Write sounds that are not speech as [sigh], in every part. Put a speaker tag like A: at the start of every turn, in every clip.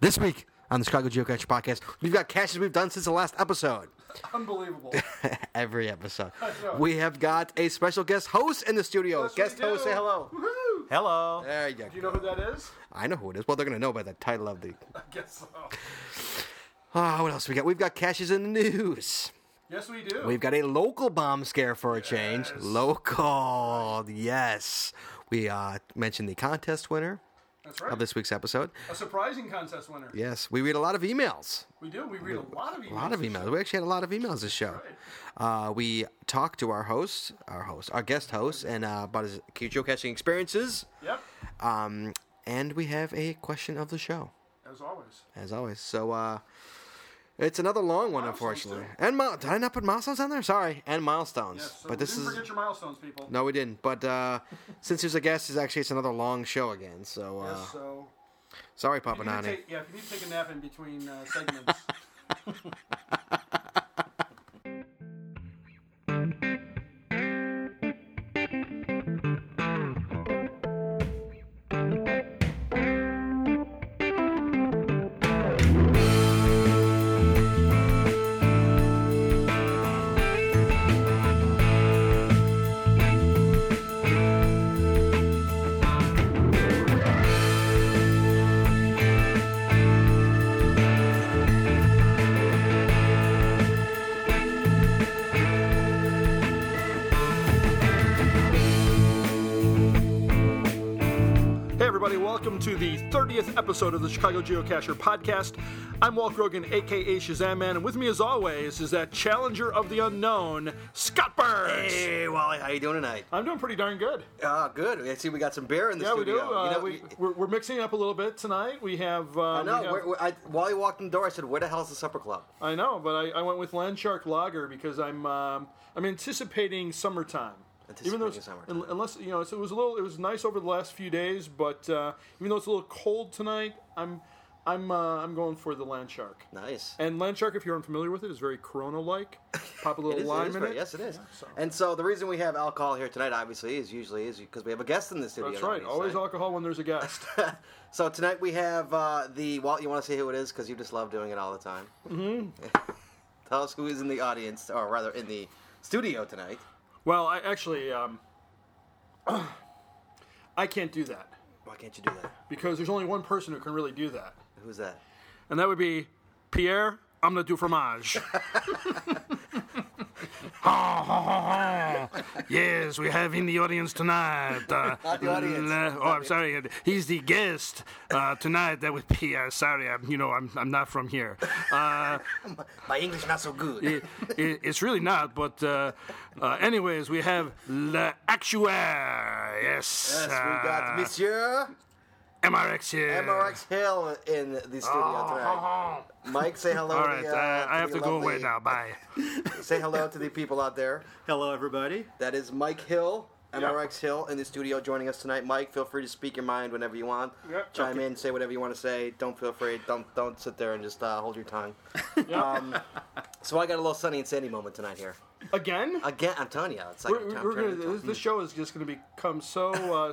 A: This week on the Chicago Geocache podcast, we've got caches we've done since the last episode.
B: [laughs] Unbelievable.
A: [laughs] Every episode.
B: know.
A: We have got a special guest host in the studio.
B: Yes, we
A: guest host,
B: do.
A: say hello.
B: Woohoo!
C: Hello.
A: There you go.
B: Do you know who that is? [laughs]
A: I know who it is. Well, they're going to know by the title of the.
B: I guess so.
A: Ah, what else we got? We've got caches in the news.
B: Yes, we do.
A: We've got a local bomb scare for a change. Local, yes. We uh, mentioned the contest winner
B: That's right.
A: of this week's episode.
B: A surprising contest winner.
A: Yes, we read a lot of emails.
B: We do. We read a lot of emails.
A: A lot of emails. We actually had a lot of emails this show. Uh, we talked to our host, our host, our guest host, and uh, about his geocaching experiences.
B: Yep.
A: Um, and we have a question of the show,
B: As always.
A: as always. So uh, it's another long one,
B: Milestones,
A: unfortunately. And mile did I not put milestones on there? Sorry, and milestones.
B: Yes. So
A: but this
B: didn't
A: is
B: forget your milestones, people.
A: no, we didn't. But uh, since he's a guest, it's actually it's another long show again. So uh,
B: Yes, so.
A: sorry,
B: If you need to
A: Papanani.
B: take- yeah, if you need to take a nap in between uh, segments. [laughs] Hey, everybody, welcome to the 30th episode of the Chicago Geocacher podcast. I'm Walt Grogan, aka Shazam Man, and with me, as always, is that challenger of the unknown, Scott Burns.
A: Hey, Wally, how you doing tonight?
B: I'm doing pretty darn Uh, good.
A: Ah, good. We see we got some beer in the
B: Yeah, we
A: studio.
B: do. Uh,
A: You know,
B: we, we're, we're mixing it up a little bit tonight. We have. Um,
A: I know.
B: we have-
A: where, where, I, Wally walked in the door. I said, "Where the hell's the supper club?"
B: I know, but I, I went with Landshark Lager because I'm um, I'm anticipating summertime.
A: Anticipating
B: it's-
A: summertime.
B: un- unless you know, it's, it was a little, it was nice over the last few days, but uh, even though it's a little cold tonight, I'm I'm uh, I'm going for the Landshark.
A: Nice.
B: And Landshark, if you're unfamiliar with it, is very Corona-like. Pop a
A: [laughs]
B: little
A: It is- it
B: lime
A: is
B: in
A: very-
B: it.
A: Yes, it is.
B: so-
A: And so the reason we have alcohol here tonight, obviously, is usually is because we have a guest in the studio.
B: That's
A: that
B: right.
A: we
B: Always
A: say.
B: alcohol when there's
A: [laughs]
B: a guest.
A: So tonight we have uh, the Walt. You want to say who it is because you just love doing it all the time. Mm-hmm. [laughs] Tell us who is in the audience, or rather, in the studio tonight.
B: well, I actually um, [clears throat] I can't do that
A: Why can't you do that?
B: because there's only one person who can really do that,
A: Who's that?
B: and that would be Pierre. I'm the du
D: [laughs]
B: fromage.
D: Yes, we have in the audience tonight. Uh,
A: Not the audience.
D: Le- oh, I'm sorry. He's the guest uh, tonight. That would be. Uh, sorry, I'm, you know, I'm, I'm not from here. Uh, [laughs]
A: My English not so good.
D: it, it, it's really not. But uh, uh, anyways, we have Le Actuaire. Yes.
A: Yes, we got Monsieur
D: uh, MRX here.
A: MRX Hill in the studio tonight. Mike, say hello.
D: Ah. All
A: to
D: right,
A: the, uh,
D: uh, I have
A: the
D: to go away
A: lovely-
D: now. Bye.
A: Say hello to the people out there.
E: Hello, everybody.
A: That is Mike Hill, MRX Hill, in the studio joining us tonight. Mike, feel free to speak your mind whenever you want.
B: Yep.
A: Chime in, say whatever you want to say. Don't feel afraid. Don't don't sit there and just uh, hold your tongue. Um, so I got a little sunny and sandy moment tonight here.
B: Again?
A: Again, I'm telling you, it's like
B: We're,
A: I'm
B: we're gonna,
A: turning into-
B: this, this show is just going to become so uh,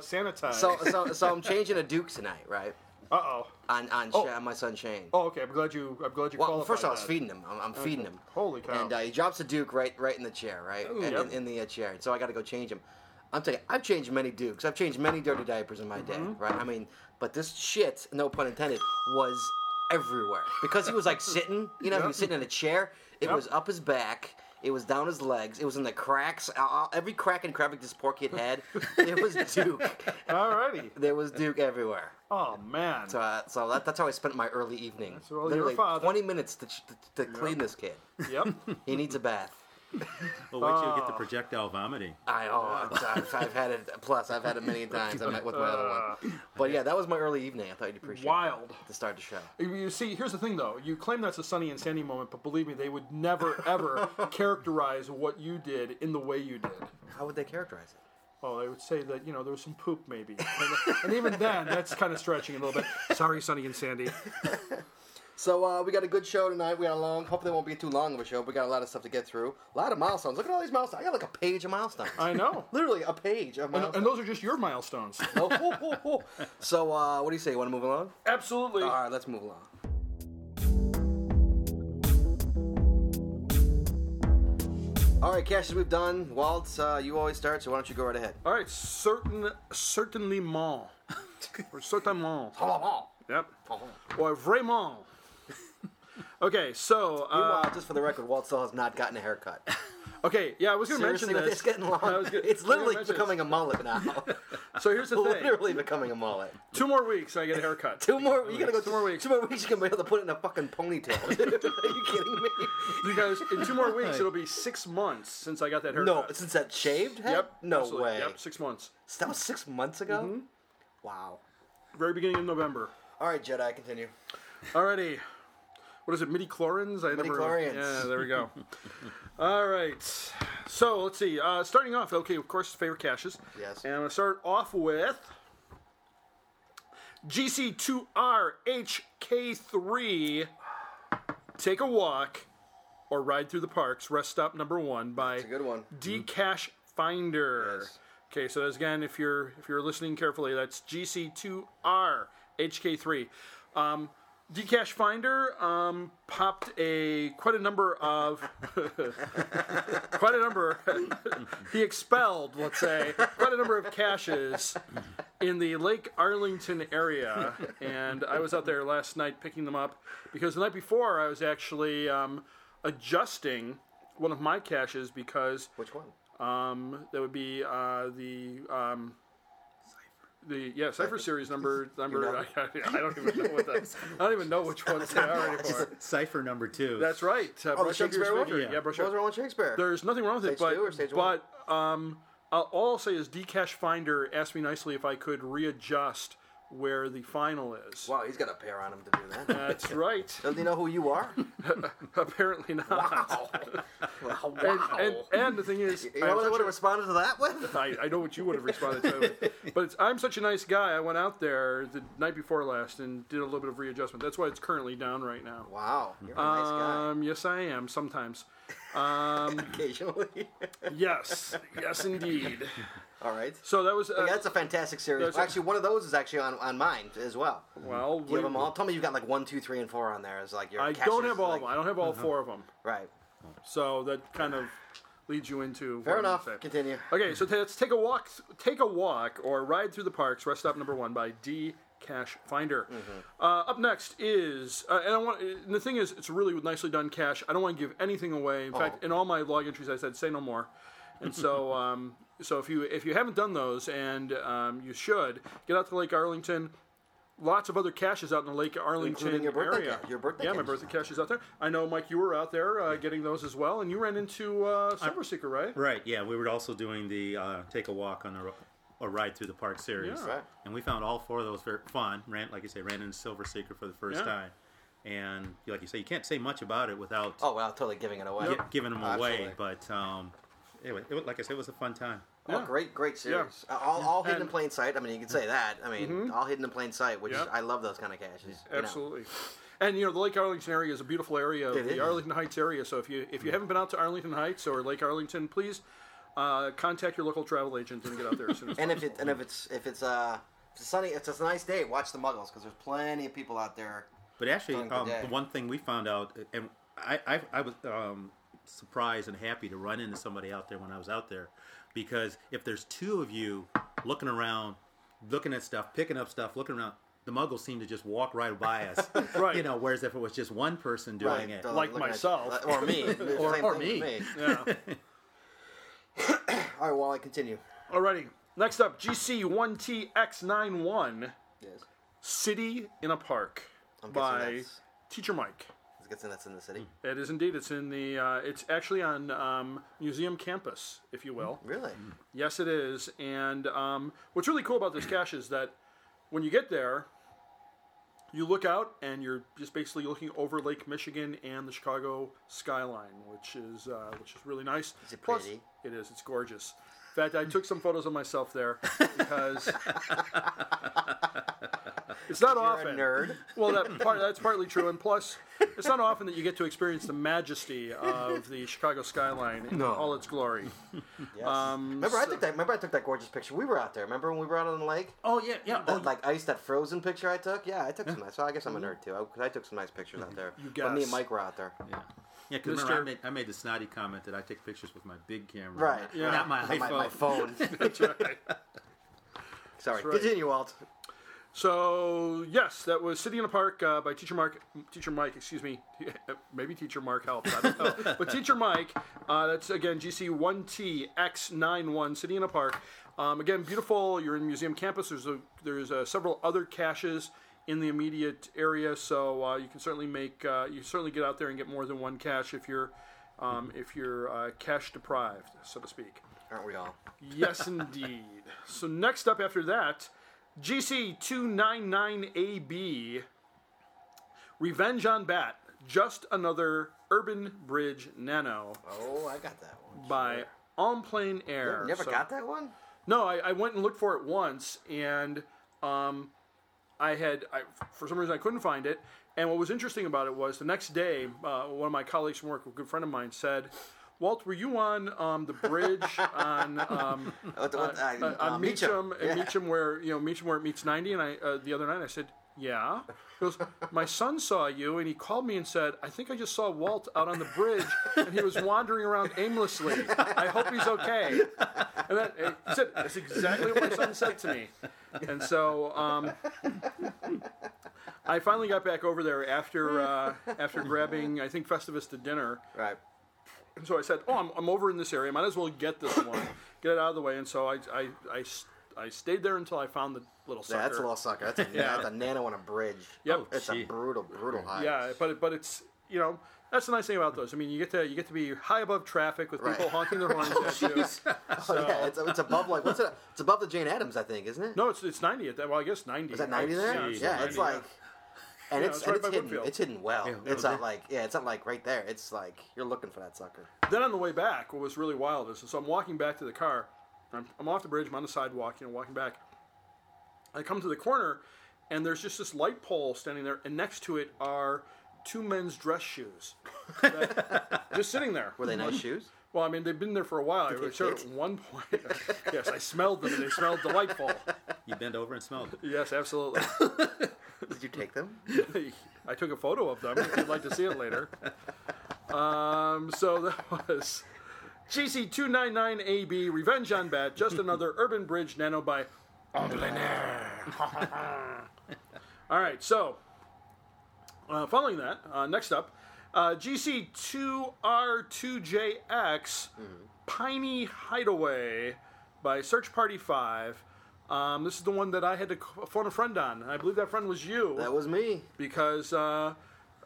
A: [laughs]
B: sanitized.
A: so so so I'm changing a Duke tonight, right?
B: uh oh.
A: On on,
B: Oh.
A: Sha- on my son Shane.
B: Oh, okay. I'm glad you. I'm glad you
A: Well,
B: qualified.
A: first I was
B: that.
A: feeding him. I'm, I'm feeding him.
B: Holy cow.
A: And uh, he drops a Duke right right in the chair, right in,
B: yep.
A: in, in the uh, chair. So I got to go change him. I'm telling you, I've changed many Dukes. I've changed many dirty diapers in my day,
B: Mm-hmm.
A: right? I mean, but this shit, no pun intended, was everywhere because he was like sitting. You know, he was sitting in a chair. It was up his back. It was down his legs. It was in the cracks. Uh, uh, every crack and crevice this poor kid had, it was
B: [laughs]
A: Duke.
B: [laughs] Alrighty.
A: There was Duke everywhere.
B: Oh man.
A: So, uh, so that, that's how I spent my early evening.
B: well, you're a
A: Literally
B: father.
A: 20 minutes to, to, to clean this kid.
B: yep.
A: He needs a bath.
E: Well, wait till you
B: Oh.
E: get the projectile vomiting.
A: I oh, I've, I've had it. Plus, I've had it
B: [laughs]
A: many times. I met with my other
B: Uh.
A: one. But yeah, that was my early evening. I thought you'd appreciate
B: Wild.
A: it to start the show.
B: You you see, here's the thing, though. You claim that's a Sunny and Sandy moment, but believe me, they would never ever characterize what you did in the way you did.
A: How would they characterize it?
B: Oh, they would say that you know there was some poop, maybe, and, and even then, that's kind of stretching a little bit. Sorry, Sunny and Sandy.
A: So uh, we got a good show tonight. We got a long. Hopefully, it won't be too long of a show. But we got a lot of stuff to get through. A lot of milestones. Look at all these milestones. I got like a page of milestones.
B: I know.
A: Literally a page of
B: And,
A: milestones.
B: and those are just your milestones.
A: Oh, ho, ho, ho. [laughs] So, uh, what do you say? You want to move along?
B: [laughs] Absolutely.
A: All right, let's move along. All right, Cassius, we've done. Walt, uh, you always start, so why don't you go right ahead?
B: All right, certain, certainly mont. or certainement. Yep. Or vraiment. Okay, so uh,
A: Meanwhile, just for the record, Walt still has not gotten a haircut.
B: okay, yeah, I was gonna
A: Seriously,
B: [laughs] mention
A: with
B: this.
A: this getting long,
B: I was gonna-
A: it's
B: I was gonna
A: literally
B: mention
A: becoming a mullet now.
B: this. [laughs] So
A: [laughs]
B: here's the thing:
A: literally becoming a mullet.
B: two more weeks, I get
A: [laughs]
B: a haircut.
A: Two more. You gotta go
B: Two more weeks.
A: Two more weeks. You can be able to put it in a fucking ponytail. [laughs] dude. Are you kidding me?
B: because in two more weeks, it'll be six months since I got that haircut.
A: No, since that shaved head.
B: Yep.
A: No
B: absolutely.
A: way.
B: Yep. Mm-hmm. Six months.
A: That was six months ago. Wow.
B: Very beginning of November.
A: All right, Jedi, continue.
B: Alrighty. What is it? Midi chlorins? I never-
A: Midichlorians.
B: Yeah, there we go. [laughs] All right. So let's see. Uh, starting off, okay, of course, favorite caches.
A: Yes.
B: And I'm gonna start off with GC2RHK3. Take a walk or ride through the parks. Rest stop number one by
A: It's a good one.
B: D Cash Finder.
A: Yes.
B: Okay, so that's again, if you're if you're listening carefully, that's GC2R HK3. Um, D Cash Finder um, popped a quite a number of [laughs] quite a number. [laughs] he expelled, let's say, quite a number of caches in the Lake Arlington area, and I was out there last night picking them up because the night before I was actually um, adjusting one of my caches because
A: Which one?
B: um, that would be uh, the um, the yeah Cipher series number
A: [laughs]
B: number. [laughs] I, I don't even know what that. I don't even know which ones they are
A: [laughs]
B: anymore.
E: Cipher number two.
B: That's right. Uh,
A: Oh, the
B: brush up your
A: Shakespeare one.
B: speaker. Yeah,
E: Yeah.
B: brush
A: What
B: up.
A: was wrong with Shakespeare?
B: There's nothing wrong with
A: Stage
B: it, but
A: two or stage one?
B: but um, I'll, all I'll say is Dcash Finder asked me nicely if I could readjust where the final is.
A: wow, he's got a pair on him to do that.
B: That's right.
A: [laughs]
B: [laughs]
A: Doesn't he know who you are?
B: Apparently not.
A: Wow. [laughs] wow. wow.
B: And, and the thing
A: [laughs]
B: is,
A: you know
B: I
A: what
B: was
A: I would
B: actually-
A: have responded to that with?
B: I, I know what you would have responded to. But it's, I'm such a nice guy. I went out there the night before last and did a little bit of readjustment. That's why it's currently down right now.
A: Wow. You're a nice guy.
B: Um, yes, I am sometimes.
A: Occasionally. [laughs]
B: Yes, yes, indeed.
A: All right.
B: So that was uh,
A: Yeah, that's a fantastic series.
B: that's-
A: actually, one of those is actually on, on mine as well.
B: well.
A: Do you have
B: we-
A: them all? Tell me you've got like one, two, three, and four on there. It's like your
B: I
A: caches
B: don't
A: is
B: have all.
A: like- Mm-hmm.
B: of them. I don't have all four of them.
A: Right.
B: So that kind of leads you into
A: Fair
B: what I'm
A: enough.
B: gonna say.
A: Continue.
B: Okay, so t- let's take a walk, take a walk, or ride through the parks. Rest stop number one by D. Cash Finder.
A: Mm-hmm.
B: Uh, up next is, uh, and I want. And the thing is, it's a really nicely done cash. I don't want to give anything away.
A: Oh.
B: In fact, in all my log entries, I said say no more. And
A: [laughs]
B: so, um, so if you if you haven't done those, and um, you should get out to Lake Arlington. Lots of other caches out in the Lake Arlington
A: Including your birthday
B: area.
A: ca- your birthday
B: yeah, my
A: caches.
B: birthday caches out there. I know, Mike, you were out there uh, getting those as well, and you ran into uh, Silver Seeker, right?
E: right. Yeah, we were also doing the uh, take a walk on the ro- or ride through the park series,
B: Yeah.
A: Right.
E: and we found all four of those very fun. Ran like you say, ran into Silver Seeker for the first
B: Yeah.
E: time, and like you say, you can't say much about it without
A: Oh, well, totally giving it away.
E: gi- giving them away.
A: Absolutely.
E: But um, anyway, it, wa- like I said, it was a fun time.
A: Oh,
B: Yeah.
A: great, great series. Uh, All, all hidden in
B: And- Mm-hmm.
A: plain sight. I mean, you could say that. I mean, all hidden in plain sight, which is,
B: Yep.
A: I love those kind of caches. you know.
B: Absolutely. And you know the Lake Arlington area is a beautiful area, of
A: It
B: the
A: is. Mm-hmm.
B: Arlington Heights area. So if you if you haven't been out to Arlington Heights or Lake Arlington, please uh, contact your local travel agent and get out there as
A: [laughs]
B: soon as
A: And if it and if it's if it's uh if it's sunny, if it's a nice day, watch the Muggles because there's plenty of people out there.
E: But actually,
A: During the
E: um,
A: day.
E: the one thing we found out, and I, I, I was um, surprised and happy to run into somebody out there when I was out there, because if there's two of you looking around, looking at stuff, picking up stuff, looking around, the muggles seem to just walk right by
A: [laughs]
E: us.
B: Right.
E: You know, whereas if it was just one person doing it,
A: they're
B: Like
A: uh, looking at-
B: myself.
A: or
B: [laughs]
A: me, or,
E: or me.
B: Yeah.
A: All right, well, I continue.
B: Alrighty. Next up, GC1TX91,
A: Yes,
B: City in a Park
A: I'm guessing
B: by
A: that's,
B: Teacher Mike.
A: I'm guessing that's in the city.
B: It is indeed. It's in the. Uh, it's actually on um, museum campus, if you will.
A: Really?
B: Yes, it is. And um, what's really cool about this cache is that when you get there, you look out and you're just basically looking over Lake Michigan and the Chicago skyline, which is uh, which is really nice.
A: Is it
B: Plus,
A: pretty?
B: it is. It's gorgeous.
A: [laughs]
B: In fact, I took some photos of myself there because It's not
A: You're
B: often.
A: a nerd.
B: Well, that part, that's partly true, and plus, it's not often that you get to experience the majesty of the Chicago skyline in
D: No.
B: all its glory.
A: Yes.
B: Um,
A: remember, I took that. Remember, I took that gorgeous picture. We were out there. Remember when we were out on the lake?
E: Oh yeah, yeah.
A: That, like ice, that frozen picture I took. Yeah, I took some nice. So I guess
B: Mm-hmm.
A: I'm a nerd too. I, 'cause I took some nice pictures out there. You But me
B: guess.
A: and Mike were out there.
E: Yeah, yeah. Because remember, I
B: Mr.
E: made, I made the snotty comment that I take pictures with my big camera,
A: Right.
E: Not,
A: Yeah.
E: not my
A: My,
E: iPhone.
A: my
E: [laughs]
A: phone. Sorry.
B: right.
A: Continue, Walt.
B: So yes, that was "Sitting in a Park" uh, by Teacher Mark, Teacher Mike, excuse me, [laughs] maybe Teacher Mark helped, I don't know. but Teacher Mike, uh, that's again GC1TX91, "Sitting in a Park." Um, again, beautiful. You're in museum campus. There's a, there's uh, several other caches in the immediate area, so uh, you can certainly make uh, you certainly get out there and get more than one cache if you're um, if you're uh, cache deprived, so to speak.
A: Aren't we all?
B: Yes, indeed. So next up after that, GC299AB, Revenge on Bat, just another Urban Bridge Nano
A: Oh, I got that one.
B: by On Plain Air.
A: You never
B: So-
A: got that one?
B: No, I, I went and looked for it once, and um, I had I, for some reason I couldn't find it. And what was interesting about it was the next day, uh, one of my colleagues from work, a good friend of mine, said, "Walt, were you on um, the
A: [laughs]
B: bridge on?" Um,
A: Oh, the one- I-
B: uh, on
A: uh,
B: Meacham,
A: Meacham.
B: and Meacham where you know Meacham where it meets ninety, and I uh, the other night I said, "Yeah." He goes, "My son saw you, and he called me and said, I think I just saw Walt out on the bridge, and he was wandering around aimlessly. I hope he's okay." And that, uh, he said, "That's exactly what my son said to me." And so um, I finally got back over there after uh, after grabbing I think Festivus to dinner.
A: Right.
B: And so I said, "Oh, I'm, I'm over in this area. Might as well get this one, get it out of the way." And so I, I, I s- I stayed there until I found the little sucker.
A: Yeah, that's a little sucker. That's a,
B: Yeah.
A: that's a nano on a bridge.
B: Yep.
E: Oh,
A: It's
E: gee.
A: a brutal, brutal high. [laughs]
B: Yeah, but it- but it's you know that's the nice thing about those. I mean, you get to you get to be high above traffic with people
A: Right.
B: honking their horns at you.
A: [laughs] Oh, yeah, it's, it's above like what's it? It's above the Jane Addams, I think, isn't it?
B: No, it's it's 90 at that. Well, I guess 90.
A: Is that 90 there?
B: Yeah,
A: Yeah,
B: it's
A: it's,
B: 90,
A: like. And
B: Yeah,
A: it's, and
B: it's right
A: it's
B: by
A: hidden.
B: Woodfield.
A: It's hidden well. it's
E: yeah.
A: not like yeah, Oh, it's not like right there. It's like you're looking for that sucker.
B: Then on the way back, what was really wild is so I'm walking back to the car. I'm, I'm off the bridge. I'm on the sidewalk. You know, walking back. I come to the corner, and there's just this light pole standing there, and next to it are two men's dress shoes, That- just sitting there.
A: Were they [laughs] nice shoes?
B: Well, I mean, they've been there for a while. I was sure at
A: fit?
B: one point. [laughs] yes, I smelled them, and they smelled delightful.
E: You bend over and smell it.
B: Yes, absolutely.
A: Did you take them?
B: [laughs] I took a photo of them if you'd like to see it later. Um, so that [laughs] was GC299AB Revenge on Bat, just another Urban Bridge Nano by Amblenair. All right, so uh, following that, uh, next up uh, GC2R2JX Piney Hideaway by Search Party 5. Um, this is the one that I had to c- phone a friend on. I believe that friend was you
A: That was me.
B: because uh,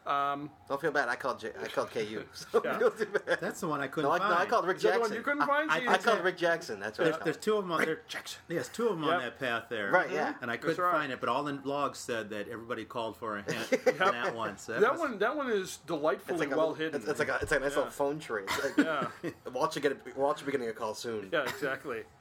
A: Don't feel bad. I called J- I called KU. [laughs] So
B: Yeah.
A: don't feel bad.
E: That's the one I couldn't
A: No, I,
E: find.
A: no, I called Rick
B: Is that the
A: Jackson.
B: one you couldn't find?
A: I,
B: See,
A: I
B: it's-
A: called Rick Jackson. That's right.
E: There's, there's two of them on there.
B: Jackson.
E: Yes, two of them
B: Yep.
E: on that path there.
A: Right, yeah.
E: And I couldn't
B: right.
E: find it, but all the logs said that everybody called for a
B: [laughs]
E: hint on that one. So that,
B: That
E: was-
B: one, that one is delightfully
A: It's like a
B: well
A: little-
B: hidden.
A: It's, it's like a, it's like a nice little phone tree. It's like,
B: Yeah.
A: [laughs] Walt should get a, Walt should be getting a call soon.
B: yeah, exactly. [laughs]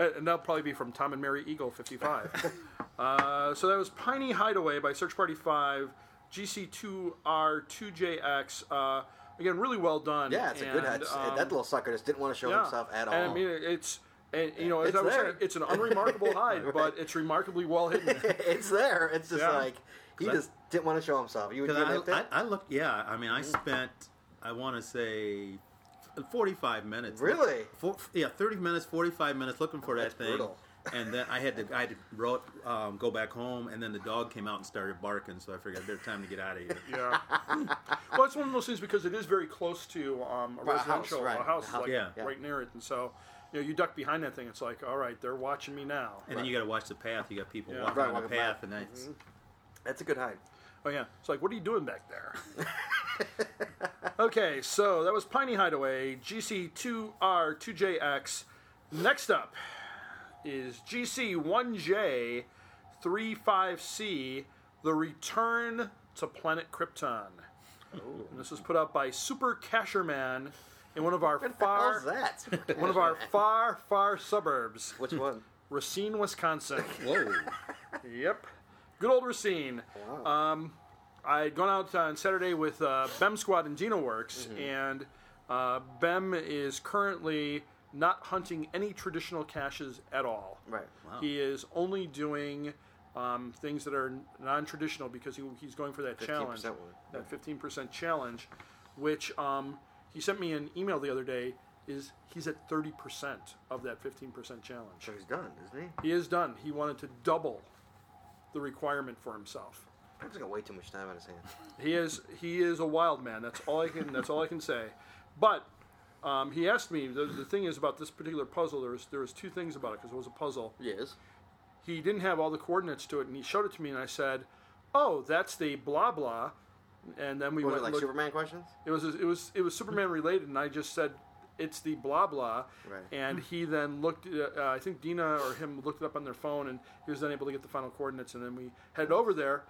B: Uh, And that'll probably be from Tom and Mary
A: [laughs]
B: Eagle 55. uh, so that was Piney Hideaway by Search Party 5, GC2R2JX. Uh, again, really well done.
A: Yeah, it's a good.
B: And,
A: It's,
B: um,
A: that little sucker just didn't want to show
B: yeah.
A: himself at all.
B: And I mean, it's. And, you know, as
A: It's
B: I was
A: there.
B: saying, it's an unremarkable hide, but it's remarkably well hidden.
A: [laughs] it's there. It's just
B: Yeah.
A: like he
E: I-
A: just didn't want to show himself. You would
E: Because
A: admit
E: I, I,
A: that?
E: I looked, yeah. I mean, I spent, I want to say, f- 45 minutes.
A: Really?
E: Four, yeah, 30 minutes, 45 minutes looking for that
A: That's
E: thing.
A: brutal.
E: And then I had to, I had to ro- um, go back home, and then the dog came out and started barking, so I figured there's time to get out of here.
B: Yeah. well, it's one of those things because it is very close to um, a
A: Right, a house,
B: residential a house,
A: right. A house,
B: like,
E: yeah.
A: Yeah.
B: right near it, and so you know you duck behind that thing. It's like, all right, they're watching me now.
E: And then you got to watch the path. You got people
B: Yeah.
E: walking
A: Right,
E: on the
A: walking by.
E: path, and that's
A: That's a good hide.
B: Oh yeah, it's like, what are you doing back there? [laughs] okay, so that was Piney Hideaway GC2R2JX. Next up is GC1J35C, The Return to Planet Krypton. And this was put out by Super Casherman in one of our
A: How's
B: far
A: that?
B: [laughs] one of our far far suburbs,
A: [laughs] Which one? Mm-hmm.
B: Racine, Wisconsin.
E: whoa.
B: Yep. Good old Racine. Um, I'd gone out on Saturday with uh, Bem Squad and Dino Works, and uh, Bem is currently not hunting any traditional caches at all.
A: Right.
B: He is only doing um, things that are non-traditional because he, he's going for that challenge,
A: 15% one.
B: that fifteen percent challenge, which um, he sent me an email the other day. Is he's at thirty percent of that fifteen percent challenge?
A: So he's done, isn't he?
B: He is done. He wanted to double the requirement for himself.
A: He's got way too much time on his hands.
B: He is he is a wild man. That's all I can that's all I can say. But um, he asked me the, the thing is about this particular puzzle. There was there was two things about it because it was a puzzle.
A: Yes.
B: He didn't have all the coordinates to it, and he showed it to me, and I said, "Oh, that's the blah blah." And then we
A: Was
B: went
A: it like
B: look-
A: Superman questions?
B: it was it was it was Superman related, and I just said it's the blah blah.
A: Right.
B: And he then looked. Uh, uh, I think Dina or him looked it up on their phone, and he was then able to get the final coordinates. And then we headed over there,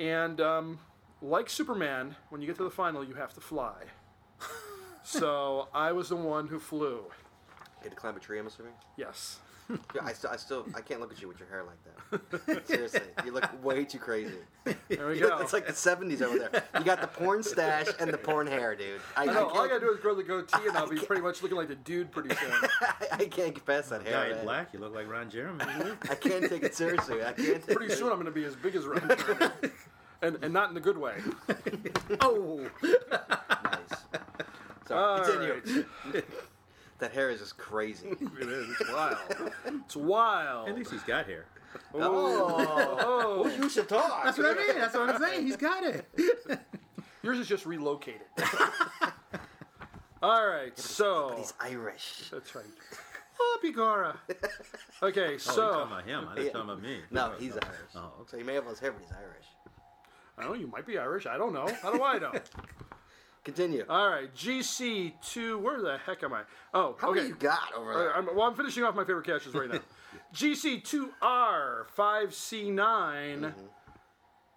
B: and um, like Superman, when you get to the final, you have to fly.
A: [laughs]
B: so I was the one who flew.
A: You had to climb a tree, I'm assuming?
B: Yes.
A: Yeah, I, still, I still, I can't look at you with your hair like that. [laughs] Seriously, you look way too
B: [laughs]
A: crazy.
B: There
A: [laughs]
B: we
A: You
B: go.
A: look, it's like the '70s over there. You got the porn stash and the porn hair, dude. I,
B: I know, all I
A: I,
B: gotta
A: can't,
B: do is grow the goatee, and I'll be pretty much looking like the dude pretty soon.
A: [laughs] I, can't get past that
E: Guy
A: hair.
E: in
A: man.
E: black, you look like Ron Jeremy.
A: I can't take it seriously.
B: [laughs]
A: I can't. Take
B: Pretty soon, I'm gonna be as big as Ron,
A: [laughs]
B: and and not in a good way.
A: Oh, nice. Sorry, continue.
B: right.
A: [laughs] That hair is just
B: [laughs]
A: crazy.
B: It is. It's wild. It's wild.
E: At least he's got hair.
B: [laughs] Oh,
A: You should talk.
E: That's what I mean. That's what I'm saying. He's got it.
B: yours is just relocated. All right, so
A: He's Irish.
B: that's right. Oh, Pigora. Okay,
E: Oh, you're
B: so
E: talking about him. I was talking about me.
A: No, he's Irish.
E: Oh, okay.
A: So he may have lost hair, but he's Irish.
B: I don't know. You might be Irish. I don't know. How do I know?
A: Continue.
B: [laughs] All right, GC two. Where the heck am I? Oh,
A: How
B: okay.
A: many you got over
B: Uh,
A: there?
B: I'm, well, I'm finishing off my favorite caches
A: [laughs]
B: right now. GC2R5C9.
A: Mm-hmm.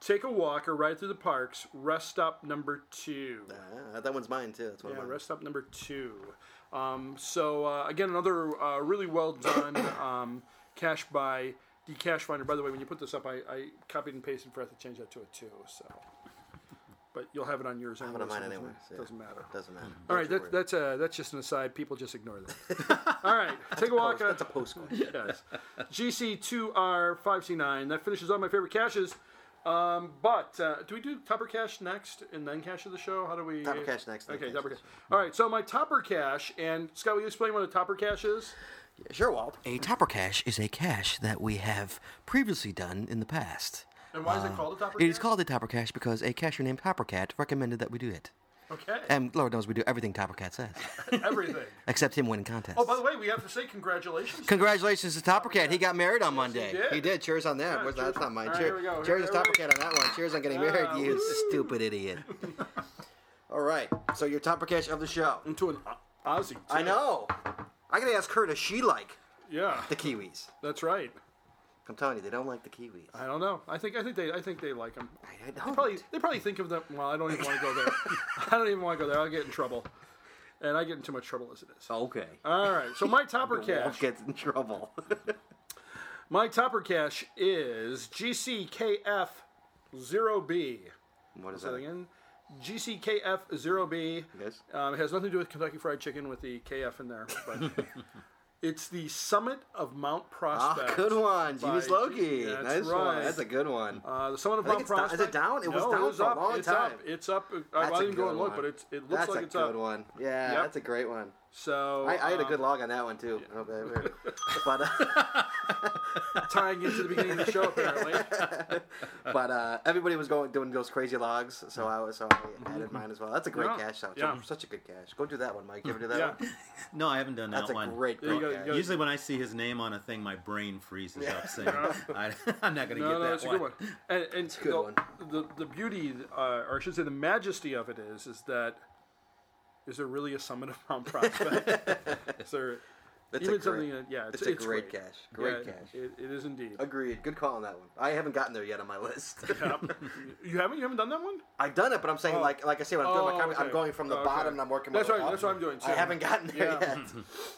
B: Take a walk or ride through the parks. Rest stop number two.
A: Ah, that one's mine too. That's one
B: Yeah,
A: of mine.
B: rest stop number two. Um, so uh, again, another uh, really well done um, cache by the cache finder. By the way, when you put this up, I, I copied and pasted. Forgot to change that to a two. So, but you'll have it on yours.
A: One of mine,
B: so it doesn't-
A: anyways. Yeah.
B: Doesn't matter.
A: Doesn't matter.
B: All right,
A: Don't you worry.
B: that, that's uh, that's just an aside. People just ignore that. [laughs] All right, take a walk.
A: Post-
B: on-
A: that's a post question.
B: yes. GC2R5C9. That finishes all my favorite caches. Um, but uh, do we do topper cache next and then cache of the show? How do we
A: Topper cache next, then
B: Okay,
A: caches.
B: topper cache. All right, so my topper cache and Scott, will you explain what a topper cache is?
A: Sure, Walt.
C: A topper cache is a cache that we have previously done in the past.
B: And why is
A: Um,
B: it called a topper cache?
C: It is called a topper cache because a cashier named Toppercat recommended that we do it.
B: okay
C: And Lord knows we do everything Toppercat
B: [laughs]
C: says,
A: [laughs]
B: everything.
C: except him winning contests.
B: Oh, by the way, we have to say congratulations.
C: Congratulations to Toppercat. He got married on Monday.
B: did.
A: He did. Cheers on that.
B: Yeah,
A: Where's-
B: cheers.
A: That's not mine.
B: All right,
A: Cheer-
B: here we go.
A: Cheers
B: Here-
A: to
B: here we
A: Topper Cat on that one. Cheers on getting married, you [laughs] stupid
B: [laughs]
A: idiot. All right. So your Topper Cash of the show.
B: to an O- Aussie.
A: I
B: too.
A: know. I gotta ask her, does she like
B: Yeah,
A: the Kiwis?
B: that's right.
A: I'm telling you, they don't like the Kiwis.
B: I don't know. I think I think they I think they like them.
A: I
B: Uh, They
A: don't.
B: probably they probably think of them. Well, I don't even want to go there. [laughs] I don't even want to go there. I'll get in trouble, and I get in too much trouble as it is.
A: Okay.
B: All right, so my
A: [laughs]
B: topper
A: Walt
B: cache.
A: gets in
B: [laughs]
A: trouble.
B: My topper cache is GCKF0B.
A: what is
B: Say that
A: that?
B: again. GCKF0B.
A: Yes.
B: Um, it has nothing to do with Kentucky Fried Chicken with the KF in there.
A: [laughs]
B: But it's the summit of Mount
A: Ah,
B: Prospect.
A: good one, Genius
B: By-
A: Loki.
B: That's
A: nice
B: right.
A: one. That's a good one.
B: Uh, the summit of
A: think
B: Mount
A: it's down- is
B: Prospect.
A: it down? It was
B: No,
A: down
B: it was
A: for a
B: up.
A: long
B: it's
A: time.
B: Up. It's up. Uh,
A: That's
B: well, I
A: a
B: didn't go
A: good
B: and look,
A: one.
B: but it's, it looks
A: that's
B: like
A: a
B: it's
A: good
B: up.
A: one. Yeah,
B: Yep.
A: that's a great one.
B: So
A: I, I had a
B: um,
A: good log on that one too. [laughs] Okay,
B: [laughs]
A: but uh,
B: tying into the beginning of the show,
A: [laughs]
B: apparently.
A: but uh, everybody was going doing those crazy logs, so I was so I added mine as well. That's a great
B: Mm-hmm. Yeah,
A: cash out.
B: yeah.
A: Such a good cash. Go do that one, Mike. You ever do that
B: yeah,
A: one?
E: No, I haven't done that
A: That's a
E: one.
A: great,
B: Yeah, you
A: great
B: gotta-
A: cache.
B: you
E: Usually, when I see his name on a thing, my brain freezes
A: [laughs]
E: up. Saying, I, "I'm not going to
B: no, no,
E: get that
B: that's a good one. And, and
A: good
B: the,
A: one.
B: the the beauty, uh, or I should say, the majesty of it is, is that is there really a summit of Mount Prospect? [laughs] is there
A: That's
B: even
A: a
B: something?
A: great,
B: That, yeah, it's,
A: it's a great
B: cash.
A: cache. Great cash.
B: It, it is indeed.
A: Agreed. Good call on that one. I haven't gotten there yet on my
B: [laughs]
A: list.
B: You haven't you haven't done that one?
A: I've done it, but I'm saying like like I say when I'm doing my
B: Oh,
A: comedy,
B: okay.
A: I'm going from the
B: Okay.
A: bottom and I'm working. My
B: That's
A: way
B: right,
A: up.
B: that's what I'm doing,
A: I
B: too. [laughs]
A: haven't gotten there
B: Yeah.
A: yet.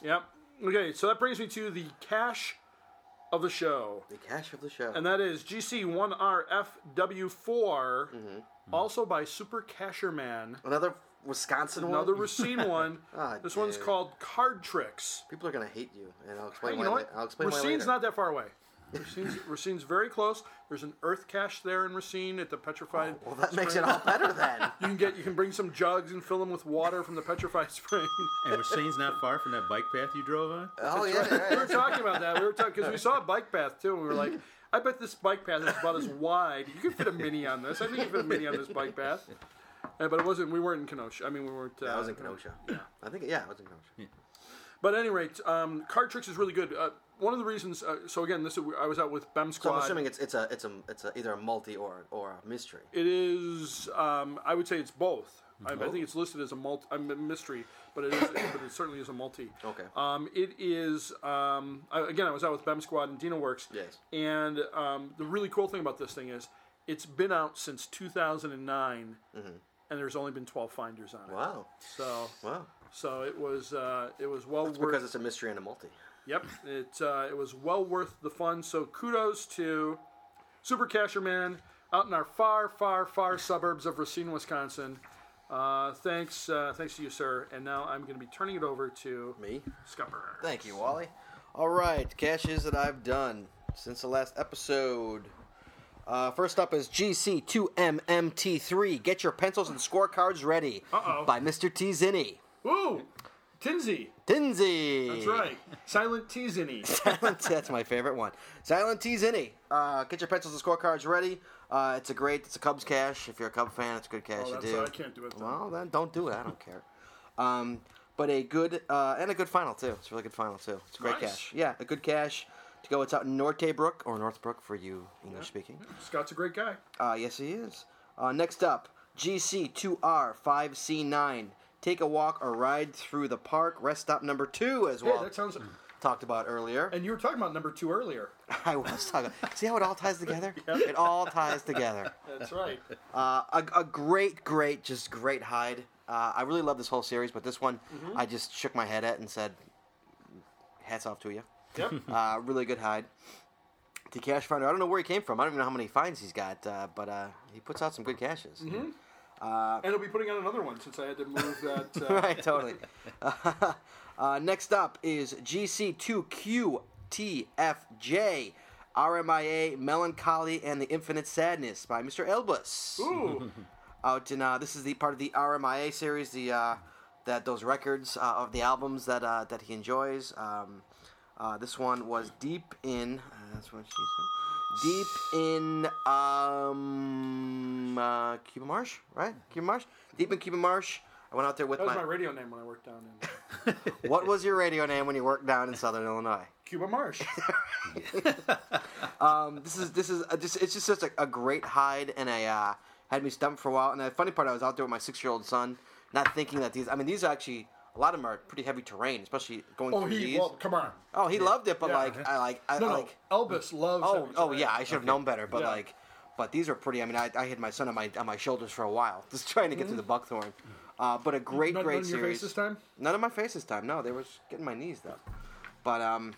B: Yep. Okay, so that brings me to the cache of the show,
A: The cash of the show.
B: and that is GC1RFW4,
A: Mm-hmm.
B: also by Super Casherman.
A: another Wisconsin
B: Another
A: one. [laughs]
B: Racine one.
A: Ah,
B: this one's
A: dude.
B: called Card Tricks.
A: People are gonna hate you, and I'll
B: Hey,
A: explain
B: you know
A: why.
B: what?
A: I'll explain why
B: Racine's
A: later.
B: not that far away. Racine's, [laughs] Racine's very close. There's an earth cache there in Racine at the petrified.
A: Oh, well, that makes it all better
B: [laughs]
A: then.
B: You can get you can bring some jugs and fill them with water from the petrified [laughs] spring.
E: And Racine's not far from that bike path you drove on.
A: oh yeah, right.
B: we were talking about that. We were talking because we saw a bike path too. and We were like, I bet this bike path is about as wide. You could fit a mini on this. I think you could fit a mini on this bike path. Uh, but it wasn't. We weren't in Kenosha. I mean, we weren't. Uh,
A: I was in Kenosha. I think yeah, I was in Kenosha.
B: But at any rate, um, card tricks is really good. Uh, one of the reasons. Uh, so again, this is, I was out with Bem
A: So
B: Squad.
A: I'm assuming it's it's a it's a it's a, either a multi or or a mystery.
B: It is. Um, I would say it's both. I, I think it's listed as a multi, a m- mystery, but it is. but it certainly is a multi.
A: Okay.
B: Um, it is. Um, I, again, I was out with Bem Squad and Dina Works.
A: Yes.
B: And um, the really cool thing about this thing is, it's been out since 2009,
A: Mm-hmm.
B: and there's only been 12 finders on it.
A: Wow,
B: So,
A: wow.
B: so it was. Uh, it was well
A: It's
B: worth.
A: because it's a mystery and a multi.
B: Yep, it uh, it was well worth the fun. So kudos to Super Casher Man out in our far,
A: [laughs]
B: far, far suburbs of Racine, Wisconsin. Uh, thanks, uh, thanks to you, sir. And now I'm going to be turning it over to
A: Me.
B: Scupper.
A: Thank you, Wally. All right, caches that I've done since the last episode. Uh, first up is GC2MMT3. Get your pencils and scorecards ready.
B: Uh-oh.
A: By Mr. T. Zinni.
B: Ooh, Tinsy.
A: Tinsy!
B: That's right. Silent
A: [laughs]
B: Tizini.
A: Silent, that's my favorite one. Silent T's innie. Uh, get your pencils and scorecards ready. Uh, it's a great, it's a Cubs cash. If you're a Cub fan, it's a good cash
B: Oh,
A: to
B: that's
A: do.
B: I can't do it. Then.
A: Well, then don't do it. I don't care. Um, but a good uh, and a good final too. It's a really good final too. It's a great
B: Nice.
A: cash. Yeah, a good cash to go. It's out in Nortebrook or Northbrook for you
B: Mm-hmm.
A: English speaking.
B: Scott's a great guy.
A: Uh, yes, he is. Uh, next up, GC2R5C9. Take a walk or ride through the park. Rest stop number two, as
B: Yeah,
A: well
B: that sounds.
A: talked about earlier.
B: And you were talking about number two earlier.
A: [laughs] I was talking. See how it all ties
B: [laughs]
A: together? It all ties together. [laughs]
B: That's right.
A: Uh, a, a great, great, just great hide. Uh, I really love this whole series, but this one I just shook my head at and said, "Hats off to you."
B: Yep.
A: Uh, really good hide. The cash finder. I don't know where he came from. I don't even know how many finds he's got, uh, but uh, he puts out some good caches.
B: and he'll be putting out another one since I had to move
A: [laughs]
B: that. Uh,
A: [laughs] right, totally. uh, next up is GC2QTFJ, RMIA, Melancholy, and the Infinite Sadness by Mr. Elbus.
B: Ooh,
A: Out in uh, this is the part of the RMIA series, the uh, that those records uh, of the albums that uh, that he enjoys. Um, uh, this one was deep in. Uh, that's what she said. Deep in um, uh, Cuba Marsh, right? Cuba Marsh. Deep in Cuba Marsh. I went out there with
B: that was my radio name when I worked down
A: [laughs]
B: in
A: what was your radio name when you worked down in Southern Illinois? [laughs]
B: Cuba Marsh.
A: Um, this is this is uh, just it's just such a, a great hide and a uh, had me stumped for a while. And the funny part, I was out there with my six year old son, not thinking that these. I mean, these are actually a lot of them are pretty heavy terrain, especially going
B: Oh,
A: through
B: he.
A: these.
B: Well, come on.
A: oh, he loved it, but
B: Yeah.
A: like I like I
B: No, no.
A: like.
B: Elvis loves.
A: Oh,
B: Elvis,
A: oh
B: right?
A: yeah, I should have known better, but
B: Yeah.
A: like, but these are pretty. I mean, I, I had my son on my on my shoulders for a while, [laughs] just trying to get
B: Mm.
A: through the buckthorn. Uh, but a great,
B: Not-
A: great
B: not in your
A: series.
B: face this time?
A: None of my face this time. No, they were just getting my knees though. But um,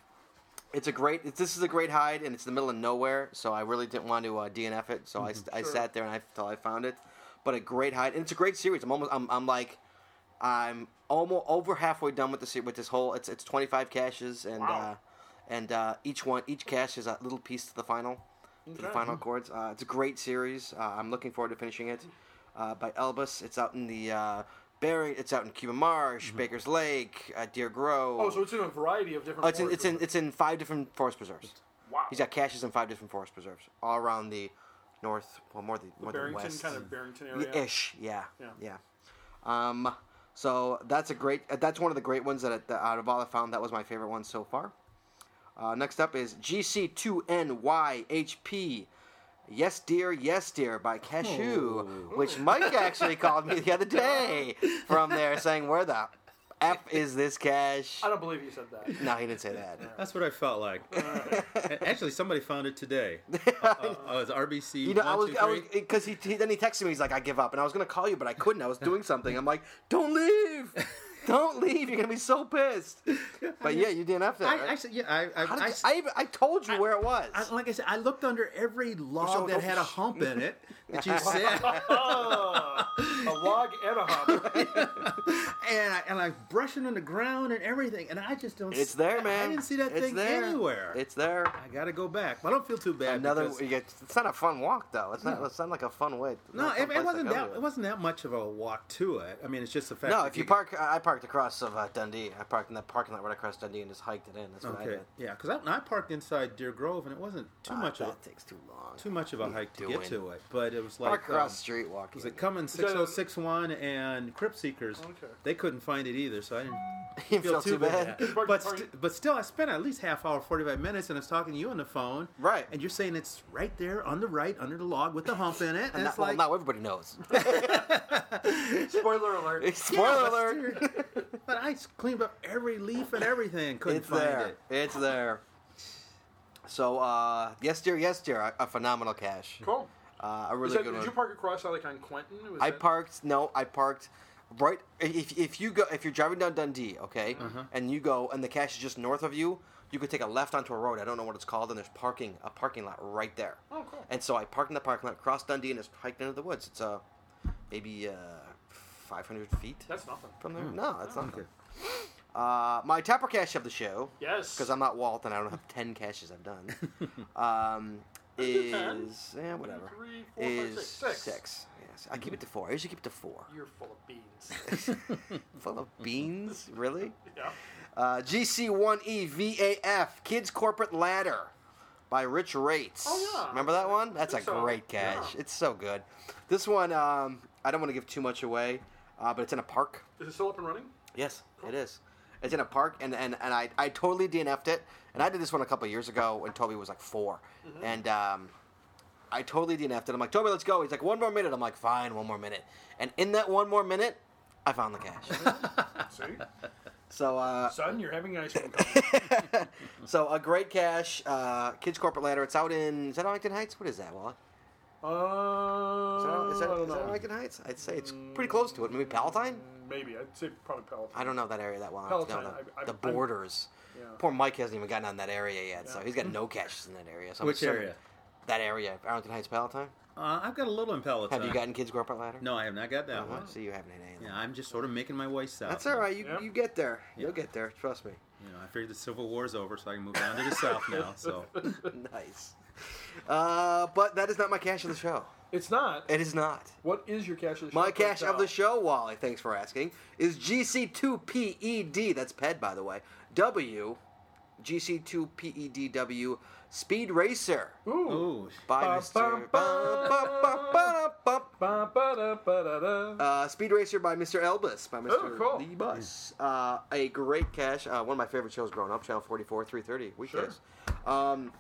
A: it's a great. It's, this is a great hide, and it's the middle of nowhere, so I really didn't want to uh, DNF it. So I, I sat there and I till I found it. But a great hide, and it's a great series. I'm almost. I'm, I'm like. I'm almost over halfway done with this with this whole. It's it's 25 caches and uh, and uh, each one each cache is a little piece to the final to the final chords. Uh, it's a great series. Uh, I'm looking forward to finishing it uh, by Elbus. It's out in the uh, Barry. It's out in Cuba Marsh, Baker's Lake, uh, Deer Grove.
B: Mm-hmm. Oh, so it's in a variety of different.
A: Oh, it's in, it's
B: forms.
A: in it's in five different forest preserves.
B: Wow.
A: He's got caches in five different forest preserves all around the north, well more the, more the
B: Barrington,
A: west
B: kind of Barrington area.
A: Y- Ish, yeah,
B: Yeah.
A: yeah. Um, so that's a great. uh, That's one of the great ones that, that out of all I found, that was my favorite one so far. Uh, next up is GC2NYHP. Yes, dear, yes, dear, by Cashew, which Mike actually called me the other
B: [laughs]
A: day from there, saying, "Where the f is this cash?"
B: I don't believe you said
A: [laughs]
B: that.
A: No, he didn't say that.
E: That's what I felt like. A- Actually, somebody found it today. [laughs] Uh, uh, uh, it was RBC.
A: You know, I
E: one,
A: was,
E: two,
A: I was,
E: three.
A: because
E: [laughs]
A: he, he then he texted me. He's like, "I give up," and I was gonna call you, but I couldn't. I was doing something. I'm like, "Don't leave." Don't leave. You're gonna be so pissed. But yeah, you didn't have that.
E: I,
A: right?
E: I said, yeah, I, I,
A: How did
E: I,
A: you s- I, even, I told you where it was.
E: I- like I said, I looked under every log that
A: don't-
E: had a hump in it
A: [laughs]
E: that you said,
B: Ah, a log and a hopper.
A: [laughs]
E: and I, and I was brushing on the ground and everything, and I just don't.
A: it's
E: s-
A: there, man.
E: I didn't see that
A: It's
E: thing
A: there.
E: anywhere.
A: It's there.
E: I gotta go back. But I don't feel too bad.
A: Another.
E: because-
A: You get, it's not a fun walk though. It's not. It's not like a fun way.
E: no,
A: not a fun
E: it,
A: place
E: it
A: to
E: wasn't
A: go
E: that.
A: to.
E: It wasn't that much of a walk to it. I mean, it's just the fact.
A: No,
E: that
A: if you park, I I parked across of uh, Dundee. I parked in that parking lot right across Dundee and just hiked it in. That's what I
E: Okay,
A: did.
E: yeah, because I, I parked inside Deer Grove, and it wasn't too
A: Ah,
E: much of
A: that takes too long.
E: too much of a hike to get
A: doing?
E: to it, but it was
A: Park
E: like
A: across
E: um,
A: street walking.
E: Was it Cummins
B: that a-
E: 6061 and Crypt Seekers?
B: Okay.
E: They couldn't find it either, so I
A: [laughs]
E: didn't
A: You felt too bad.
B: Pardon,
E: But,
B: pardon.
E: st- but still, I spent at least half hour, 45 minutes, and I was talking to you on the phone.
A: Right.
E: And you're saying it's right there on the right, under the log with the hump
A: [laughs]
E: in it. And
A: Not,
E: it's like,
A: well, now everybody
E: [laughs]
A: knows.
B: Spoiler
A: [laughs]
B: alert.
A: Spoiler alert. [laughs]
E: alert. but I s- cleaned up every leaf and everything. Couldn't
A: It's
E: find
A: there.
E: it.
A: It's there. So, uh, yes, dear, yes, dear, a, a phenomenal cache.
B: Cool.
A: Uh, a
B: Is
A: really
B: that,
A: good
B: did
A: one.
B: you park across like on Quentin? Was
A: I
B: that-
A: parked. No, I parked right. If, if you go, if you're driving down Dundee, okay,
E: Uh-huh.
A: and you go, and the cache is just north of you, you could take a left onto a road. I don't know what it's called, and there's parking, a parking lot right there.
B: Oh, cool.
A: And so I parked in the parking lot, crossed Dundee, and just hiked into the woods. It's uh, maybe uh, 500 feet
B: That's nothing.
A: from there. No, that's not good. Uh, my topper cache of the show.
B: Yes.
A: Because I'm not Walt, and I don't have ten caches I've done. um, is yeah, whatever.
B: three, four, five,
A: Is
B: six. Six.
A: Yes, I keep it to four. I usually keep it to four.
B: You're full of beans. [laughs]
E: [laughs]
A: Full of beans, really?
B: yeah.
A: Uh, E GC1EVAF Kids Corporate Ladder by Rich Rates.
B: Oh, yeah.
A: Remember that one? That's a
B: think so.
A: great cache.
B: Yeah.
A: It's so good. This one, um, I don't want to give too much away, uh, but it's in a park.
B: Is it still up and running? [laughs]
A: Yes, it is. It's in a park, and, and, and I, I totally DNF'd it. And I did this one a couple of years ago when Toby was like 4
B: Mm-hmm.
A: And um, I totally DNF'd it. I'm like, Toby, let's go. He's like, one more minute. I'm like, fine, one more minute. And in that one more minute, I found the
B: Mm-hmm.
A: cash.
B: See?
A: so, uh, [laughs]
B: Son, you're having an ice cream.
A: so a great cash, uh, Kids Corporate Ladder. It's out in, is that Arlington Heights? What is that, Wally? Is that,
B: Uh,
A: is that,
B: I don't
A: is that
B: know.
A: Arlington Heights? I'd say it's pretty close to it. Maybe Palatine?
B: Maybe. I'd say probably Peloton.
A: I don't know that area that well. I don't know
B: Palatine, I- I-
A: the, the
B: I'm-
A: borders.
B: Yeah.
A: Poor Mike hasn't even gotten on that area yet, so he's got no caches in that area. So I'm
E: Which
A: assuming-
E: area?
A: That area, Arlington Heights, Palatine.
E: Uh, I've got a little in Peloton.
A: Have you gotten kids corporate ladder?
E: No, I have not got that
A: Uh-huh.
E: one.
A: So you haven't had any.
E: Yeah, I'm just sort of making my way south.
A: That's all right. You
B: Yeah.
A: you get there. You'll
E: Yeah.
A: get there. Trust me.
E: You know, I figured the Civil War's over, so I can move down to the south now.
A: [laughs]
E: So
A: nice. Uh, but that is not my cash of the show.
B: It's not.
A: It is not.
B: What is your cash of the show?
A: My cash
B: Break
A: of the
B: down.
A: show, Wally, thanks for asking, is GC2PED, that's PED by the way, W, GC2PEDW Speed Racer
B: Ooh.
E: Ooh,
A: by
B: Ba,
A: Mr.
B: ba,
A: Ba, ba, ba, ba, da, ba.
B: Ba, ba, da, ba, da, da.
A: Uh, Speed Racer by Mr. Elbus, by Mr.
B: Oh, cool.
A: Lee Bus. Uh, a great cash, uh, one of my favorite shows growing up, Channel 44, 330, weekdays. Um,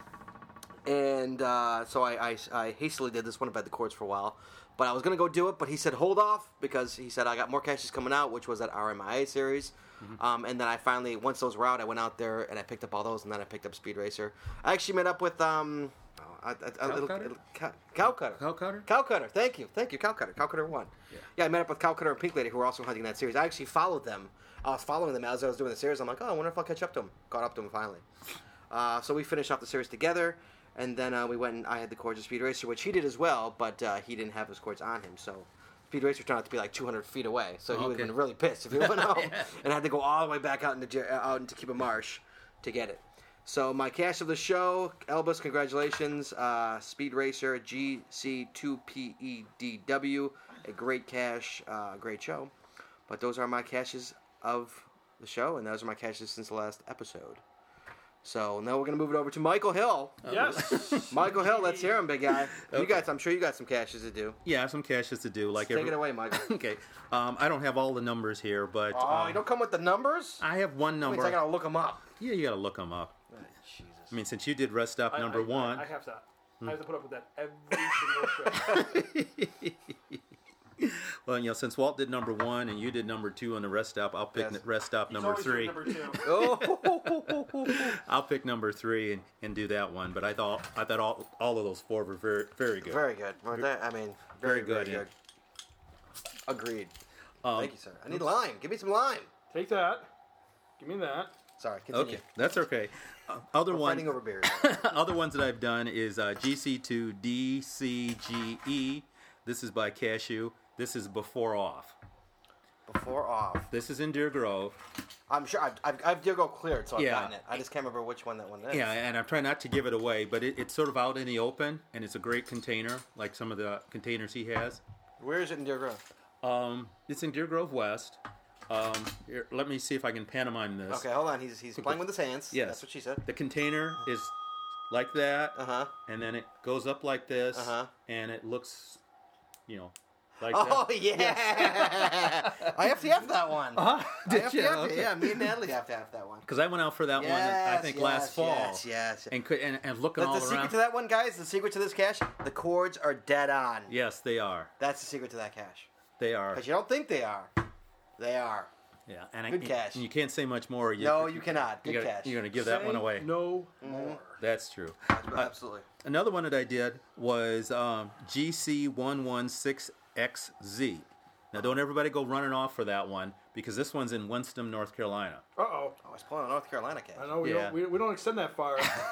A: and uh, so I, I, I hastily did this one about the courts for a while. But I was going to go do it, but he said hold off because he said I got more caches coming out, which was that RMIA series. Um, and then I finally, once those were out, I went out there and I picked up all those, and then I picked up Speed Racer. I actually met up with um, oh, I, I, I, little,
E: Cutter?
A: little cow, cow cutter,
E: Cow Cutter?
A: cow cutter. Thank you, thank you, cow cutter, cow cutter one. Yeah. I met up with cow cutter and Pink Lady, who were also hunting that series. I actually followed them. I was following them as I was doing the series. I'm like, oh, I wonder if I'll catch up to them. Caught up to them finally. Uh, so we finished off the series together, and then uh, we went and I had the cords of Speed Racer, which he did as well, but uh, he didn't have his cords on him. So Speed Racer turned out to be like 200 feet away, so he would
E: Okay.
A: have been really pissed if he
E: [laughs]
A: went home and had to go all the way back out into Jer- uh, out into Cuba Marsh to get it. So my cast of the show, Elbus, congratulations, uh, Speed Racer GC2PEDW, E a great cash, uh, great show. But those are my caches of the show, and those are my caches since the last episode. So now we're gonna move it over to Michael Hill.
E: [laughs] Oh,
B: Yes.
A: Michael Hill, let's hear him, big guy. You guys, I'm sure you got some caches to do.
E: yeah, I have some caches to do. Like
A: Take
E: every-
A: it away, Michael.
E: [laughs] Okay, um, I don't have all the numbers here, but
A: Oh,
E: um,
A: you don't come with the numbers?
E: I have one
A: That
E: number.
A: means I gotta look them up.
E: Yeah, you gotta look them up.
A: Jesus.
E: I mean, since you did rest up
B: I-
E: number
B: I-
E: one,
B: I, I have that.
A: Hmm.
B: I have to put up with that
A: [laughs]
B: every [laughs] single show.
E: [laughs] well, you know, since Walt did number one and you did number two on the rest up, I'll pick
A: Yes.
E: n- rest up number
B: Always do
E: three.
B: Number two.
A: [laughs] Oh,
E: I'll pick number three and, and do that one. But I thought I thought all, all of those four were very very
A: [laughs]
E: good.
A: very good. Weren't they? I mean, very,
E: Very good,
A: very
E: yeah.
A: good. Agreed.
E: Um,
A: Thank you, sir. I need lime. Give me some lime.
B: Take that. Give me that.
A: Sorry, continue.
E: Okay, that's okay. Uh, other
A: Fighting
E: one,
A: over beer.
E: [laughs] other ones that I've done is uh, GC2DCGE. E. This is by Cashew. This is Before Off.
A: Before off.
E: This is in Deer Grove.
A: I'm sure I've, I've, I've Deer Go cleared, so I've
E: Yeah.
A: gotten it. I just can't remember which one that one is.
E: Yeah, and I'm trying not to give it away, but it, it's sort of out in the open, and it's a great container, like some of the containers he has.
A: Where is it in Deer Grove?
E: Um, it's in Deer Grove West. Um, here, let me see if I can pantomime this.
A: Okay, hold on. He's he's playing with his hands.
E: Yes.
A: That's what she said.
E: The container is like that,
A: Uh huh.
E: and then it goes up like this,
A: Uh-huh.
E: and it looks, you know, like
A: [laughs] Oh
E: that.
A: yeah. [laughs] I have to have that one. [laughs] Uh-huh. I have to have it. Yeah,
E: [laughs]
A: me and Natalie have to have that one.
E: Because I went out for that one, I
A: Yes,
E: think
A: yes,
E: last fall,
A: Yes, yes.
E: and could and, and looking
A: But the
E: all
A: secret
E: around.
A: to that one, guys, the secret to this cash, the cords are dead on.
E: Yes, they are.
A: That's the secret to that cash.
E: They are.
A: Because you don't think they are. They are.
E: Yeah, and
A: Good
E: I,
A: cash.
E: And you can't say much more. You,
A: No, you cannot. Good
E: you gotta- Uh,
A: cash.
E: You're gonna give that one
B: Say
E: away.
B: No
A: Mm-hmm.
B: more.
E: That's true.
A: Uh, Absolutely.
E: Another one that I did was um, GC116XZ. Now, don't everybody go running off for that one because this one's in Winston, North Carolina.
B: Uh oh.
A: Oh, I was pulling a North Carolina cash.
B: I know we
E: Yeah.
B: don't we, we don't extend that
A: [laughs]
B: far.
A: That's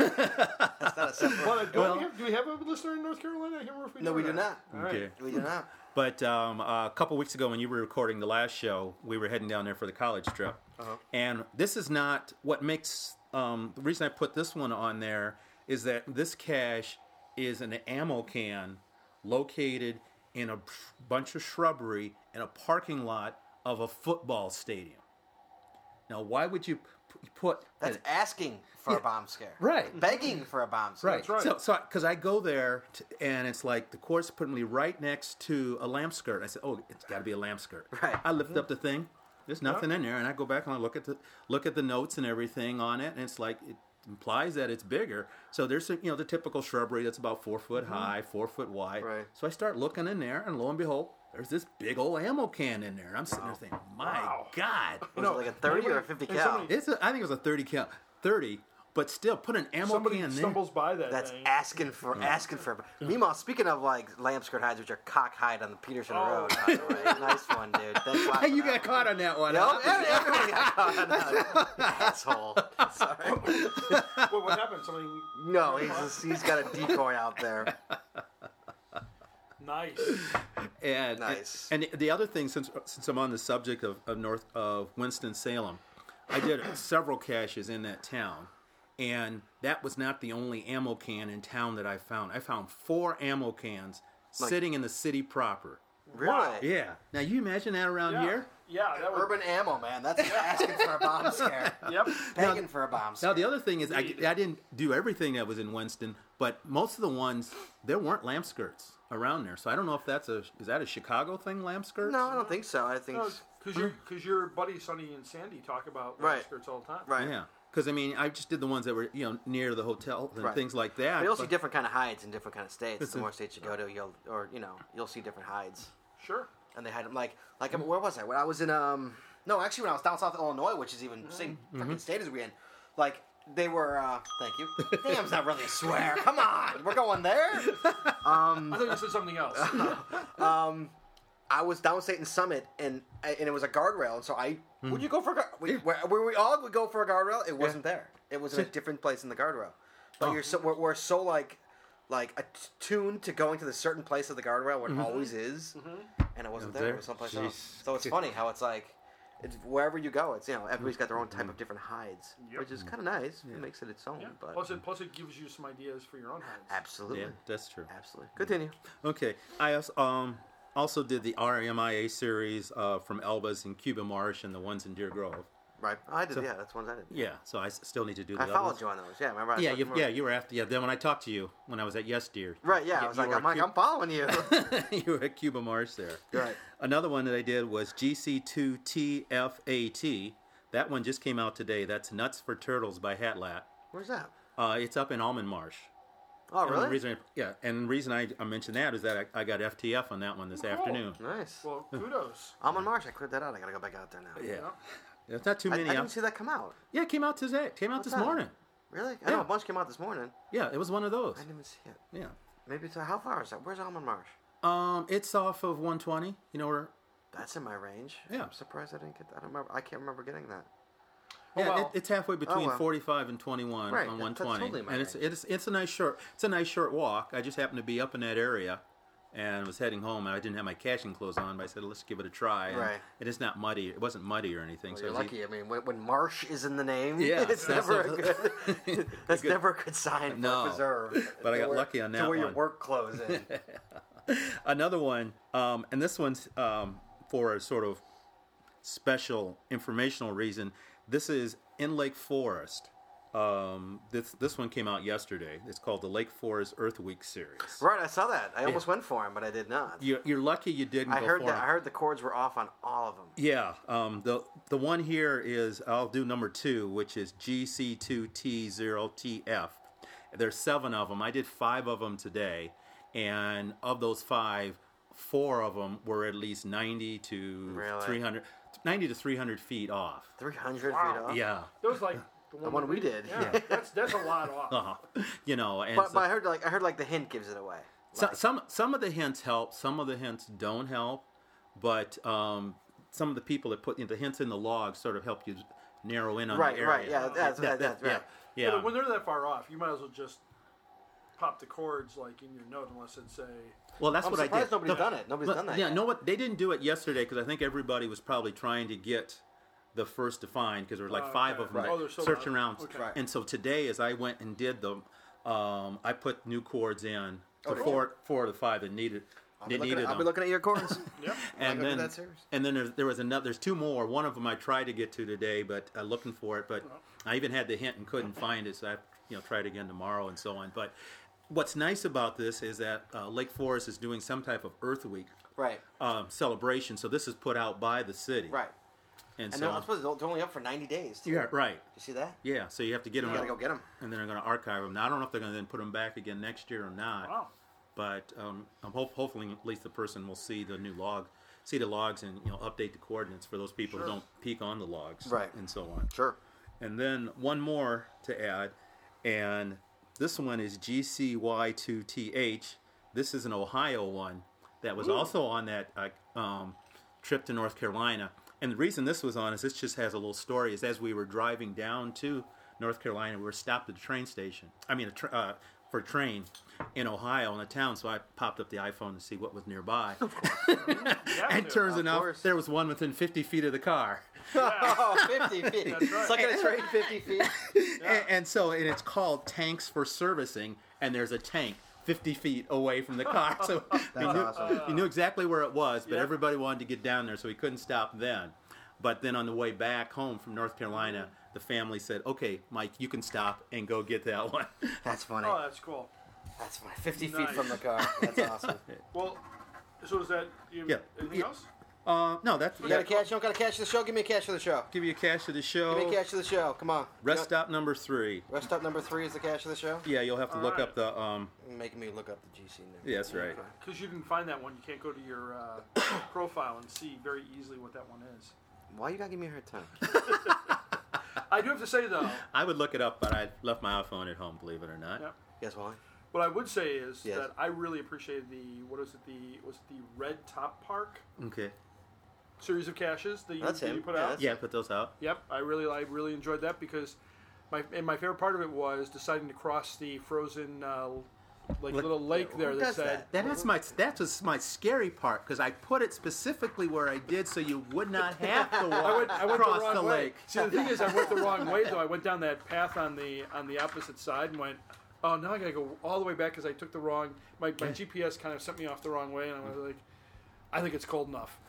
E: [laughs]
A: not a simple.
B: But do,
E: Well-
B: we have, do we have a listener in North Carolina? I can't remember if we
A: No,
B: do
A: we
B: or
A: do not.
B: All right.
E: Okay.
A: We do not.
E: But um, a couple weeks ago, when you were recording the last show, we were heading down there for the college trip. And this is not what makes um, the reason I put this one on there is that this cache is an ammo can located in a bunch of shrubbery in a parking lot of a football stadium. Now, why would you p- put
A: That's asking for a bomb scare.
E: Right.
A: Begging for a bomb scare.
B: right.
E: So, so because I go there t- and it's like the court's putting me right next to a lamp skirt. I said, "Oh, it's got to be a lamp skirt."
A: [laughs] Right.
E: I lift up the thing. There's nothing in there, and I go back and I look at the look at the notes and everything on it, and it's like it implies that it's bigger. So there's you know the typical shrubbery that's about four foot high, four foot wide.
A: Mm-hmm. Right.
E: So I start looking in there, and lo and behold, there's this big old ammo can in there. I'm sitting there thinking, "My God,
A: Was it like a 30 or a 50
B: and
A: cal?
B: somebody-
E: it's a, I think it was a thirty count, thirty, but still put an ammo
B: Somebody
E: can there."
B: stumbles by that.
A: That's
B: thing.
A: asking for asking for. Meanwhile, speaking of like lamp skirt hides, which are cock hide on the Peterson Road. By the way. nice one, dude. Thanks a lot.
E: Oh. [laughs] Hey, you
A: for
E: got
A: that one.
E: caught on that one. huh?
A: No, every- [laughs] everybody got caught. on that. Asshole. [laughs] Sorry. [laughs]
B: What, what happened? Somebody
A: No, he's just, he's got a decoy out there.
B: nice.
E: And,
A: Nice.
E: And the other thing, since since I'm on the subject of, of North of Winston Salem, I did several caches in that town, and that was not the only ammo can in town that I found. I found four ammo cans sitting in the city proper.
A: Really?
E: Yeah. Now you imagine that around
B: Yeah.
E: here.
B: Yeah, that would.
A: Urban ammo, man. That's asking for a [laughs] bomb scare.
B: Yep.
A: Begging for a bomb
E: Now
A: scare.
E: the other thing is, I, I didn't do everything that was in Winston, but most of the ones there weren't lamp skirts around there. So I don't know if that's a is that a Chicago thing, lamp skirts?
A: No, I don't think so. I think.
B: Because your because your buddy Sonny and Sandy talk about
A: Right.
B: right. skirts all the time.
A: Right.
E: Yeah, because I mean, I just did the ones that were you know near the hotel and
A: Right.
E: things like that.
A: But you'll see
E: but-
A: different kind of hides in different kind of states. The
E: a-
A: more states you go to, you'll or you know you'll see different hides.
B: Sure.
A: and they had them like like I mean, where was I? When I was in um no actually when I was down south of Illinois, which is even same freaking state as we in, like they were uh thank you. Damn's not really a swear. Come on, we're going there.
B: I thought you said something
A: [laughs]
B: else.
A: I was downstate in Summit and uh, and it was a guardrail, and so I
E: Hmm.
A: would you go for a guard? We, where, where we all would go for a guardrail, it wasn't there. It was in a different place in the guardrail.
E: Oh.
A: But you're so we're, we're so like like attuned to going to the certain place of the guardrail where it always is, and it wasn't there.
E: Mm-hmm. there?
A: It was someplace
E: Jeez.
A: else. So it's funny how it's like. It's wherever you go, it's you know everybody's got their own
E: Mm-hmm.
A: type of different hides, which is kind of nice. It makes it its own,
B: Yeah.
A: but
B: Plus it plus it gives you some ideas for your own hides.
A: absolutely,
E: Yeah, that's true.
A: absolutely. Continue.
E: Okay, I also, um, also did the RMIA series uh, from Elba's in Cuba Marsh and the ones in Deer Grove.
A: Right, I did. yeah, that's one I did.
E: Yeah, so I s- still need to do the
A: I
E: other
A: followed
E: ones.
A: you on those. Yeah, remember? I
E: Yeah,
A: told
E: you,
A: more.
E: yeah, you were after. Yeah, then when I talked to you when I was at Yes Deer.
A: Right, yeah.
E: you-
A: I was
E: you
A: like,
E: were
A: I'm like,
E: Cuba-
A: I'm following
E: [laughs]
A: you.
E: you were at Cuba Mars there.
A: Right.
E: [laughs] Another one that I did was GC2TFAT. That one just came out today. That's Nuts for Turtles by Hatlat.
A: Where's that?
E: Uh, it's up in Almond Marsh.
A: Oh,
E: And
A: really?
E: the reason I, yeah, and the reason I, I mentioned that is that I, I got FTF on that one
A: Oh.
E: this afternoon.
A: nice.
B: Well,
A: [laughs]
B: kudos.
A: I'm on Marsh. I cleared that out. I gotta go back out there now.
E: Yeah. It's not too
A: I, I
E: many.
A: didn't
E: out-
A: see that come out.
E: yeah, it came out today. Came out this
A: time?
E: morning.
A: Really? I know
E: Yeah.
A: a bunch came out this morning.
E: Yeah, it was one of those.
A: I didn't even see it.
E: Yeah.
A: Maybe it's how far is that? Where's Almond Marsh?
E: Um, it's off of 120. You know where
A: That's in my range.
E: Yeah.
A: I'm surprised I didn't get that. I don't remember. I can't remember getting that. Oh,
E: yeah,
B: well.
E: it, it's halfway between
A: well.
E: 45 and 21
A: Right,
E: on
A: that- that's
E: 120,
A: totally my
E: and it's,
A: range.
E: it's it's a nice short it's a nice short walk. I just happened to be up in that area, and was heading home, and I didn't have my caching clothes on, but I said let's give it a try. And
A: Right.
E: It is not muddy. It wasn't muddy or anything.
A: Well,
E: so
A: you're
E: it was e-
A: lucky. I mean, when, when marsh is in the name, [laughs]
E: Yeah,
A: it's
E: that's
A: never
E: a-
A: a good. [laughs]
E: [laughs]
A: That's
E: good-
A: never a good sign for
E: No,
A: a preserve.
E: [laughs] but I
A: To
E: got
A: wear-
E: lucky on
A: To
E: that
A: wear your
E: one.
A: work clothes in.
E: [laughs] another one, um, and this one's um, for a sort of special informational reason. This is in Lake Forest. Um, this this one came out yesterday. It's called the Lake Forest Earth Week series.
A: right, I saw that. I almost went for him, but I did not.
E: You're, you're lucky you didn't.
A: I
E: go
A: heard
E: for
A: that.
E: it.
A: I heard the chords were off on all of them.
E: Yeah. Um, the the one here is I'll do number two, which is GC2T0TF. There's seven of them. I did five of them today, and of those five, four of them were at least 90 to
A: Really?
E: 300, 90 to 300 feet off.
A: Three hundred feet off.
E: Yeah. [laughs]
B: Those like the one,
A: one we did.
B: Yeah,
A: Yeah.
B: that's that's a lot
A: [laughs]
B: off.
E: Uh-huh. You know, and
A: But,
E: so-
A: but I heard like I heard like the hint gives it away.
E: So, some some of the hints help, some of the hints don't help, but um, some of the people that put in the hints in the log sort of help you narrow in on
A: Right,
E: the area.
A: right, yeah, that's-
E: yeah,
A: that's
E: yeah,
A: right.
E: yeah.
B: But when they're that far off, you might as well just pop the chords like in your note, unless it's a.
E: Well, that's
A: I'm
E: what I
A: surprised
E: did.
A: nobody's
E: No,
A: done it. Nobody's
E: no,
A: done that
E: Yeah,
A: yet.
E: know what? They didn't do it yesterday because I think everybody was probably trying to get the first to find because there were like
B: Oh,
E: five
B: okay.
E: of them
B: Right. Oh, they're so
E: searching
B: loud.
E: around.
B: Okay. Right.
E: And so today, as I went and did them, um, I put new chords in for
A: Okay.
E: four, four of the five that needed.
A: Oh, I'll
E: that
A: be, looking
E: needed
A: at, I'll be
E: them.
A: looking at your
E: [laughs]
A: chords. Like, look
E: and then
A: at that series.
E: and then there's, there was another. There's two more. One of them I tried to get to today, but uh, looking for it. But I even had the hint and couldn't find it. So I you know tried again tomorrow and so on. But what's nice about this is that uh, Lake Forest is doing some type of Earth Week
A: [laughs] right,
E: um, celebration. So this is put out by the city.
A: right.
E: And,
A: And
E: so
A: they're, I'm supposed they're only up for ninety days. Too.
E: yeah, right.
A: You see that?
E: Yeah. So you have to get them.
A: You gotta go get them.
E: And then they're going to archive them. Now I don't know if they're going to then put them back again next year or not.
B: Wow.
E: But um, I'm hope hopefully at least the person will see the new log, see the logs, and you know update the coordinates for those people who don't peek on the logs,
A: Right.
E: and so on.
A: Sure.
E: And then one more to add, and this one is GCY2TH. This is an Ohio one that was also on that uh, um, trip to North Carolina. And the reason this was on is this just has a little story. Is as we were driving down to North Carolina, we were stopped at a train station. I mean, a tr uh, for a train in Ohio in a town. So I popped up the iPhone to see what was nearby. and turns out
A: course.
E: there was one within 50 feet of the car.
A: [laughs] Oh, 50
E: [laughs]
A: feet. It's like a train 50 feet.
E: And, and so, and it's called Tanks for Servicing, and there's a tank 50 feet away from the car.
A: [laughs]
E: [laughs] So we knew,
A: awesome.
E: we knew exactly where it was, but everybody wanted to get down there, so we couldn't stop then. But then on the way back home from North Carolina, the family said, okay, Mike, you can stop and go get that one. [laughs]
A: That's funny.
B: Oh, that's cool.
A: That's funny. 50 feet
B: Nice.
A: from the car.
E: [laughs]
A: That's awesome.
B: Well, so is that you,
E: Yeah.
B: anything
E: Yeah.
B: else?
E: Uh, no, that's
A: You got a cash? You don't got a cash of the show? Give me a cash of the show.
E: Give you a cash of the show.
A: Give me a cash of the show. Come on.
E: Rest
A: up.
E: stop number three.
A: Rest stop number three is the cash of the show?
E: Yeah, you'll have to look
B: right.
E: up the. Um,
A: You're making me look up the GC number.
E: yeah, that's right.
B: Because you can find that one, you can't go to your uh, [coughs] profile and see very easily what that one is.
A: Why you gotta give me a hard
E: [laughs]
A: time?
B: I do have to say
E: [coughs]
B: though,
E: I would look it up, but I left my iPhone at home, believe it or not.
B: Yep.
A: Yes, why?
B: what I would say is
A: Yes.
B: that I really appreciated the what is it the was it the Red Top Park
E: Okay.
B: series of caches that you,
A: That's
B: that you
A: him.
B: put
A: Yeah,
B: out.
A: that's-
E: Yeah, put those out.
B: Yep, I really I really enjoyed that because my and my favorite part of it was deciding to cross the frozen uh, like
E: Look-
B: little lake there
A: Who
B: that
A: does
B: said
A: that?
E: That is my that was my scary part because I put it specifically where I did so you would not have to walk
B: [laughs] I went, I went
E: across
B: the wrong way.
E: lake.
B: See, the thing is, I went the wrong way though. I went down that path on the on the opposite side and went. Oh, now I gotta go all the way back because I took the wrong. My, my GPS kind of sent me off the wrong way, and I was like, I think it's cold enough.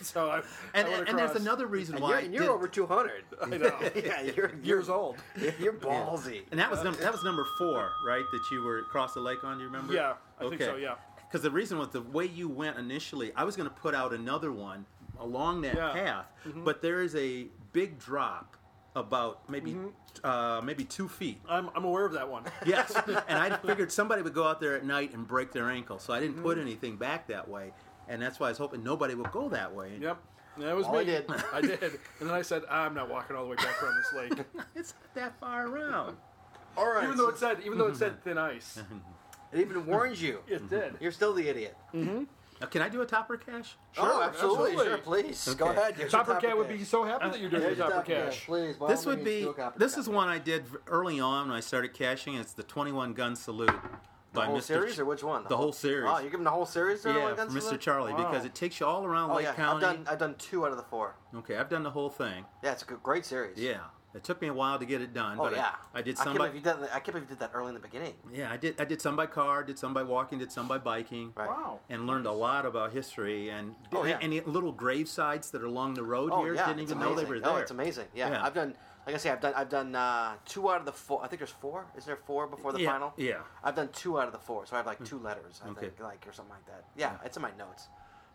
B: [laughs] so I
E: And,
B: I went
E: and, and there's
B: across.
E: another reason
A: And
E: why
A: you're,
E: I
A: and you're
E: did-
A: over
E: [laughs]
A: 200. [laughs]
B: I know.
A: yeah, you're,
B: years old.
A: You're ballsy.
E: and that was num- that was number four, right? That you were across the lake on. Do you remember?
B: Yeah, I think so, yeah.
E: Because the reason was the way you went initially. I was going to put out another one along that
B: Yeah. Mm-hmm.
E: path, but there is a big drop about maybe
B: Mm-hmm.
E: uh, maybe two feet
B: I'm, I'm aware of that one.
E: Yes, and I figured somebody would go out there at night and break their ankle, so I didn't put anything back that way, and that's why I was hoping nobody would go that way.
B: Yep, that was
A: Well,
B: me.
A: I did.
B: [laughs] I did, and then I said, I'm not walking all the way back around this lake,
A: [laughs]
E: It's not that far around.
A: All right.
B: even though
A: [laughs]
B: it said even though it said thin ice.
A: it even warns you.
B: It did.
A: You're still the idiot.
E: Uh, can I do a topper cash?
A: oh, absolutely. Sure, please. Go ahead. Here's your
B: Topper Cat would
A: cash.
B: be so happy that you're doing a
A: Here's your
B: Topper Cash.
A: Please. by
E: this
A: all
E: would
A: means,
E: be
A: do a copper
E: this
A: cash.
E: is one I did v- early on when I started cashing. It's the 21 gun salute by
A: The whole
E: Mr.
A: Oh, series
E: Ch-
A: or which one?
E: The whole series.
A: Wow, you give him the whole series? there,
E: yeah,
A: like
E: for
A: Guns
E: Mr.
A: Salute?
E: Charlie because it takes you all around
A: Oh
E: Lake
A: yeah,
E: County.
A: I've done uh, I've done two out of the four.
E: okay, I've done the whole thing.
A: Yeah, it's a good- great series.
E: Yeah, it took me a while to get it done,
A: Oh
E: but I-
A: yeah.
E: I, did
A: I
E: some
A: can't,
E: by
A: believe you did, that- I can't believe you did that early in the beginning.
E: yeah I did I did some by car, did some by walking, did some by biking.
A: Right.
B: Wow.
E: And learned a lot about history and
A: Oh, yeah.
E: and, and little grave sites that are along the road
A: Oh
E: here.
A: yeah,
E: Didn't
A: it's
E: even
A: amazing.
E: know they were there.
A: Oh, it's amazing. Yeah.
E: Yeah.
A: I've done like I say, I've done I've done uh, two out of the four. I think there's four. Is there four before the
E: Yeah,
A: final?
E: yeah. Hmm.
A: I've done two out of the four, so I have like two letters, I
E: Okay.
A: think, like or something like that. Yeah, it's in my notes.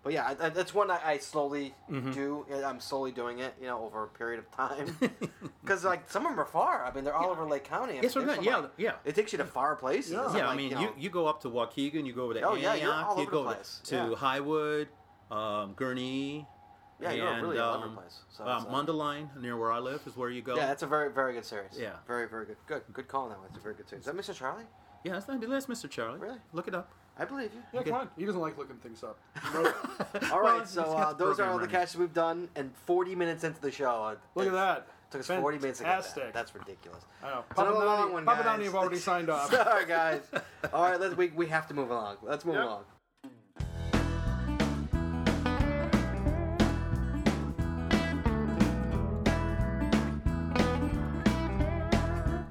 A: But yeah, I, I, that's one I, I slowly
E: Mm-hmm.
A: do. and I'm slowly doing it, you know, over a period of
E: [laughs]
A: time, because like some of them are far. I mean, they're all over Lake County. I mean,
E: Yes, we're
A: there's
E: good.
A: some,
E: Yeah,
A: like-
E: yeah.
A: It takes you to far places.
E: Yeah,
A: It's not
E: I
A: like,
E: mean,
A: you,
E: you,
A: know,
E: you, go up to Waukegan, you go over to
A: Oh, yeah,
E: Antioch,
A: you're all
E: you
A: over the
E: go
A: place.
E: to
A: Yeah.
E: Highwood, um, Gurnee,
A: Yeah, you're
E: and
A: really all over the
E: um,
A: place. So
E: uh,
A: it's, uh,
E: Mundelein, near where I live, is where you go.
A: yeah, that's a very very good series.
E: Yeah.
A: very very good. Good good call on that one. It's a very good series. Is that Mr. Charlie?
E: yeah, that's not that's Mr. Charlie.
A: Really?
E: Look it up.
A: I believe
B: [laughs]
A: you.
B: Yeah, come on. He doesn't like looking things up.
E: [laughs]
B: No.
A: All
E: Well,
A: right,
E: he's
A: so
E: got
A: uh,
E: the
A: those are
E: program
A: all the
E: running.
A: caches we've done, and 40 minutes into the show. uh,
B: Look at
A: it's-
B: that.
A: [laughs] Took us 40 minutes to get that.
B: Fantastic.
A: That's ridiculous.
B: I know.
A: It's
B: Papa
A: another
B: Downey-
A: long one,
B: Papa
A: guys.
B: Downey
A: [laughs]
B: have already signed off.
A: Sorry,
B: [laughs]
A: guys. All right, let's, we, we have to move along. Let's move
B: Yep.
A: along.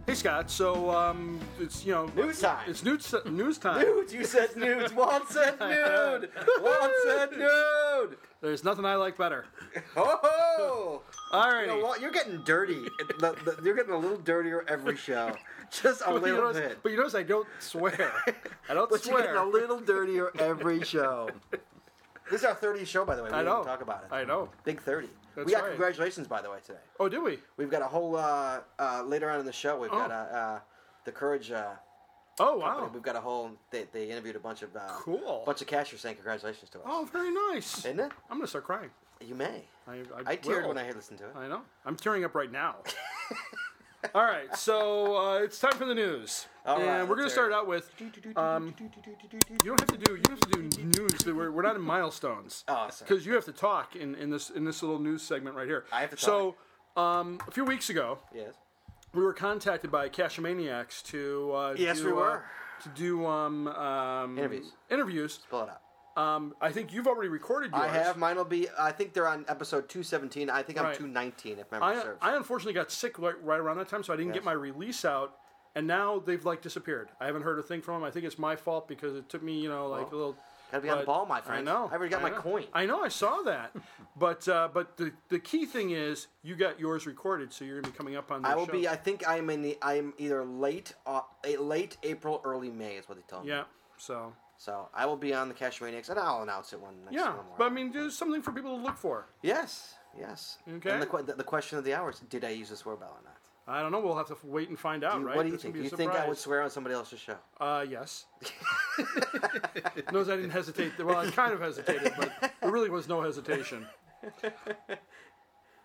B: Hey Scott, so um, it's you know
A: News time.
B: It's news uh,
A: [laughs]
B: news time.
A: Nudes, you said nudes. Juan
B: [laughs]
A: said nude. Juan said nude.
B: There's nothing I like better.
A: Ho ho!
B: Alrighty.
A: You know what? You're getting dirty. The- the- you're getting a little dirtier every
B: [laughs]
A: show. Just a
B: But you,
A: little
B: notice,
A: bit.
B: but you notice I don't swear.
A: [laughs]
B: I don't
A: But you're
B: swear.
A: getting a little dirtier every show. [laughs] This is our 30th show, by the way. We
B: I know.
A: didn't talk about it.
B: I know.
A: Big 30.
B: That's
A: we got
B: right.
A: congratulations, by the way, today.
B: Oh, do we?
A: We've got a whole, uh, uh, later on in the show, we've got uh, uh, the Courage. Uh,
B: Oh wow.
A: We've got a whole, they, they interviewed a bunch of, uh,
B: Cool.
A: bunch of cashers saying congratulations to us.
B: Oh, very nice.
A: Isn't it?
B: I'm gonna start crying.
A: You may.
B: I I,
A: I teared
B: will.
A: when I had listened to it.
B: I know. I'm tearing up
A: [laughs]
B: right now. All right, so uh, it's time for the news,
A: All
B: and
A: right,
B: we're going to
A: let's
B: start
A: hear it.
B: out with. Um, you don't have to do. You don't have to do news. We're, we're not in milestones.
A: [laughs] Oh, sorry.
B: Because you have to talk in, in this in this little news segment right here.
A: I have to
B: So, um, a few weeks ago,
A: Yes.
B: we were contacted by Cashmaniacs to uh,
A: Yes,
B: do,
A: we
B: uh,
A: were.
B: to do um, um,
A: Interviews.
B: Interviews.
A: Pull it up.
B: Um, I think you've already recorded yours.
A: I have. Mine will be, I think they're on episode 217. I think I'm
B: Right.
A: 219, if memory
B: I,
A: serves.
B: I unfortunately got sick right, right around that time, so I didn't get my release out. And now they've like disappeared. I haven't heard a thing from them. I think it's my fault because it took me, you know, like a little.
A: Gotta be on the
B: but-
A: ball, my friend.
B: I know.
A: I already got my
B: know.
A: coin.
B: I know. I saw that, [laughs] but uh, but the the key thing is you got yours recorded, so you're gonna be coming up on. This
A: I will
B: show.
A: be. I think I'm in the. I'm either late, uh, eh, late April, early May is what they tell me.
B: yeah. So
A: So I will be on the Cash Maniacs, and I'll announce it one. Next
B: yeah,
A: one more.
B: but I mean, there's something for people to look for.
A: Yes. Yes.
B: Okay.
A: And the, que- the, the question of the hour is: Did I use a swear bell or not?
B: I don't know. We'll have to f- wait and find out, right?
A: What do you
B: It's gonna
A: think?
B: be
A: Do
B: a
A: you think I would
B: surprise.
A: swear on somebody else's show?
B: Uh, yes. [laughs] Notice I didn't hesitate. Well, I kind of hesitated, but there really was no hesitation.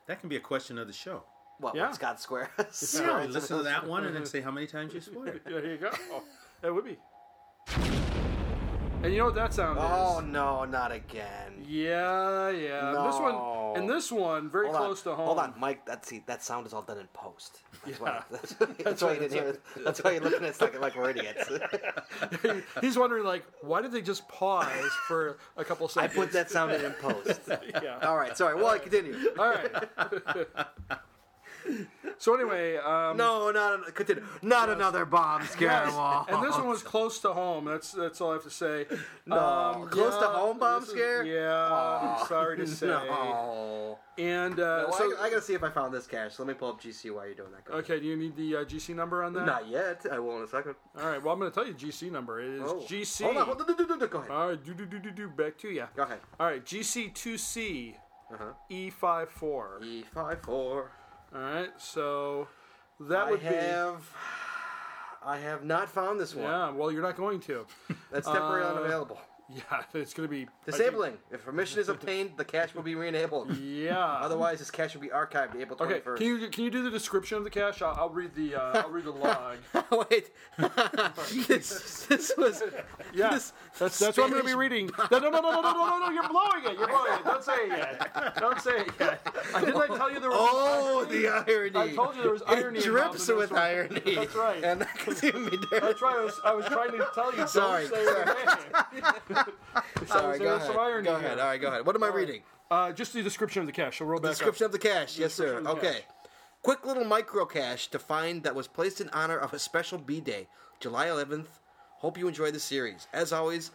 E: That can be a question of the show.
A: Well,
B: Yeah.
A: it's Scott
B: [laughs]
A: Square.
E: So listen to that one and then say how many times you swear.
B: Yeah, here you go. Oh, that would be. And you know what that sound
A: Oh
B: is?
A: no, not again.
B: Yeah, yeah. This
A: No.
B: one and this one very
A: Hold
B: close
A: on.
B: to home.
A: Hold on, Mike. That's see, that sound is all done in post. That's why. [laughs] That's,
B: That's
A: why you
B: right,
A: didn't hear. it. That's why you're looking at us like like we're
B: [laughs]
A: idiots.
B: He's wondering like, why did they just pause for a couple
A: [laughs] I
B: seconds?
A: put that sound in in post.
B: [laughs] yeah.
A: All right, sorry. Well, I [laughs] continue.
B: All right. [laughs] so anyway, um,
A: No, not an, continue. Not another bomb scare wall.
B: and this one was close to home. That's that's all I have to say. Um, No,
A: close to home bomb scare?
B: Yeah, I'm
A: [laughs]
B: sorry to say.
A: No.
B: And uh,
A: Well,
B: so,
A: I, I gotta see if I found this cache. Let me pull up GC while you're doing that. Go ahead.
B: okay, do you need the uh, GC number on that?
A: Not yet. I will in a second.
B: All right. Well, I'm going to tell you GC number. It is
A: Oh.
B: GC.
A: Hold on. Hold on. do- do- do- Go ahead.
B: All right, do do do do do. Back to you.
A: Go ahead.
B: All right, GC two C
A: Uh-huh.
B: E five four.
A: E five four.
B: All right, so that
A: I
B: would
A: have. I have not found this
B: be
A: one.
B: yeah. Well, you're not going to. [laughs]
A: Uh, That's temporarily unavailable.
F: Yeah, it's going to be I think-
A: Disabling. If permission is obtained, the cache will be re-enabled. [laughs]
F: Yeah.
A: Otherwise, this cache will be archived April
F: Okay,
A: 21st.
F: can you can you do the description of the cache? I'll, I'll read the uh, I'll [laughs] read the log.
A: [laughs] Wait. this, this was.
F: Yeah,
A: This,
F: that's that's what I'm going to be reading. No, no, no, no, no, no, no, no! You're blowing it. You're blowing it. Don't say it yet. Don't say it yet. I didn't [laughs] I tell you there was.
A: Oh, the irony.
F: I told you there was irony.
A: It
F: involved
A: drips
F: in this
A: with
F: one.
A: irony.
F: That's right.
A: And that could even be there.
F: That's right. I was, I was trying to tell you.
A: Sorry,
F: Don't say sorry.
A: Sorry, go
F: there's
A: ahead.
F: some irony
A: go ahead.
F: here.
A: All right, go ahead. What am I reading?
F: Uh, just the description of the cache. So roll back
A: Description
F: up.
A: of the cache. Yes, sir.
F: Description of the
A: Okay. Quick little micro cache to find that was placed in honor of a special B Day, July 11th. Hope you enjoy the series. As always,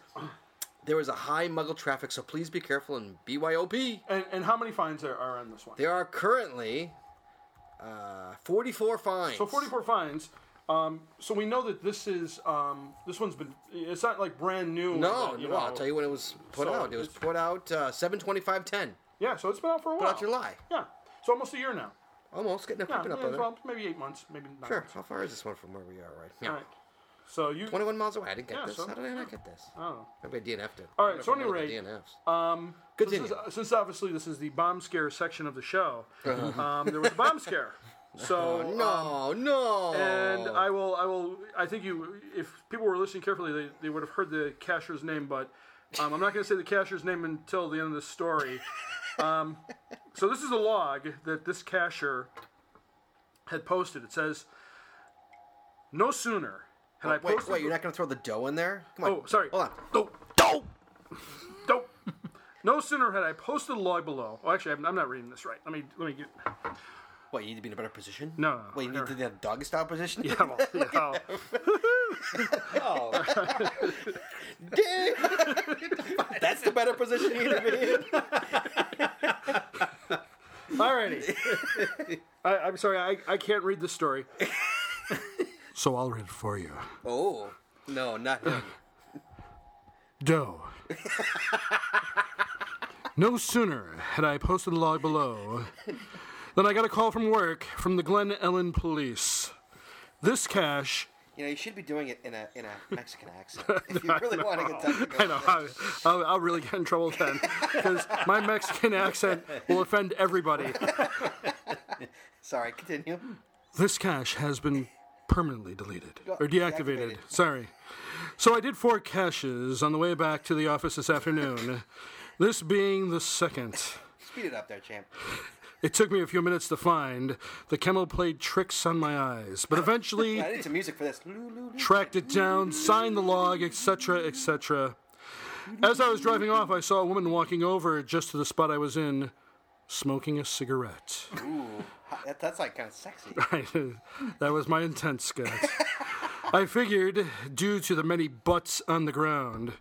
A: there is a high muggle traffic, so please be careful and BYOP.
F: And, and how many fines there are on this one?
A: There are currently uh, 44 fines.
F: So 44 fines. Um, so we know that this is um, this one's been. It's not like brand new.
A: No,
F: that,
A: no, I'll
F: know.
A: tell you when it was put
F: So
A: out. It was
F: it's-
A: put out uh, 725.10.
F: Yeah, so it's been out for a while.
A: Put out July.
F: Yeah, it's almost a year now.
A: Almost getting a
F: Yeah,
A: creeping up
F: yeah,
A: on it.
F: well, maybe eight months, maybe nine.
A: Sure.
F: Months.
A: How far is this one from where we are right now?
F: All right. So you.
A: 21 miles away. I didn't get
F: Yeah,
A: this.
F: so-
A: How did I not get this?
F: I don't know.
A: Everybody DNF'd it.
F: All right, so
A: Everybody
F: anyway,
A: did DNFs. Um, Continue.
F: Since, since obviously this is the bomb scare section of the show, um, there was a bomb
A: [laughs]
F: scare. So
A: Uh-huh. Oh, no, no.
F: um, and I will, I will, I think you, if people were listening carefully, they, they would have heard the cashier's name, but um, I'm not going to say the cashier's name until the end of the story. Um, so this is a log that this cashier had posted. It says, "No sooner had I
A: wait,
F: posted."
A: wait. You're not going to throw the dough in there? Come on.
F: oh, sorry.
A: Hold on.
F: Nope. No sooner had I posted a log below. Oh, actually, I'm, I'm not reading this right. Let me let me get.
A: What? You need to be in a better position?
F: No, no, no.
A: Wait, you need to be in a doggy style position? Oh.
F: Yeah,
A: [laughs]
F: well, yeah, oh. [laughs]
A: [laughs] That's the better position you need to be in.
F: Alrighty.
A: [laughs]
F: I, I'm sorry, I, I can't read this story. so I'll read it for you.
A: Oh. No, not him.
F: Doe.
B: No sooner had I posted the log below than I got a call from work from the Glen Ellen Police. This cache.
A: You know, you should be doing it in a in a Mexican
F: [laughs]
A: accent. If you really want to get technical.
B: [laughs] I know, I, I'll, I'll really get in trouble then because my Mexican accent will offend everybody.
A: Sorry, continue.
B: This cache has been permanently deleted or deactivated.
A: deactivated.
B: Sorry. So I did four caches on the way back to the office this afternoon. this being the second.
A: Speed it up there, champ.
B: It took me a few minutes to find. The chemo played tricks on my eyes, but
A: [laughs]
B: eventually
A: I need some music for this. Loo, loo, loo.
B: tracked it down, signed the log, etc., etc. As I was driving off, I saw a woman walking over just to the spot I was in, smoking a cigarette. [laughs]
A: That, that's like kind of sexy.
B: that was my intent, Scott. I figured, due to the many butts on the ground,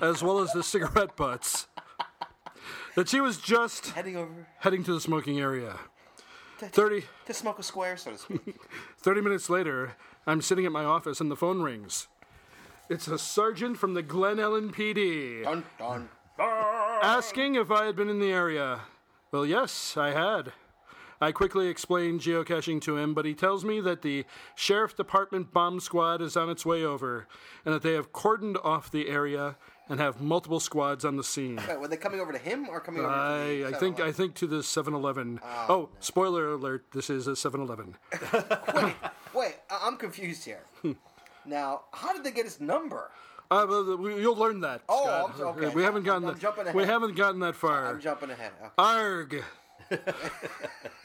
B: as well as the cigarette butts, that she was just
A: Heading over
B: heading to the smoking area. 30,
A: to smoke a square, so to speak.
B: 30 minutes later, I'm sitting at my office and the phone rings. It's a sergeant from the Glen Ellen PD.
A: dun dun.
B: asking if I had been in the area. Well, yes, I had. I quickly explained geocaching to him, but he tells me that the Sheriff Department bomb squad is on its way over and that they have cordoned off the area and have multiple squads on the scene.
A: Wait, were they coming over to him or coming over to
B: I,
A: the
B: I think I think to the 7-Eleven. oh, spoiler alert, this is a 7-Eleven.
A: Wait, I- I'm confused here. now, how did they get his number?
B: Uh, well, we- you'll learn that.
A: Oh,
B: Scott.
A: I'm so- okay.
B: We haven't gotten
A: I'm- I'm
B: that-
A: jumping
B: we
A: ahead.
B: haven't gotten that far.
A: I'm jumping ahead. Oh, Okay. [laughs]
B: Arg.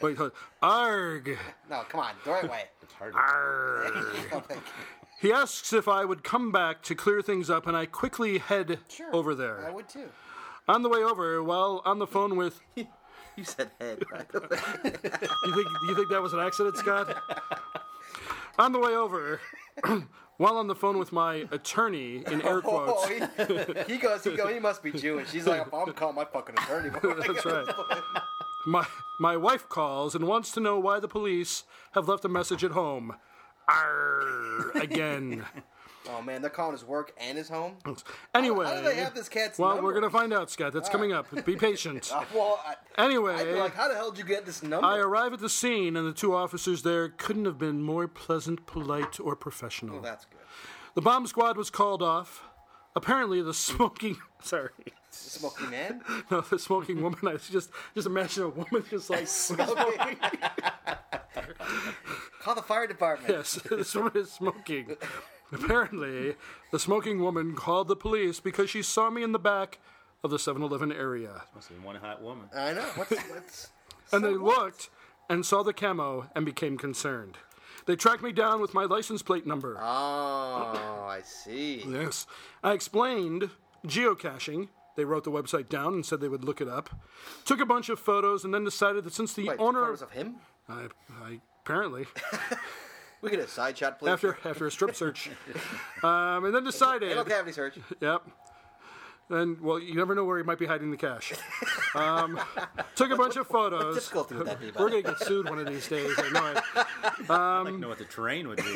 B: Wait, hold Arg.
A: no, come on, the right way.
B: [laughs] He asks if I would come back to clear things up, and I quickly head
A: Sure.
B: over
A: I
B: there.
A: would too.
B: On the way over, while on the phone with, you
A: You said [laughs] head. Right?
B: think you think that was an accident,
A: [laughs]
B: Scott? on the way over, [clears throat] while on the phone with my attorney in air
A: oh,
B: quotes.
A: he, he goes. He goes. He must be Jewish. She's like, I'm calling my fucking attorney. [laughs]
B: That's right. My my wife calls and wants to know why the police have left a message at home. Arr,
A: [laughs]
B: again. [laughs]
A: Oh man, they're calling his work and his home.
B: Anyway,
A: How do they have this cat's
B: well,
A: number?
B: we're gonna find out, Scott. That's coming up.
A: [laughs]
B: Be patient.
A: Well, I,
B: Anyway,
A: I'd be like, how the hell did you get this number?
B: I arrive at the scene, and the two officers there couldn't have been more pleasant, polite, or professional.
A: That's good.
B: The bomb squad was called off. Apparently, the smoking [laughs] sorry,
A: Smoking man? [laughs]
B: no, the smoking woman. I just just imagine a woman
A: [laughs]
B: just like
A: Smoking. Call the fire department.
B: Yes, [laughs] this woman is smoking. Apparently, the smoking woman called the police because she saw me in the back of the 7 Eleven area.
E: Must have been one hot woman.
A: I know. What's, what's,
B: And they looked and saw the camo and became concerned. They tracked me down with my license plate number.
A: Ah. oh, I see.
B: Yes. I explained geocaching. They wrote the website down and said they would look it up. Took a bunch of photos and then decided that since the
A: Wait,
B: owner.
A: photos of him?
B: I, I, apparently. [laughs]
A: We get a side shot, please.
B: after, after a strip search. [laughs] um, and then decided. [laughs]
A: Hey, look, cavity search.
B: Yep. And well, you never know where he might be hiding the cash. Um, took a bunch of photos.
A: Difficulty would that be?
B: We're
A: Buddy?
B: gonna get sued one of these days. I know it.
E: I don't know what the terrain
A: [laughs]
E: would be.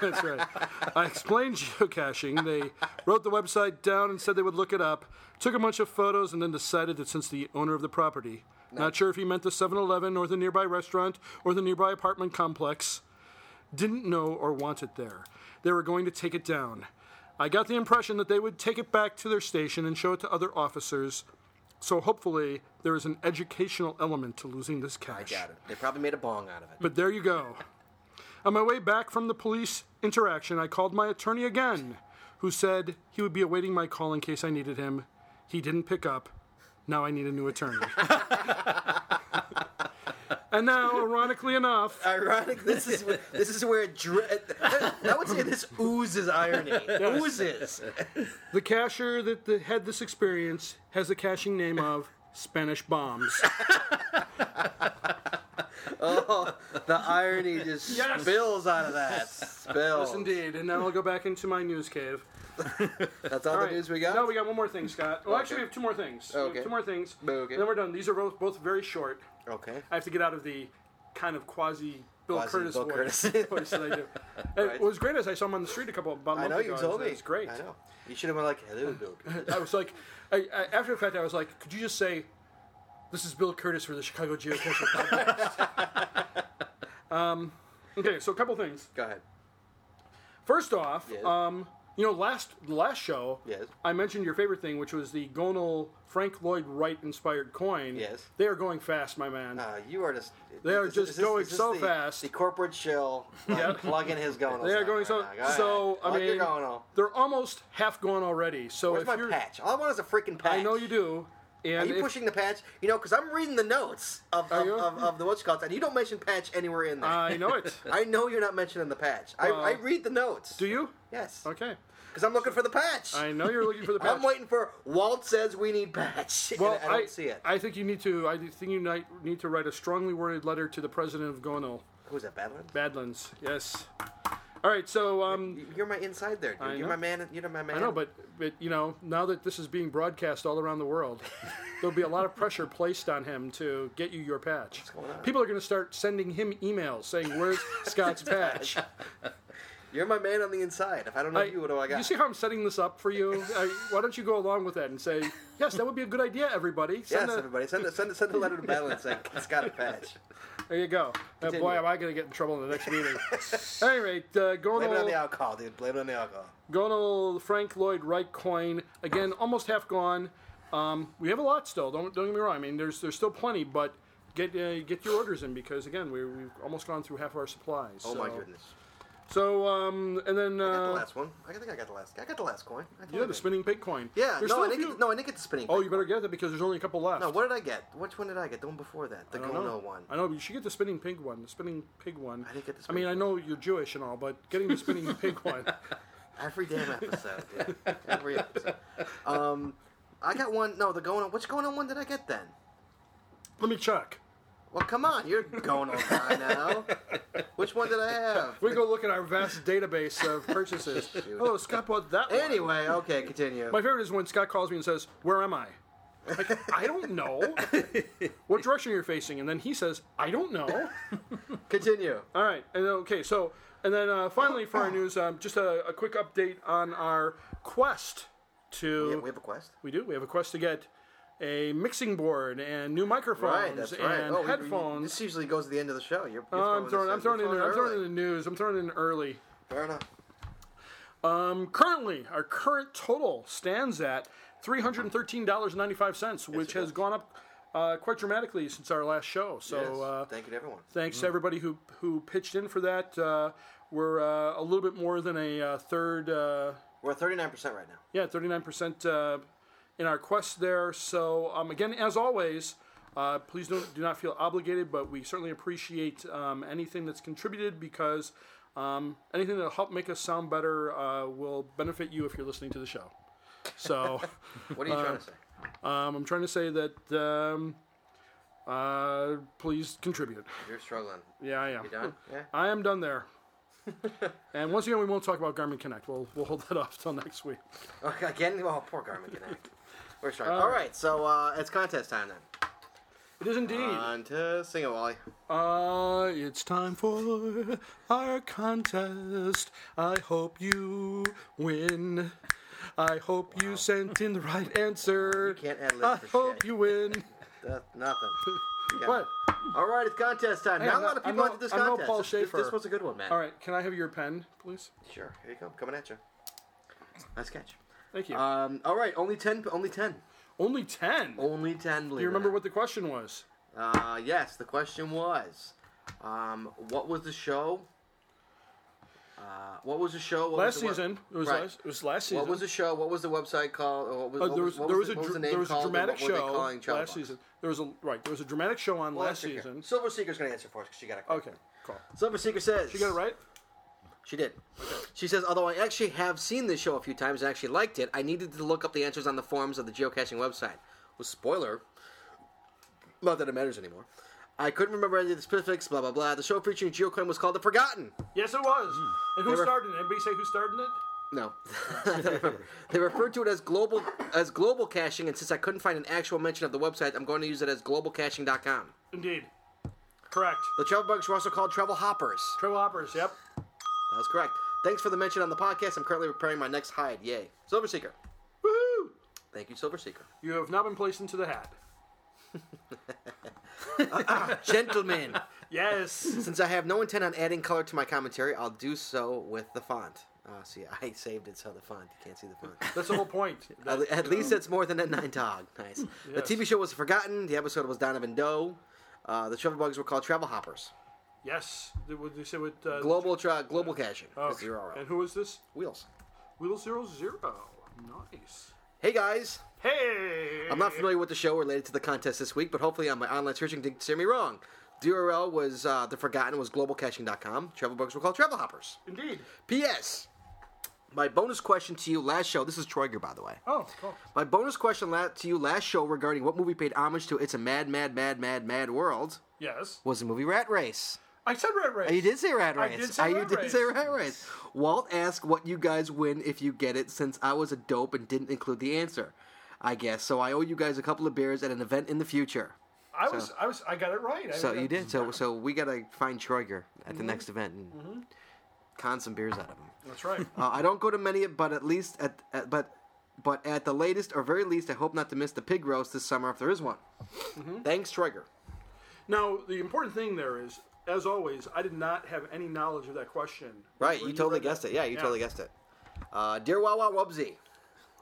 B: That's right. I explained geocaching. They wrote the website down and said they would look it up. Took a bunch of photos and then decided that since the owner of the property, not sure if he meant the 7-Eleven or the nearby restaurant or the nearby apartment complex, didn't know or want it there. They were going to take it down. I got the impression that they would take it back to their station and show it to other officers. So hopefully there is an educational element to losing this cash.
A: Got it. They probably made a bong out of
B: [laughs]
A: it.
B: But there you go. On my way back from the police interaction, I called my attorney again, who said he would be awaiting my call in case I needed him. He didn't pick up. Now I need a new attorney. [laughs] and now, ironically enough,
A: Ironic. This is where- this is where it dri- I would say this oozes irony. Oozes.
B: the cashier that the, had this experience has the caching name of Spanish Bombs.
A: The irony just spills out of that. Spills.
B: Yes, indeed. And now I'll go back into my news cave.
A: That's all, the
B: All right.
A: news we got.
B: No, we got one more thing, Scott. Well, actually,
A: Okay.
B: we have two more things. We have
A: Okay.
B: Two more things.
A: Okay.
B: Then we're done. These are both, both very short.
A: okay.
B: I have to get out of the kind of quasi Bill
A: Quasi
B: Curtis
A: Bill
B: voice.
A: Curtis.
B: [laughs] voice that
A: [laughs]
B: I do. And What was great is I saw him on the street a couple about a
A: I
B: month
A: know
B: ago.
A: you told
B: and
A: me.
B: It was great.
A: I know. You should have been like, hello, Bill.
B: [laughs]
A: Curtis."
B: I was like, I, I, after the fact, I was like, could you just say, this is Bill Curtis for the
A: [laughs]
B: Chicago Geocacher podcast? um, okay, so a couple things.
A: Go ahead.
B: First off,
A: Yes.
B: um, you know, last last show,
A: Yes.
B: I mentioned your favorite thing, which was the Gonal Frank Lloyd Wright inspired coin.
A: Yes.
B: They are going fast, my man.
A: Uh, you are just.
B: They are just going so
A: the,
B: fast.
A: The corporate shell yeah. plugging his gonal.
B: They are going so. so I
A: Plug
B: mean,
A: your gonal.
B: they're almost half gone already. So
A: Where's
B: if
A: my
B: you're,
A: patch? All I want is a freaking patch.
B: I know you do.
A: Are
B: And
A: you
B: if-
A: pushing the patch? You know, because I'm reading the notes of of,
B: you?
A: of, of the what's called, and you don't mention patch anywhere in there. [laughs]
B: I know it.
A: I know you're not mentioning the patch. I, I read the notes.
B: do you?
A: Yes.
B: Okay.
A: Because I'm looking for the patch.
B: I know you're looking for the patch.
A: [laughs] I'm waiting for Walt says we need patch. [laughs] and
B: Well,
A: I don't see it.
B: I think you need to. I think you ni- need to write a strongly worded letter to the president of Gonal
A: Who's that, Badland?
B: Badlands. Yes. All right. So um,
A: You're my inside there, dude.
B: I
A: you're
B: know.
A: my man. You're my man.
B: I know, but but you know, now that this is being broadcast all around the
A: [laughs]
B: world, there'll be a lot of pressure placed on him to get you your patch. People are going to start sending him emails saying,
A: [laughs]
B: "Where's Scott's patch?"
A: you're my man on the inside. If I don't know
B: I-
A: you, what do I got?
B: You see how I'm setting this up for you? I, why don't you go along with that and say, "Yes, that would be a good idea, everybody."
A: yes,
B: Send a-
A: everybody. Send a, send a, send a letter to Badland saying it's got a
B: [laughs]
A: patch.
B: There you go. Uh, boy,
A: Continue.
B: am I going to get in trouble in the
A: [laughs]
B: next meeting. At any rate, uh,
A: Blame it on
B: Gonal,
A: the alcohol, dude. Blame it on the alcohol.
B: Gonal Frank Lloyd Wright coin again, almost half gone. Um, we have a lot still. Don't don't get me wrong. I mean, there's there's still plenty, but get uh, get your orders in because again, we we've almost gone through half our supplies.
A: Oh
B: so.
A: my goodness.
B: So um, and then
A: I got the
B: uh,
A: last one. I think I got the last. I got the last coin. I
B: yeah,
A: totally
B: the
A: did.
B: spinning pig coin.
A: Yeah, no,
B: There's
A: I
B: still a
A: didn't
B: few-
A: get, no, I didn't get the spinning.
B: Oh,
A: pig
B: you better get that because there's only a couple left.
A: No, what did I get? Which one did I get? The one before that, the
B: I don't know.
A: Gono
B: [laughs]
A: one.
B: I know but you should get the spinning pig one. The spinning pig one.
A: I didn't get the
B: I mean,
A: spinning
B: I know you're Jewish and all, but getting
A: [laughs]
B: the spinning pig one.
A: Every damn episode, dude. Every
B: [laughs]
A: episode. Um, I got one. No, the Gono. Which Gono one did I get then?
B: Let me check.
A: Well, come on, you're going on by now. Which one did I have?
B: We go look at our vast database
A: [laughs]
B: of purchases. oh, Scott bought that one.
A: Anyway, okay, continue.
B: My favorite is when Scott calls me and says, "Where am I?" Like, I
A: [laughs]
B: don't know. what direction you're facing, and then he says, "I don't know."
A: Continue.
B: All right, and then- okay, so and then uh, finally for our news, um, just a, a quick update on our quest to
A: Yeah, we have a quest.
B: we do we have a quest to get a mixing board and new microphones
A: Right, that's right.
B: and
A: oh, we- we-
B: headphones.
A: this usually goes to the end of the show. You're, you're
B: Oh, I'm
A: this
B: throwing, I'm
A: in.
B: throwing in,
A: You're
B: I'm throwing in
A: early.
B: the news. I'm throwing in early.
A: Fair enough.
B: Um, currently, our current total stands at three hundred and thirteen dollars ninety five cents, which has gone up uh, quite dramatically since our last show. So
A: Yes.
B: uh,
A: Thank you Mm-hmm. to everyone.
B: thanks to everybody who who pitched in for that. Uh, we're uh, a little bit more than a uh, third. Uh,
A: We're at 39% right now.
B: yeah, 39% uh, in our quest there. So, um, again, as always, uh, please don't, do not feel obligated, but we certainly appreciate um, anything that's contributed because um, anything that'll help make us sound better uh, will benefit you if you're listening to the show. [laughs] So,
A: What are you trying to say?
B: um, I'm trying to say that um, uh, please contribute.
A: You're struggling.
B: Yeah, I am.
A: You
B: [laughs]
A: done? Yeah.
B: I am done there. [laughs] and once again, we won't talk about Garmin Connect. We'll, we'll hold that off till next week.
A: Okay, again? Oh, poor Garmin Connect. We're struggling. All right, so uh, it's contest time then.
B: It is indeed.
A: Contest. Sing it, Wally.
D: Uh, it's time for our contest. I hope you win. I hope you sent in the
A: [laughs]
D: right answer.
A: Can't add
D: I
A: lip for
D: hope
A: shit.
D: you
A: [laughs]
D: win.
A: That's
B: [laughs]
A: nothing. Yeah.
B: What?
A: All right, it's contest time. Not a lot
B: I'm not-
A: of
B: I'm
A: people
B: not-
A: entered this
B: I'm not
A: contest.
B: Paul
A: This- this-
B: Schaefer.
A: This was a good one, man.
B: All right, can I have your pen, please?
A: Sure. Here you go. Coming at you. Nice catch.
B: Thank you.
A: Um, all right, only ten. Only ten.
B: Only 10. Do
A: Only ten. Do
B: you remember what the question was?
A: Uh, yes, the question was, um, what was the show? Uh, what was the show? What was
B: Last
A: the web-
B: season. It was,
A: Right.
B: last, it was last season.
A: What was the show? What was the website called? Or What was,
B: Uh,
A: what
B: there
A: was,
B: was,
A: what
B: there
A: was
B: was,
A: the- what was
B: a,
A: the
B: dr-
A: name
B: there was a
A: called and
B: dramatic
A: what were they
B: show
A: calling Child
B: last
A: Box?
B: season. There was a right. There was a dramatic show on
A: Well,
B: last
A: that's okay.
B: season.
A: Silver Seeker's gonna answer for us because she got it. correct.
B: Okay, cool.
A: Silver Seeker says
B: You got it right.
A: She did. She says, although I actually have seen this show a few times and actually liked it, I needed to look up the answers on the forums of the geocaching website. Well, spoiler. Not that it matters anymore. I couldn't remember any of the specifics, blah, blah, blah. The show featuring geocaching was called The Forgotten.
B: Yes, it was. And who
A: Mm. They were-
B: started it? Anybody say who started it?
A: No. [laughs] they referred to it as global as global caching, and since I couldn't find an actual mention of the website, I'm going to use it as globalcaching.com.
B: Indeed. Correct.
A: The travel bugs were also called travel hoppers.
B: Travel Hoppers. Yep.
A: That was correct. Thanks for the mention on the podcast. I'm currently preparing my next hide. Yay. Silver Seeker.
B: Woohoo!
A: Thank you, Silver Seeker.
B: You have now been placed into the hat.
A: Gentlemen,
B: Yes.
A: [laughs] since I have no intent on adding color to my commentary, I'll do so with the font. Uh, see, I saved it so the font. You can't see the font.
B: That's the whole point.
A: [laughs] At, at least it's more than a nine dog. Nice. The TV show was Forgotten. The episode was Donovan Doe. Uh, the travel bugs were called travel hoppers.
B: yes. Did, what did you say with uh,
A: Global tra- global caching.
B: oh,
A: Zero hour.
B: And who is this?
A: Wheels.
B: Wheel zero zero. Nice.
A: Hey guys,
B: Hey.
A: I'm not familiar with the show related to the contest this week, but hopefully on my online searching didn't steer me wrong. The URL was uh, the forgotten was globalcaching.com. Travel bugs were called travel hoppers.
B: Indeed.
A: P.S. My bonus question to you last show. This is Troiger, by the way.
B: Oh, cool.
A: My bonus question la- to you last show regarding what movie paid homage to "It's a Mad, Mad, Mad, Mad, Mad World"
B: Yes.
A: was the movie Rat Race. Oh,
B: I said red race.
A: You did say Rat Race.
B: did say
A: Uh, you
B: Rat
A: did
B: Race.
A: say Rat Race. Walt asked what you guys win if you get it, since I was a dope and didn't include the answer. I guess so. I owe you guys a couple of beers at an event in the future.
B: I was. I was. I got it right. I
A: So
B: got-
A: you did. So so we gotta find Troiger at
B: Mm-hmm.
A: the next event and con some beers out of him. [laughs]
B: That's right.
A: Uh, I don't go to many, but at least at, at but but at the latest or very least, I hope not to miss the pig roast this summer if there is one. Thanks, Trigger.
B: now the important thing there is, as always, I did not have any knowledge of that question.
A: Right,
B: Were
A: you totally
B: read that?
A: guessed it. Yeah, you totally guessed it. Uh, dear Wawa Wubsy,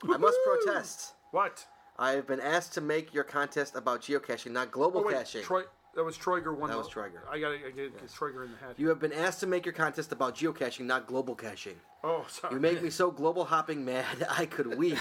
A: I must protest.
B: What?
A: I have been asked to make your contest about geocaching, not global
B: Oh, wait,
A: caching.
B: Troy, that was Troiger one.
A: That
B: though.
A: was Troiger.
B: I got to get get Troiger in the head.
A: you have been asked to make your contest about geocaching, not global caching.
B: oh, sorry.
A: You make me so global hopping mad [laughs] I could weep.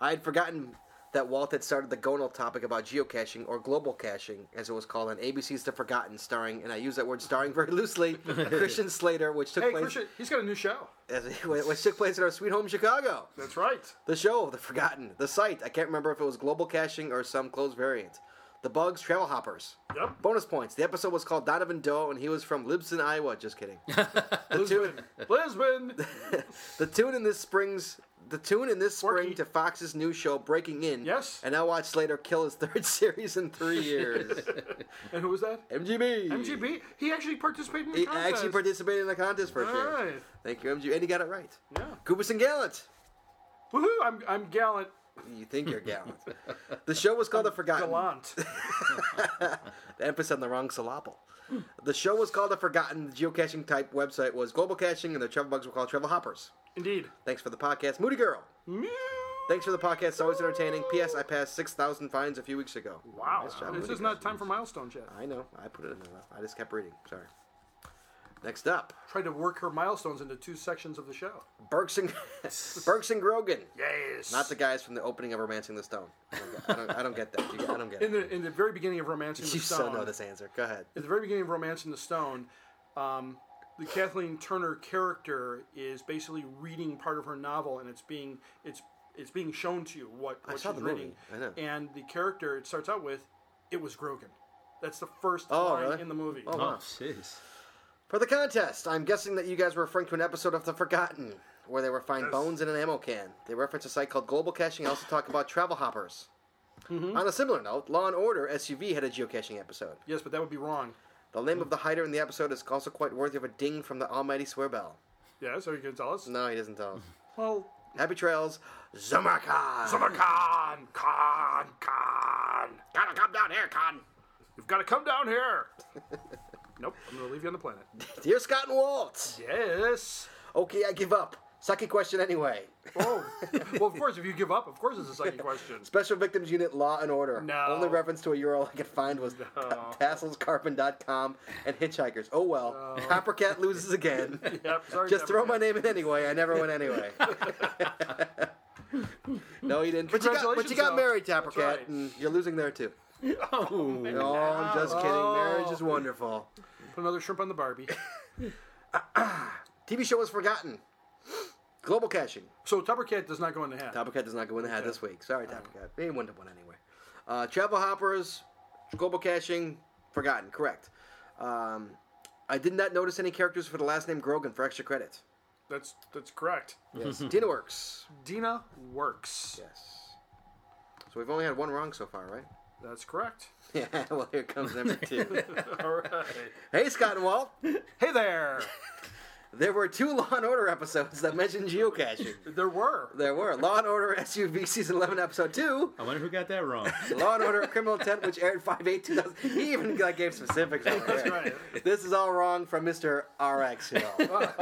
A: I had forgotten that Walt had started the gonal topic about geocaching or global caching, as it was called on ABC's The Forgotten, starring, and I use that word starring very
B: [laughs]
A: loosely, Christian Slater, which took
B: hey,
A: place
B: Christian, he's got a new show.
A: as, which took place in our sweet home Chicago.
B: That's right.
A: The show, The Forgotten, the site. I can't remember if it was global caching or some closed variant. The bugs, travel hoppers. [laughs]
B: Yep.
A: Bonus points. The episode was called Donovan Doe, and he was from Libsyn, Iowa. Just
B: [laughs]
A: kidding. the tune,
B: Lisbon.
A: [laughs] the tune in this spring's the tune in this spring
B: Forky.
A: to Fox's new show Breaking In.
B: Yes.
A: And now watch Slater kill his [laughs] third series in three years.
B: and who was that?
A: MGB.
B: MGB. He actually participated in the
A: He
B: contest.
A: actually participated in the contest for
B: All
A: sure.
B: right.
A: Thank you, MGB. And he got it right.
B: Yeah.
A: Goobus and Gallant.
B: Woohoo! I'm I'm gallant.
A: You think
B: [laughs]
A: you're gallant. [laughs] the show was called The Forgotten.
B: Gallant.
A: The emphasis on the wrong syllable. The show was called The Forgotten. The geocaching type website was Global Caching, and the travel bugs were called Travel Hoppers.
B: Indeed.
A: Thanks for the podcast, Moody Girl. Thanks for the podcast. It's always entertaining. P.S. I passed 6,000 fines a few weeks ago.
B: Wow.
A: Nice job,
B: this
A: Moody
B: is not time for milestones yet.
A: I know. I put it in there. I just kept reading. Sorry. Next up,
B: Tried to work her milestones into two sections of the show.
A: Burks and, [laughs] Burks and Grogan.
B: Yes.
A: Not the guys from the opening of Romancing the Stone. I don't get, I don't, I don't get that. You get- I don't get
B: in
A: it.
B: the in the very beginning of Romancing the
A: You
B: Stone.
A: still know this answer. Go ahead.
B: At the very beginning of Romancing the Stone, um, the Kathleen Turner character is basically reading part of her novel, and it's being it's it's being shown to you what, what
A: saw
B: she's
A: the movie.
B: reading.
A: I know.
B: And the character it starts out with, "It was Grogan." That's the first
A: Oh,
B: line
A: really?
B: in the movie.
A: Oh,
E: Oh,
A: wow.
E: jeez.
A: For the contest, I'm guessing that you guys were referring to an episode of The Forgotten, where they were find bones in an ammo can. They reference a site called Global Caching. and also talk about travel hoppers.
B: Mm-hmm.
A: On a similar note, Law and Order SUV had a geocaching episode.
B: Yes, but that would be wrong.
A: The name of the hider in the episode is also quite worthy of a ding from the almighty swear bell.
B: Yes, are you going to tell us?
A: No, he doesn't tell us.
B: Well,
A: Happy trails, Zumarkon.
B: Khan, Khan, Khan,
A: gotta come down here, Con.
B: you've got to come down here. [laughs] nope, I'm going to leave you on the planet.
A: Dear Scott and Walt.
B: Yes.
A: Okay, I give up. Sucky question [laughs] anyway.
B: Oh, well, of course, if you give up, of course, it's a
A: [laughs]
B: second question.
A: Special Victims Unit Law and Order.
B: No.
A: Only reference to a URL I could find was [laughs] tasselscarpin.com and Hitchhikers. Oh well. Coppercat loses [laughs] again.
B: Yep, sorry,
A: Just throw
B: Deborah.
A: my name in anyway. I never went [laughs] anyway. no, you didn't. But you got, but you
B: Congratulations,
A: got
B: though.
A: married, Tappercat,
B: That's right.
A: and you're losing there too. Oh, no, I'm just kidding. Marriage is wonderful.
B: Put another shrimp on the Barbie.
A: TV show was forgotten. Global caching.
B: So Tupper Cat does not go in the hat.
A: Toppercat does not go in the hat this week. Sorry, Toppercat. They went to one anyway. Uh, travel hoppers, global caching, forgotten. Correct. Um, I did not notice any characters for the last name Grogan for extra credit.
B: That's that's correct.
A: [laughs] Yes. Dinaworks.
B: Dina works.
A: Yes. So we've only had one wrong so far, right?
B: That's correct.
A: [laughs] Yeah. Well, here comes [laughs] number two.
B: All right.
A: hey, Scott and Walt.
B: hey there.
A: There were two Law and Order episodes that mentioned [laughs] geocaching.
B: There were.
A: There were Law and Order SUV season eleven episode two.
E: I wonder who got that wrong.
A: Law and Order: Criminal Intent, which aired 5 8 2000. He even like, gave specifics. on
B: That's
A: there.
B: right.
A: This is all wrong from Mr. RX
B: [laughs]
A: Hill.
E: well,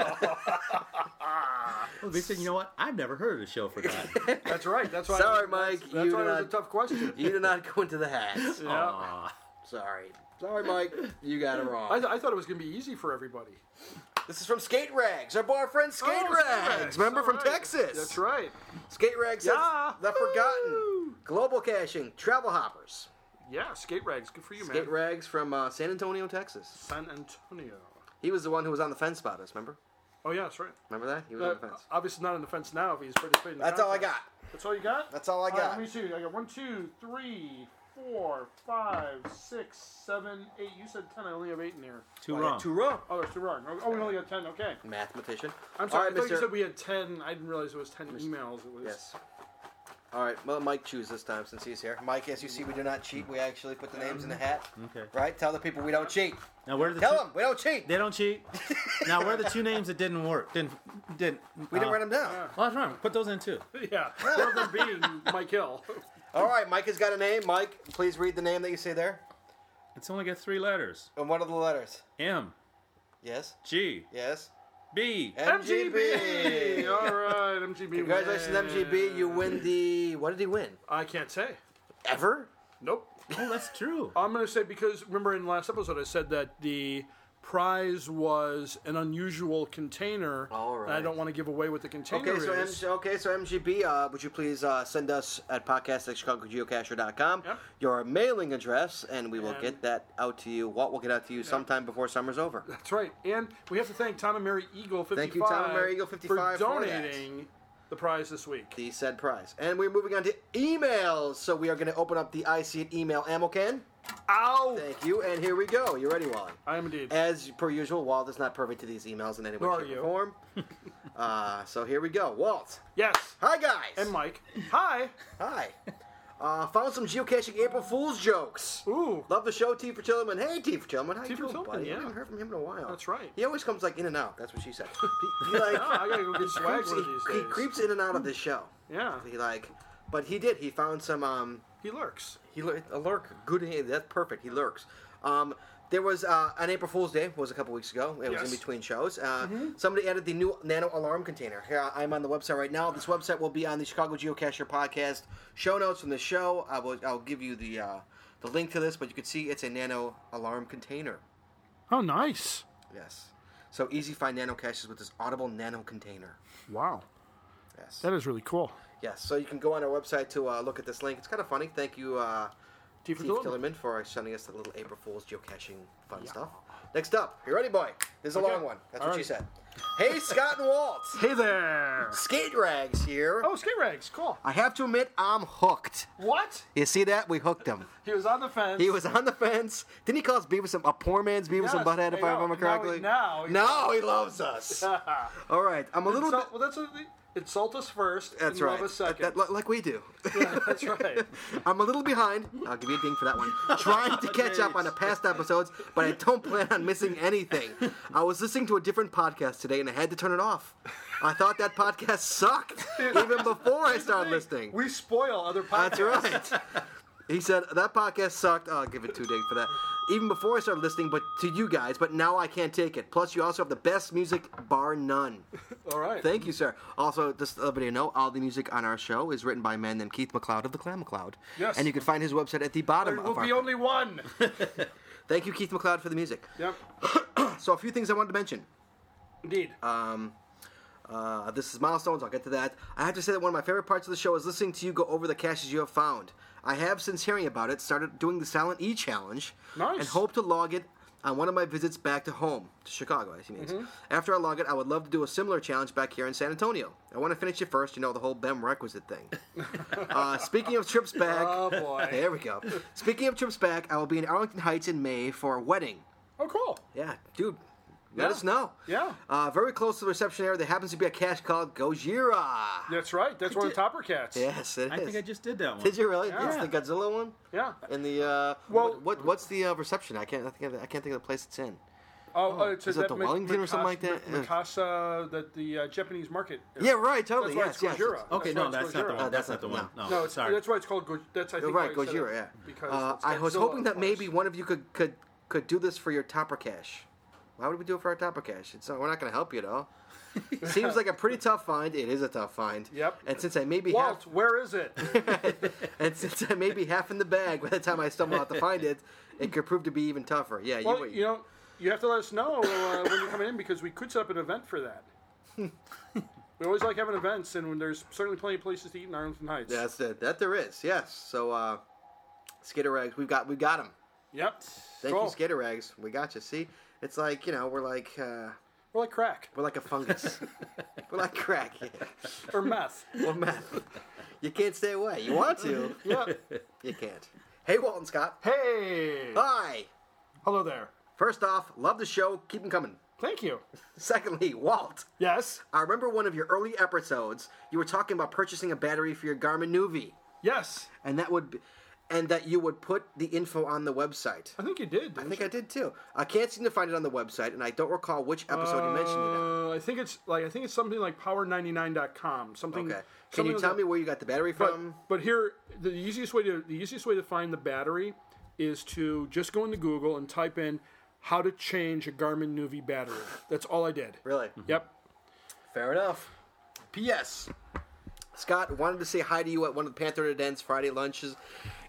E: Oh, they said, you know what? I've never heard of the show
A: [laughs]
E: for that.
B: That's right. That's why.
A: Sorry,
B: that's,
A: Mike,
B: That's,
A: you
B: why it was a
A: not-
B: tough question.
A: [laughs] you do not go into the hats.
B: Yeah.
A: Sorry. Sorry, Mike. You got it wrong.
B: I, th- I thought it was going to be easy for everybody.
A: this is from Skate Rags, our boyfriend Skate
B: Oh,
A: Rags.
B: Rags.
A: Remember
B: All
A: from
B: right.
A: Texas?
B: That's right.
A: Skate Rags says
B: Yeah.
A: The Forgotten, Global Caching, Travel Hoppers.
B: Yeah, skate rags. Good for you,
A: Skate
B: man.
A: Rags from uh, San Antonio, Texas.
B: San Antonio.
A: He was the one who was on the fence about us, remember?
B: Oh yeah, that's right.
A: Remember that? He was
B: Uh,
A: on the fence.
B: obviously not on the fence now if he's participating. in the
A: That's all I
B: contest.
A: got.
B: That's all you got?
A: That's all I
B: right,
A: got.
B: let me see. I got one, two, three, four, five, six, seven, eight. You said ten. I only have eight in here.
E: Too
A: I got
E: wrong.
A: Two wrong.
B: Oh, there's two wrong. Oh, we only got ten. Okay.
A: Mathematician.
B: I'm
A: All
B: sorry.
A: right,
B: I thought you
A: Mr.
B: said we had ten. I didn't realize it was ten emails. It was.
A: Yes. All right. Well, Mike choose this time since he's here. Mike, as you see, we do not cheat. We actually put the names in the hat.
E: Okay.
A: Right? Tell the people we don't cheat.
E: Now, where are the
A: Tell
E: two-
A: them we don't cheat. [laughs]
E: They don't cheat. now, where are the two names that didn't work? Didn't didn't
A: We didn't write them down.
E: Oh, that's wrong. Put those in too.
B: [laughs]
A: [laughs]
B: Yeah. One of them being Mike Hill.
A: All right. Mike has got a name. Mike, please read the name that you see there.
E: It's only got three letters.
A: And what are the letters?
E: M
A: Yes.
E: G
A: Yes. [laughs]
E: B.
B: MGB.
A: MGB.
B: [laughs] All right, MGB.
A: Congratulations,
B: wins.
A: MGB. You win the. What did he win?
B: I can't say.
A: Ever?
B: Nope.
E: Oh, that's true.
B: I'm gonna say because remember in the last episode I said that the prize was an unusual container.
A: All
B: And I
A: right.
B: don't want to give away what the container
A: Okay, so
B: is.
A: M- okay, so MGB, uh, would you please uh, send us at podcast at chicagogeocacher.com
B: Yep.
A: your mailing address, and we will
B: And-
A: get that out to you. Walt will get out to you sometime before summer's over.
B: That's right. And we have to thank Tom and Mary Eagle 55
A: Thank you, Tom and Mary Eagle 55 for
B: for donating the prize this week.
A: The said prize. And we're moving on to emails. So we are going to open up the I See It email ammo can.
B: Ow!
A: Thank you, and here we go. You ready, Wally?
B: I am indeed.
A: As per usual, Walt is not privy to these emails in any way,
B: Nor are
A: shape,
B: you.
A: or
B: [laughs]
A: form. uh, so here we go. Walt.
B: yes.
A: Hi, guys.
B: And Mike. Hi.
A: Hi. Uh, found some geocaching April Fool's jokes.
B: Ooh.
A: Love the show, T for Tillman. Hey, T for Tillman. How
B: T
A: you
B: for
A: doing,
B: Tillman,
A: buddy? I
B: yeah.
A: haven't heard from him in a while.
B: That's right.
A: He always comes like in and out. That's what she
B: [laughs]
A: said. He, he, like,
B: Oh, I gotta go get swag
A: creeps,
B: one of
A: he,
B: these
A: he
B: days.
A: creeps in and out of this show.
B: Yeah.
A: He like, but he did. He found some. Um,
B: He lurks.
A: he lur- a lurk. Good. That's perfect. He lurks. Um, There was uh, on April Fool's Day was a couple weeks ago. It was
G: Yes.
A: in between shows. Uh,
B: Mm-hmm.
A: Somebody added the new nano alarm container. Here, I- I'm on the website right now. This website will be on the Chicago Geocacher podcast show notes from the show. I will I'll give you the uh, the link to this, but you can see it's a nano alarm container.
B: Oh, nice.
A: Yes. So easy find nano caches with this audible nano container.
B: Wow.
A: Yes.
B: That is really cool.
A: Yes. So you can go on our website to uh, look at this link. It's kind of funny. Thank you. Uh,
B: Chief
A: Steve Killerman for uh, sending us the little April Fool's geocaching fun stuff. Next up, you ready, boy? This is a long one. That's what she said. Hey, Scott and Walt,
B: Hey there.
A: skate rags here.
B: Oh, skate rags. Cool.
A: I have to admit, I'm hooked.
B: What?
A: You see that? We hooked him.
B: He was on the fence.
A: He was on the fence. Didn't he call us Beavis and, a poor man's Beavis and
B: Yes,
A: Butthead,
B: I
A: if I
B: know.
A: remember
B: Now he-
A: correctly?
B: now he-
A: now he loves
B: [laughs]
A: us. All right, I'm a little
B: So,
A: bit.
B: well, that's what they, insult us first.
A: That's
B: and
A: right.
B: Love us second. [laughs]
A: That- that- like we do.
B: that's
A: [laughs]
B: right.
A: I'm a little behind. I'll give you a ding for that one. Trying to catch up on the past episodes, but I don't plan on missing anything. I was listening to a different podcast today and I had to turn it off. I thought that podcast sucked even before I started listening.
B: We spoil other podcasts.
A: That's right. He said that podcast sucked. I'll give it two ding for that. Even before I started listening, but to you guys, but now I can't take it. Plus, you also have the best music, bar none.
B: All right.
A: Thank you, sir. Also, just to let everybody know, all the music on our show is written by a man named Keith McLeod of the Clam McLeod.
B: Yes.
A: And you can find his website at the bottom
B: there
A: of
B: will
A: our.
B: be only
A: [laughs]
B: one.
A: Thank you, Keith McLeod, for the music.
B: yep.
A: So, a few things I wanted to mention.
B: Indeed.
A: Uh, this is milestones. I'll get to that. I have to say that one of my favorite parts of the show is listening to you go over the caches you have found. I have, since hearing about it, started doing the Silent E challenge.
B: Nice.
A: And hope to log it on one of my visits back to home, to Chicago, as he means.
B: Mm-hmm.
A: After I log it, I would love to do a similar challenge back here in San Antonio. I want to finish it first, you know, the whole BEM requisite
B: [laughs]
A: thing. uh, speaking of trips back.
B: oh boy.
A: [laughs] There we go. Speaking of trips back, I will be in Arlington Heights in May for a wedding.
B: Oh, cool.
A: Yeah, dude. Let
B: Yeah.
A: us know.
B: Yeah.
A: Uh, very close to the reception area, there happens to be a cache called Gojira.
B: That's right. That's one of Topper Cats.
A: Yes, it is.
E: I think I just did that one.
A: Did you really?
B: Yeah.
A: It's the Godzilla one.
B: Yeah.
A: And the uh,
B: Well-
A: what, what what's the uh, reception? I can't I think of, I can't think of the place it's in.
B: Oh, uh, it's
A: Is that the
B: Mi-
A: Wellington or something like
B: Mikasa-
A: that?
B: Mi- Mikasa, that the uh, Japanese market.
A: Yeah, right. Totally.
B: That's why
A: yes,
B: it's
A: yes,
B: Gojira.
A: yes.
E: Okay, no,
B: why it's
E: that's not the
B: Gojira.
E: one.
A: Oh,
E: that's not the one. No,
B: No, it's,
E: sorry.
B: that's why it's called Gojira. That's I
A: You're
B: think
A: right,
B: why I said it,
A: Gojira. Yeah.
B: Because
A: uh,
B: it's
A: I was
B: Godzilla,
A: hoping
B: of
A: that maybe
B: course.
A: one of you could could could do this for your topper cache. Why would we do it for our topper cache? It's not, we're not going to help you at
B: [laughs]
A: all. Seems like a pretty tough find. It is a tough find.
B: Yep.
A: And since I may be half,
B: Walt, where is it?
A: and since I may be half in the bag by the time I stumble out to find it, it could prove to be even tougher. Yeah.
B: well, you know, you have to let us know uh, when you're coming in because we could set up an event for
A: [laughs]
B: that. we always like having events, and when there's certainly plenty of places to eat in Arlington Heights.
A: That's it. That there is. Yes. So, uh, Skitter Rags, we've got we got him.
B: Yep.
A: Thank
B: Cool.
A: you, Skitter Rags. We got you. See, it's like you know we're like uh,
B: Or like crack
A: we're like a
B: [laughs]
A: fungus. we're like crack. Yeah.
B: or
A: [laughs]
B: meth.
A: Well, Matt, you can't stay away. You want to?
B: yep.
A: You can't. Hey, Walton Scott.
B: Hey.
A: Hi.
B: Hello there.
A: First off, love the show. Keep them coming.
B: Thank you.
A: Secondly, Walt,
B: Yes.
A: I remember one of your early episodes. You were talking about purchasing a battery for your Garmin Nuvi,
B: Yes.
A: and that would, be, and that you would put the info on the website.
B: I think you did.
A: I think I did too. I can't seem to find it on the website, and I don't recall which episode you mentioned it. on.
B: Uh, I think it's like I think it's something like power99.com. Something.
A: Okay. Can
B: something
A: you
B: with
A: tell
B: a-
A: me where you got the battery
B: But,
A: from?
B: but here, the easiest way to the easiest way to find the battery is to just go into Google and type in how to change a Garmin Nuvi battery. That's all I did.
A: Really?
B: Yep.
A: Fair enough. P.S. Scott wanted to say hi to you at one of the Panther events Friday lunches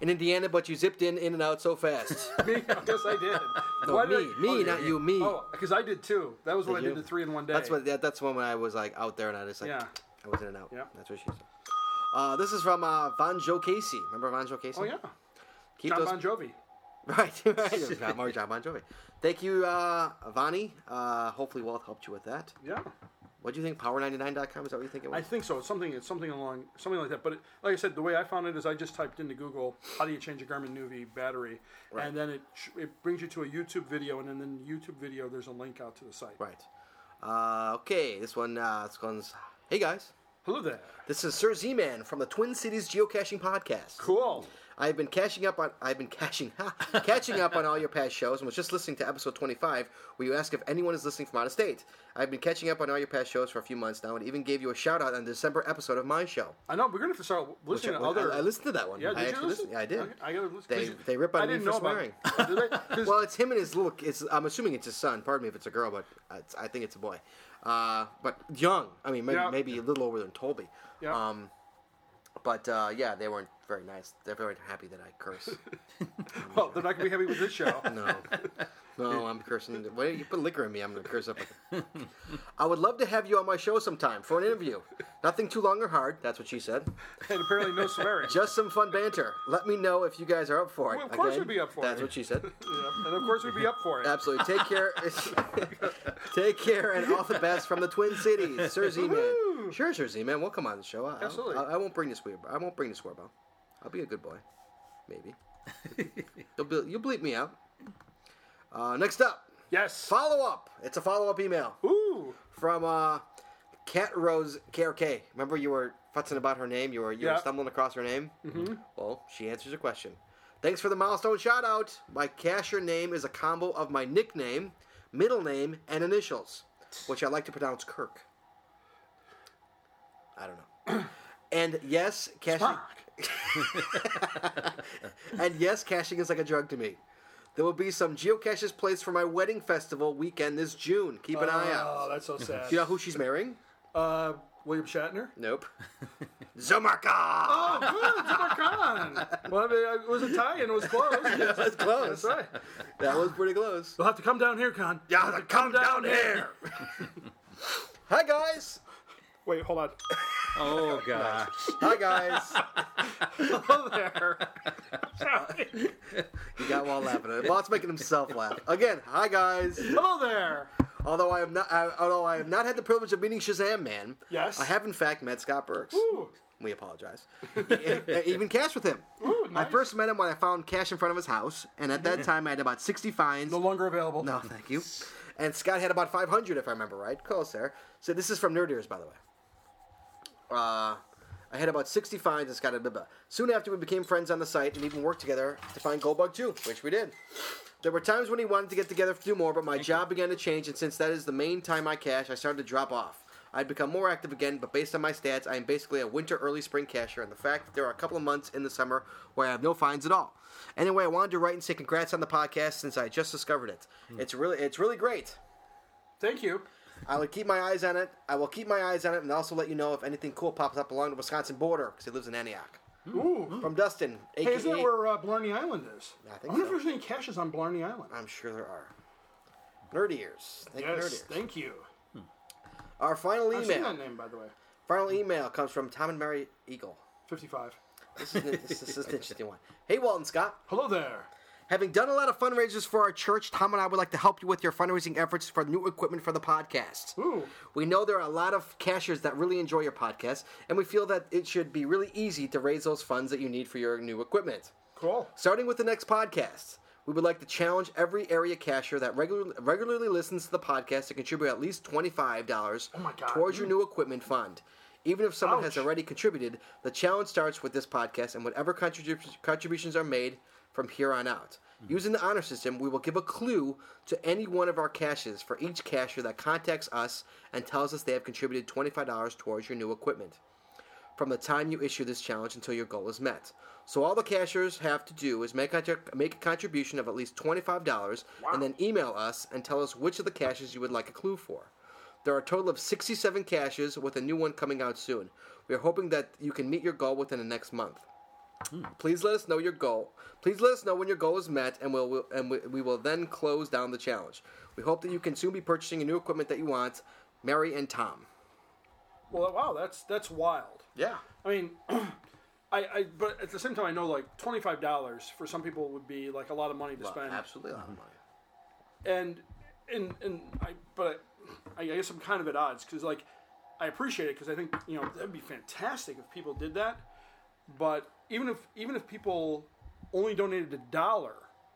A: in Indiana, but you zipped in in and out so [laughs] fast.
B: [laughs] Me? Yes, I did.
A: No,
B: Why did
A: me.
B: I-
A: Me,
B: oh,
A: not you, me.
B: Oh, because I did too. That was what I
A: you?
B: did the three in one day.
A: that's what. That, that's when I was like out there and I just like
B: Yeah.
A: I was in and out.
B: Yeah.
A: That's what she said. Uh, this is from uh, Von Joe Casey. Remember Von Joe Casey?
B: Oh yeah.
A: Keep
B: John
A: those
B: Bon Jovi.
A: [laughs] Right, right. John, Mark, John Bon Jovi. Thank you, uh, Vani. Uh, hopefully, Walt helped you with that.
B: Yeah.
A: What do you think? Power99.com? Is that what you think it
B: I
A: was?
B: think so. It's something. It's something along something like that. But it, like I said, the way I found it is I just typed into Google "How do you change a Garmin Nuvi battery?" and then it sh- it brings you to a YouTube video, and then in the YouTube video there's a link out to the site.
A: right. Uh, okay, this one. Uh, this one's. Hey, guys.
B: Hello there.
A: This is Sir Z Man from the Twin Cities Geocaching Podcast.
B: Cool.
A: I've been cashing up on I've been cashing catching [laughs] up on all your past shows and was just listening to episode 25 where you ask if anyone is listening from out of state. I've been catching up on all your past shows for a few months now and even gave you a shout out on the December episode of my show.
B: I know we're gonna have to start listening to
A: Well,
B: other.
A: I, I listened to that one.
B: Yeah, did
A: I
B: you
A: actually listened.
B: listen?
A: Yeah, I did.
B: Okay, I gotta listen.
A: They-
B: 'Cause
A: they rip on
B: I
A: me
B: didn't
A: for
B: know
A: swearing.
B: About, [laughs] did they? 'Cause
A: Well, it's him and his little. It's I'm assuming it's his son. Pardon me if it's a girl, but it's, I think it's a boy. Uh, but young. I mean, maybe,
B: Yeah.
A: maybe a little older than Tolby.
B: Yeah.
A: Um, but uh, yeah, they weren't very nice. They weren't happy that I curse.
B: well, they're not gonna be happy with this
A: [laughs]
B: show.
A: No, no, I'm cursing. Wait, you put liquor in me, I'm gonna curse up. a- I would love to have you on my show sometime for an interview. Nothing too long or hard. That's what she said.
B: and apparently no swearing.
A: Just some fun banter. Let me know if you guys are up for it.
B: Well, of course
A: Again,
B: we'd be up for
A: That's
B: it.
A: what she said.
B: Yeah, and of course we'd be up for it.
A: Absolutely. Take care. [laughs] Take care, and all the best from the Twin Cities, Sir Z Man. Sure, Sir Z Man. We'll come on the show. I, I'll-
B: Absolutely.
A: I, I won't bring this weird. I won't bring this bell. I'll be a good boy,
B: [laughs]
A: maybe. you'll be, you'll bleep me out. Uh, next up,
B: Yes.
A: follow up. It's a follow up email
B: Ooh.
A: from uh, Cat Rose KRK. Remember you were futzing about her name. You were you
B: Yeah.
A: were stumbling across her name. Mm-hmm. Well, she answers a question. Thanks for the milestone shout out. My cashier name is a combo of my nickname, middle name, and initials, which I like to pronounce Kirk. I don't know.
B: [clears throat]
A: And yes, cashing. and yes, cashing is like a drug to me. There will be some geocaches placed for my wedding festival weekend this June. Keep an eye out.
B: Oh, that's so sad.
A: Do you know who she's marrying?
B: Uh, William Shatner.
A: [laughs] Nope. Zomarka!
B: Oh, good. Zubacon. Well, I mean, it was a tie-in. It
A: [laughs]
B: was close.
A: That was close.
B: That's right.
A: That was pretty close.
B: You'll have to come down here, Con.
A: Yeah, Oh, come down here! [laughs] Hi, guys!
B: Wait, hold on.
A: [laughs]
E: Oh god.
A: Hi, guys!
B: Hello [laughs] there. Sorry.
A: You got one laughing at it. Bot's making himself laugh. Again, hi, guys!
B: Hello there.
A: Although I have not, I, although I have not had the privilege of meeting Shazam Man,
B: Yes.
A: I have in fact met Scott Burks.
B: Ooh.
A: We [laughs] apologize. I even cashed with him. I first met him when I found cash in front of his house, and at that time I had about sixty fines.
B: No longer available.
A: No, thank you. And Scott had about 500, if I remember right. Close there. So this is from Nerd Ears, by the way. Uh, I had about 60 finds and Scott had blah, blah. Soon after, we became friends on the site and even worked together to find Goldbug 2, which we did. There were times when he wanted to get together to do more, but my job began to change, and since that is the main time I cash, I started to drop off. I'd become more active again, but based on my stats, I am basically a winter, early spring cashier, and the fact that there are a couple of months in the summer where I have no finds at all. Anyway, I wanted to write and say congrats on the podcast since I just discovered it. It's really, it's really great.
B: Thank you.
A: I will keep my eyes on it. I will keep my eyes on it, and also let you know if anything cool pops up along the Wisconsin border because he lives in Antioch.
B: Ooh.
A: From Dustin,
B: Hey,
A: aka
B: isn't that where uh, Blarney Island is?
A: I think
B: wonder
A: so.
B: if there's any caches on Blarney Island.
A: I'm sure there are. Nerd ears. Thank you, nerd
B: Yes.
A: ears.
B: Thank you.
A: Our final
B: I've seen that
A: email.
B: name, by the way.
A: Final email comes from Tom and Mary Eagle.
B: 55.
A: This is, this is an interesting one. Hey, Walton Scott.
B: Hello there.
A: Having done a lot of fundraisers for our church, Tom and I would like to help you with your fundraising efforts for new equipment for the podcast.
B: Ooh.
A: We know there are a lot of cashiers that really enjoy your podcast, and we feel that it should be really easy to raise those funds that you need for your new equipment.
B: Cool.
A: Starting with the next podcast, we would like to challenge every area cashier that regular, regularly listens to the podcast to contribute at least $25
B: Oh my God.
A: towards your new equipment fund. Even if someone has
B: Ouch.
A: already contributed, the challenge starts with this podcast and whatever contribu- contributions are made from here on out.
B: Mm-hmm.
A: Using the honor system, we will give a clue to any one of our caches for each cashier that contacts us and tells us they have contributed $25 towards your new equipment from the time you issue this challenge until your goal is met. So all the cashiers have to do is make a, make a contribution of at least $25 and then email us and tell us which of the caches you would like a clue for. There are a total of 67 caches with a new one coming out soon. We are hoping that you can meet your goal within the next month. Please let us know your goal. Please let us know when your goal is met, and we'll, we'll and we, we will then close down the challenge. We hope that you can soon be purchasing a new equipment that you want. Mary and Tom.
B: Well, wow, that's that's wild.
A: Yeah.
B: I mean, [clears throat] I, I but at the same time, I know like twenty five dollars for some people would be like a lot of money to spend,
A: Absolutely a lot of money.
B: and and and I but I, I guess I'm kind of at odds because like I appreciate it because I think you know that'd be fantastic if people did that, but even if even if people only donated a dollar,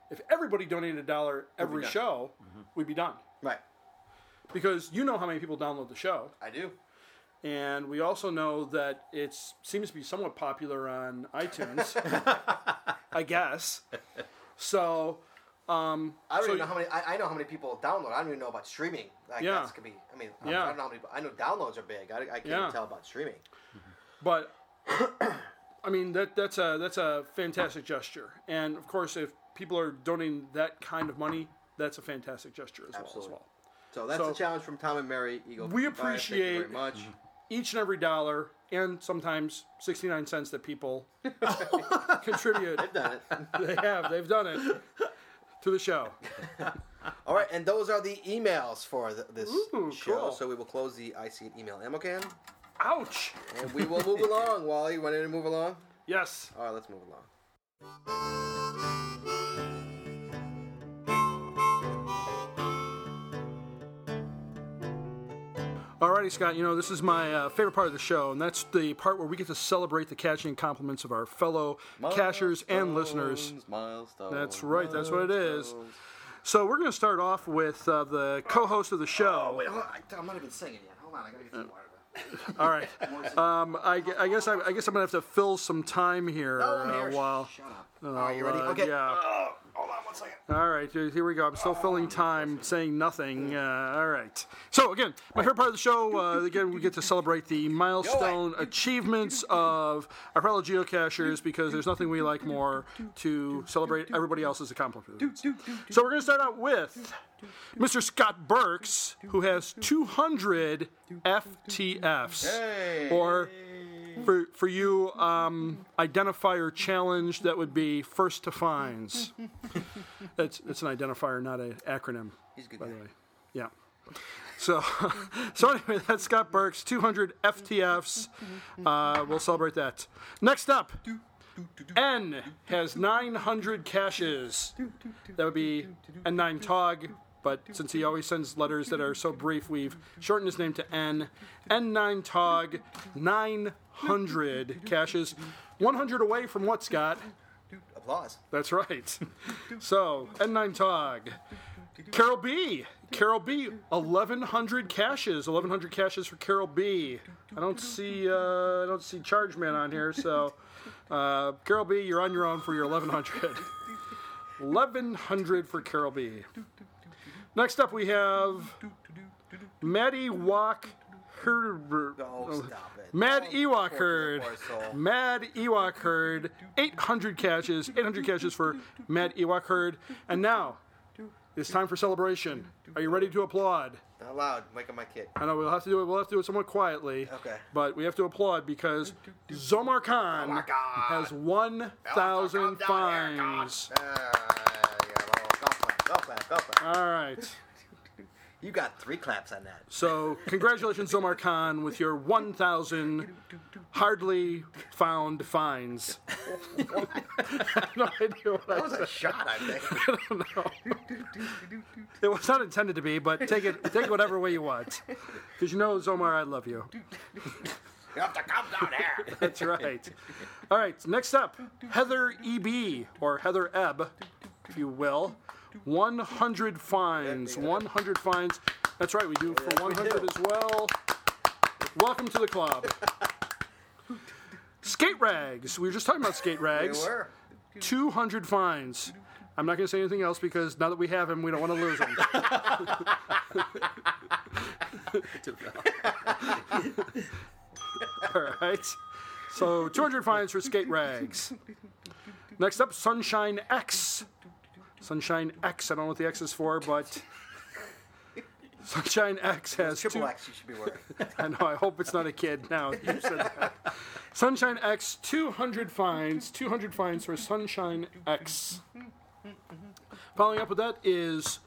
B: if everybody donated a dollar every
A: done.
B: show, we'd be done
A: Right.
B: because you know how many people download the show.
A: I do. [laughs]
B: and we also know that it seems to be somewhat popular on iTunes. I guess. So
A: I don't even know how many. I, I know how many people download. I don't even know about streaming. Like,
B: Yeah.
A: that's could be. I mean, I-
B: Yeah.
A: I don't know how many. I know downloads are big. I, I can't
B: Yeah.
A: even tell about streaming.
B: But I mean that that's a that's a fantastic gesture, and of course, if people are donating that kind of money, that's a fantastic gesture as
A: Absolutely.
B: well. As well,
A: So that's
B: So-
A: the challenge from Tom and Mary Eagle.
B: We
A: Fire. Thank you
B: appreciate-
A: very much. [laughs]
B: each and every dollar, and sometimes sixty nine cents
A: [laughs]
B: that people contribute.
A: Done it.
B: They have they've done it to the show.
A: All right, and those are the emails for th- this
B: Ooh,
A: show.
B: cool.
A: So we will close the I see an email ammo can,
B: Ouch!
A: and we will
B: [laughs]
A: move along. Wally, you ready to move along?
B: Yes.
A: All right, let's move along.
B: Alrighty, Scott. You know this is my uh, favorite part of the show, and that's the part where we get to celebrate the catching and compliments of our fellow cashers and listeners.
A: Milestones.
B: That's right. That's what it is. So we're going to start off with uh, the co-host of the show.
A: Hold on, Oh, I, am not even singing yet. Hold on, I gotta get
B: Uh,
A: some water.
B: All right. Um, I, gu- I guess I, I guess I'm gonna have to fill some time here.
A: Oh, I'm
B: uh,
A: here.
B: while.
A: Shut up. All right, you ready?
B: uh,
A: Okay.
B: yeah.
A: Hold on one second. Oh,
B: All right. Here here we go. I'm still filling time, saying nothing. Uh, all right. So again, my favorite part of the show. Uh, again, we get to celebrate the milestone achievements of our fellow geocachers because there's nothing we like more to celebrate everybody else's accomplishments. So we're gonna start out with Mr. Scott Burks, who has 200 FTFs, or for for you um, identifier challenge that would be first to finds. That's it's an identifier, not an acronym.
A: He's a good. By
B: Yeah. So, [laughs] so anyway, that's Scott Burks, 200 FTFs. Uh, we'll celebrate that. Next up, N has 900 caches. That would be N9 Tog, but since he always sends letters that are so brief, we've shortened his name to N. N9 Tog, 900 caches. 100 away from what, Scott?
A: Applause.
B: That's right. [laughs] So, N9 Tog. Carol B. Carol B. 1,100 caches. 1,100 caches for Carol B. I don't see uh, I don't see Charge Man on here, so uh, Carol B. You're on your own for your 1,100. 1,100 for Carol B. Next up, we have Maddie Walk Herbert.
A: Oh, stop it.
B: Mad
A: Oh,
B: Ewok
A: poor-
B: Herd.
A: poor soul.
B: Mad Ewok Herd. 800 catches. 800 catches for Mad Ewok Herd. And now, it's time for celebration. Are you ready to applaud?
A: Not loud. Wake up my kid.
B: I know we'll have to do it. We'll have to do it somewhat quietly.
A: Okay. Oh
B: But we have to applaud because Zomar Khan
A: Zomar Khan.
B: has 1,000
A: Zomar Khan Oh, down here, Khan.
B: fines.
A: Ah, yeah, well, go clap, go clap, go clap.
B: All right.
A: You got three claps on that.
B: So congratulations, Zomar Khan, with your 1,000 hardly found fines. [laughs] I have no idea what I
A: That was
B: [laughs]
A: a shot, I think.
B: It was not intended to be, but take it take it whatever way you want. Because you know, Zomar, I love you.
A: You have to come down here.
B: That's right. All right, next up, Heather EB, or Heather Ebb, if you will. 100 fines. 100 fines. That's right, we do for 100 as well. Welcome to the club. Skate rags. We were just talking about skate rags.
A: You were.
B: 200 fines. I'm not going to say anything else because now that we have him, we don't want to lose
A: [laughs]
B: him. All right. So 200 fines for skate rags. Next up, Sunshine X. Sunshine X. I don't know what the X is
A: [laughs]
B: for, but Sunshine X has two,
A: Triple X, you should be wearing.
B: I know. I hope it's not a kid now. You said that. Sunshine X, 200 fines. 200 fines for Sunshine X. Following up with that is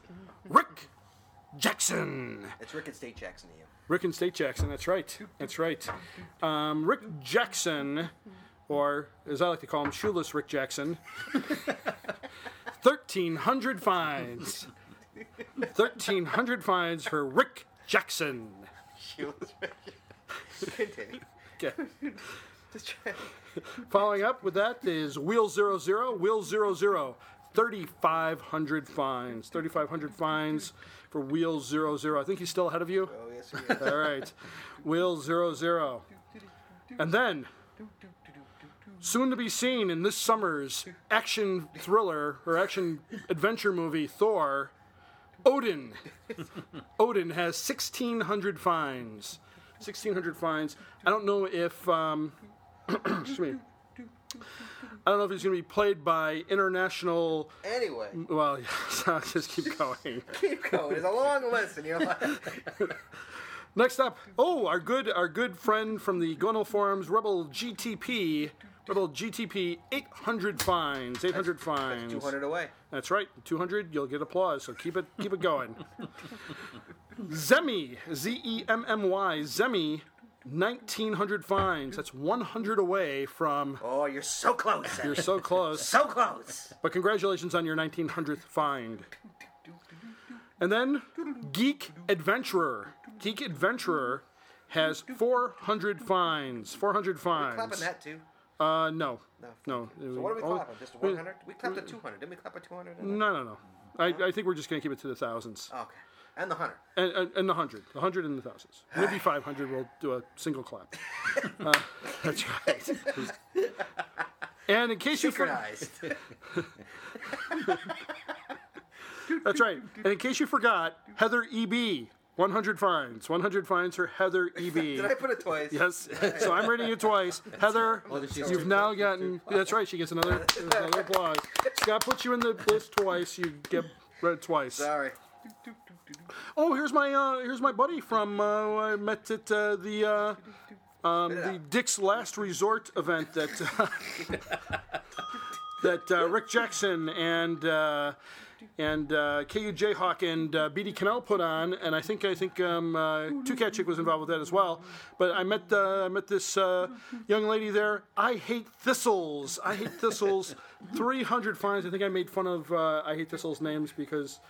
B: Rick Jackson.
A: It's Rick and State Jackson to you.
B: Rick and State Jackson. That's right. That's right. Um, Rick Jackson, or as I like to call him, shoeless Rick Jackson. Thirteen hundred fines. Thirteen hundred fines for Rick Jackson.
A: Continue.
B: Okay.
A: Just try-
B: Following up with that is Wheel Zero Zero, Wheel Zero Zero. 3,500 fines. 3,500 fines for Wheel Zero Zero. I think he's still ahead of you.
A: Oh, yes, he is.
B: All right. Wheel Zero Zero. And then soon to be seen in this summer's action thriller or action adventure movie Thor, Odin. Odin has 1,600 fines. 1,600 fines. I don't know if, um, [clears throat] excuse me, I don't know if he's going to be played by international.
A: Anyway,
B: Well, [laughs] yes, I'll just keep going.
A: keep going. It's a long list, and you're like,
B: Next up, oh, our good our good friend from the Gonal Forums, Rebel GTP, Rebel GTP, 800 fines, 800 fines.
A: 200 away.
B: That's right, 200, you'll get applause. So keep it keep it going. Zemi, Z E M M Y, Zemi, 1900 fines. That's 100 away from.
A: Oh, you're so close.
B: You're so close.
A: so close.
B: But congratulations on your 1900th find. And then Geek Adventurer. Geek Adventurer has 400 finds. 400
A: Clapping
B: finds.
A: that too.
B: Uh, no. No.
A: So what are we
B: Oh,
A: clapping? Just 100? We clapped at 200. Didn't we clap at 200?
B: No, no, no. I, I think we're just going to keep it to the thousands.
A: Okay. And the
B: [laughs]
A: 100.
B: And, and, and the hundred. The hundred and
A: [sighs]
B: the thousands. Maybe 500 will do a
A: [laughs]
B: single clap. Uh, that's right. And in case you forgot.
A: Synchronized.
B: That's right. And in case you forgot, Heather E EB, 100 fines. 100 fines for Heather
A: [laughs] [laughs]
B: EB.
A: Did I put it twice?
B: [laughs] Yes. So I'm reading it twice. Heather,
E: she's
B: you've now gotten. That's right. She gets another, another applause. Scott put you in the list twice. You get read twice.
A: Sorry.
B: Oh, here's my uh, here's my buddy from uh, who I met at uh, the uh, um, the Dick's Last Resort event that uh, [laughs] that uh, Rick Jackson and. Uh, and uh, KU Jayhawk and uh, BD Cannell put on, and I think I think um, uh, Two Cat Chick was involved with that as well. But I met uh, I met this uh, young lady there. I hate thistles. I
A: [laughs]
B: hate thistles. Three hundred fines. I think I made fun of uh, I hate thistles names because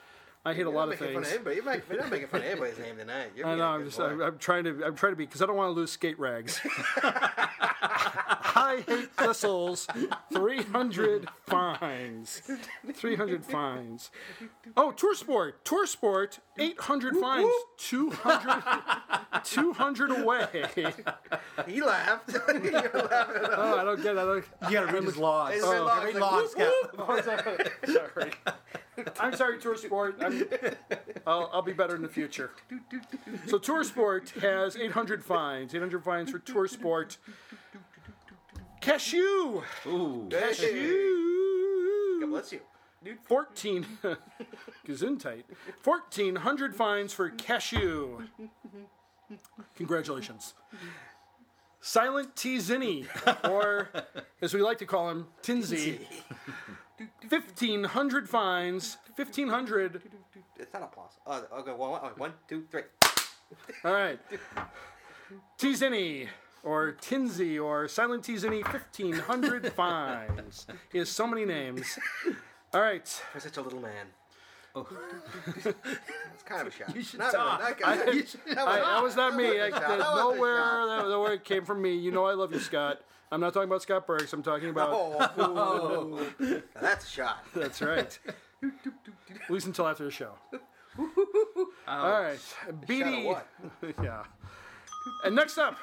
B: I hate a lot
A: You're
B: of
A: making fun
B: things.
A: of everybody. You're, making, you're not making fun of anybody's name tonight. You're
B: [laughs] I
A: being
B: know.
A: a
B: I'm
A: good
B: just.
A: boy.
B: I'm, I'm trying to. I'm trying to be because I don't want to lose skate rags. I hate thistles. Three hundred fines. Three hundred fines. Oh, tour sport. Tour sport. Eight hundred fines. 200, 200 away. [laughs]
A: He laughed. [laughs] You're laughing.
B: Oh, I don't get. it. I don't.
E: You gotta read his laws.
A: His laws,
E: Read
A: like,
E: laws,
A: whoop,
E: Scott.
B: Oh, sorry. I'm sorry, Tour Sport. I'm, I'll, I'll be better in the future. So Tour Sport has 800 fines. 800 fines for Tour Sport. Cashew.
E: Ooh.
A: Hey. God bless you.
B: 14. [laughs] Gesundheit. 1,400 fines for Cashew. Congratulations. Silent T Zinni, or as we like to call him, Tinzy. 1,500 fines. 1,500.
A: It's not applause. Oh, okay, one, one, one, two, three.
B: All right. T Zinni, or Tinzy, or Silent T Zinni, 1,500 fines. He has so many names. All right.
A: You're such a little man.
B: Oh.
A: [laughs] It's kind of
B: [laughs]
A: a shot. You
E: should
A: not
E: talk.
A: Really, not, [laughs]
B: I- I, that was not me. I,
A: That
B: that
A: wasn't
B: nowhere,
A: shot.
B: that, nowhere it came from me. You know, I love you, Scott. I'm not talking about Scott Burks. I'm talking about.
A: Oh, ooh. [laughs] Now that's a shot. [laughs]
B: That's right. At least until after the show. All right,
A: Shot of
B: BD.
A: Um, what?
B: [laughs] Yeah. And next up,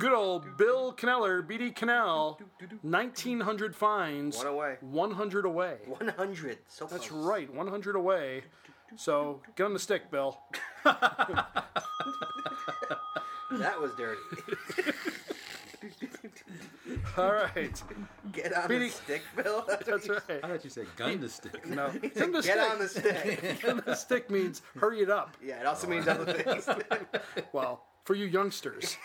B: good old Bill Kneller, BD Cannell, 1,900 fines,
A: One away.
B: 100 away.
A: 100. So close.
B: That's right, 100 away. So get on the stick, Bill. [laughs]
A: That was
B: [laughs]
A: dirty. [laughs]
B: All right,
A: Get on
B: Beating-
A: the stick, Bill. [laughs] That's what
B: [laughs] that's right.
E: I thought you said gun
A: [laughs]
E: to stick.
B: No, get on the
A: Get on the
B: [laughs]
A: stick.
B: the stick means hurry it up.
A: yeah, it also means other
B: [laughs]
A: things.
B: Well, for you youngsters.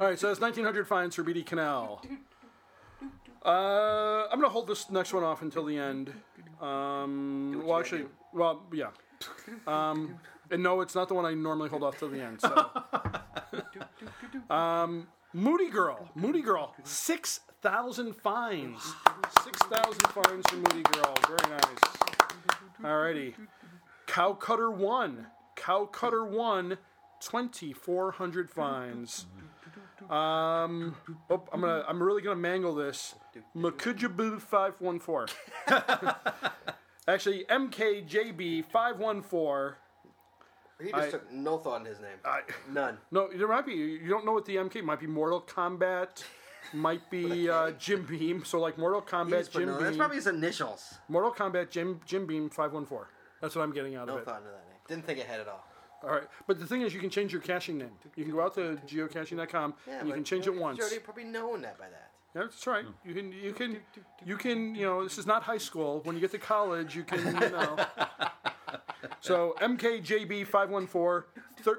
B: All right, so that's 1900 fines for BD Canal. Uh, I'm going to hold this next one off until the end. Um, well,
A: gotta
B: actually,
A: do.
B: well, yeah. Um, and no, it's not the one I normally hold off till the end. So, um, Moody Girl, Moody Girl, six thousand fines, six thousand fines for Moody Girl. Very nice. Alrighty. Cow Cutter 1. Cow Cutter 1, 2,400 fines. Um, oh, I'm, gonna, I'm really going to mangle this. Makujabu 514. [laughs] Actually, MKJB 514.
A: He just
B: I-
A: took no thought in his name. None.
B: No, there might be. You don't know what the MK might be. Mortal Kombat. might be uh, Jim Beam. So like Mortal Kombat,
A: That's
B: Jim Beam.
A: probably his initials.
B: Mortal Kombat, Jim Jim Beam, five one four. That's what I'm getting out
A: No
B: of it.
A: thought into that name. Didn't think ahead at all.
B: All right, but the thing is, you can change your caching name. You can go out to geocaching.com and
A: but
B: you can change
A: you're-
B: it once.
A: You're already probably known that by that.
B: Yeah, that's right. You can, you can, you can. You know, this is not high school. When you get to college, you can. You know. So MKJB five one four.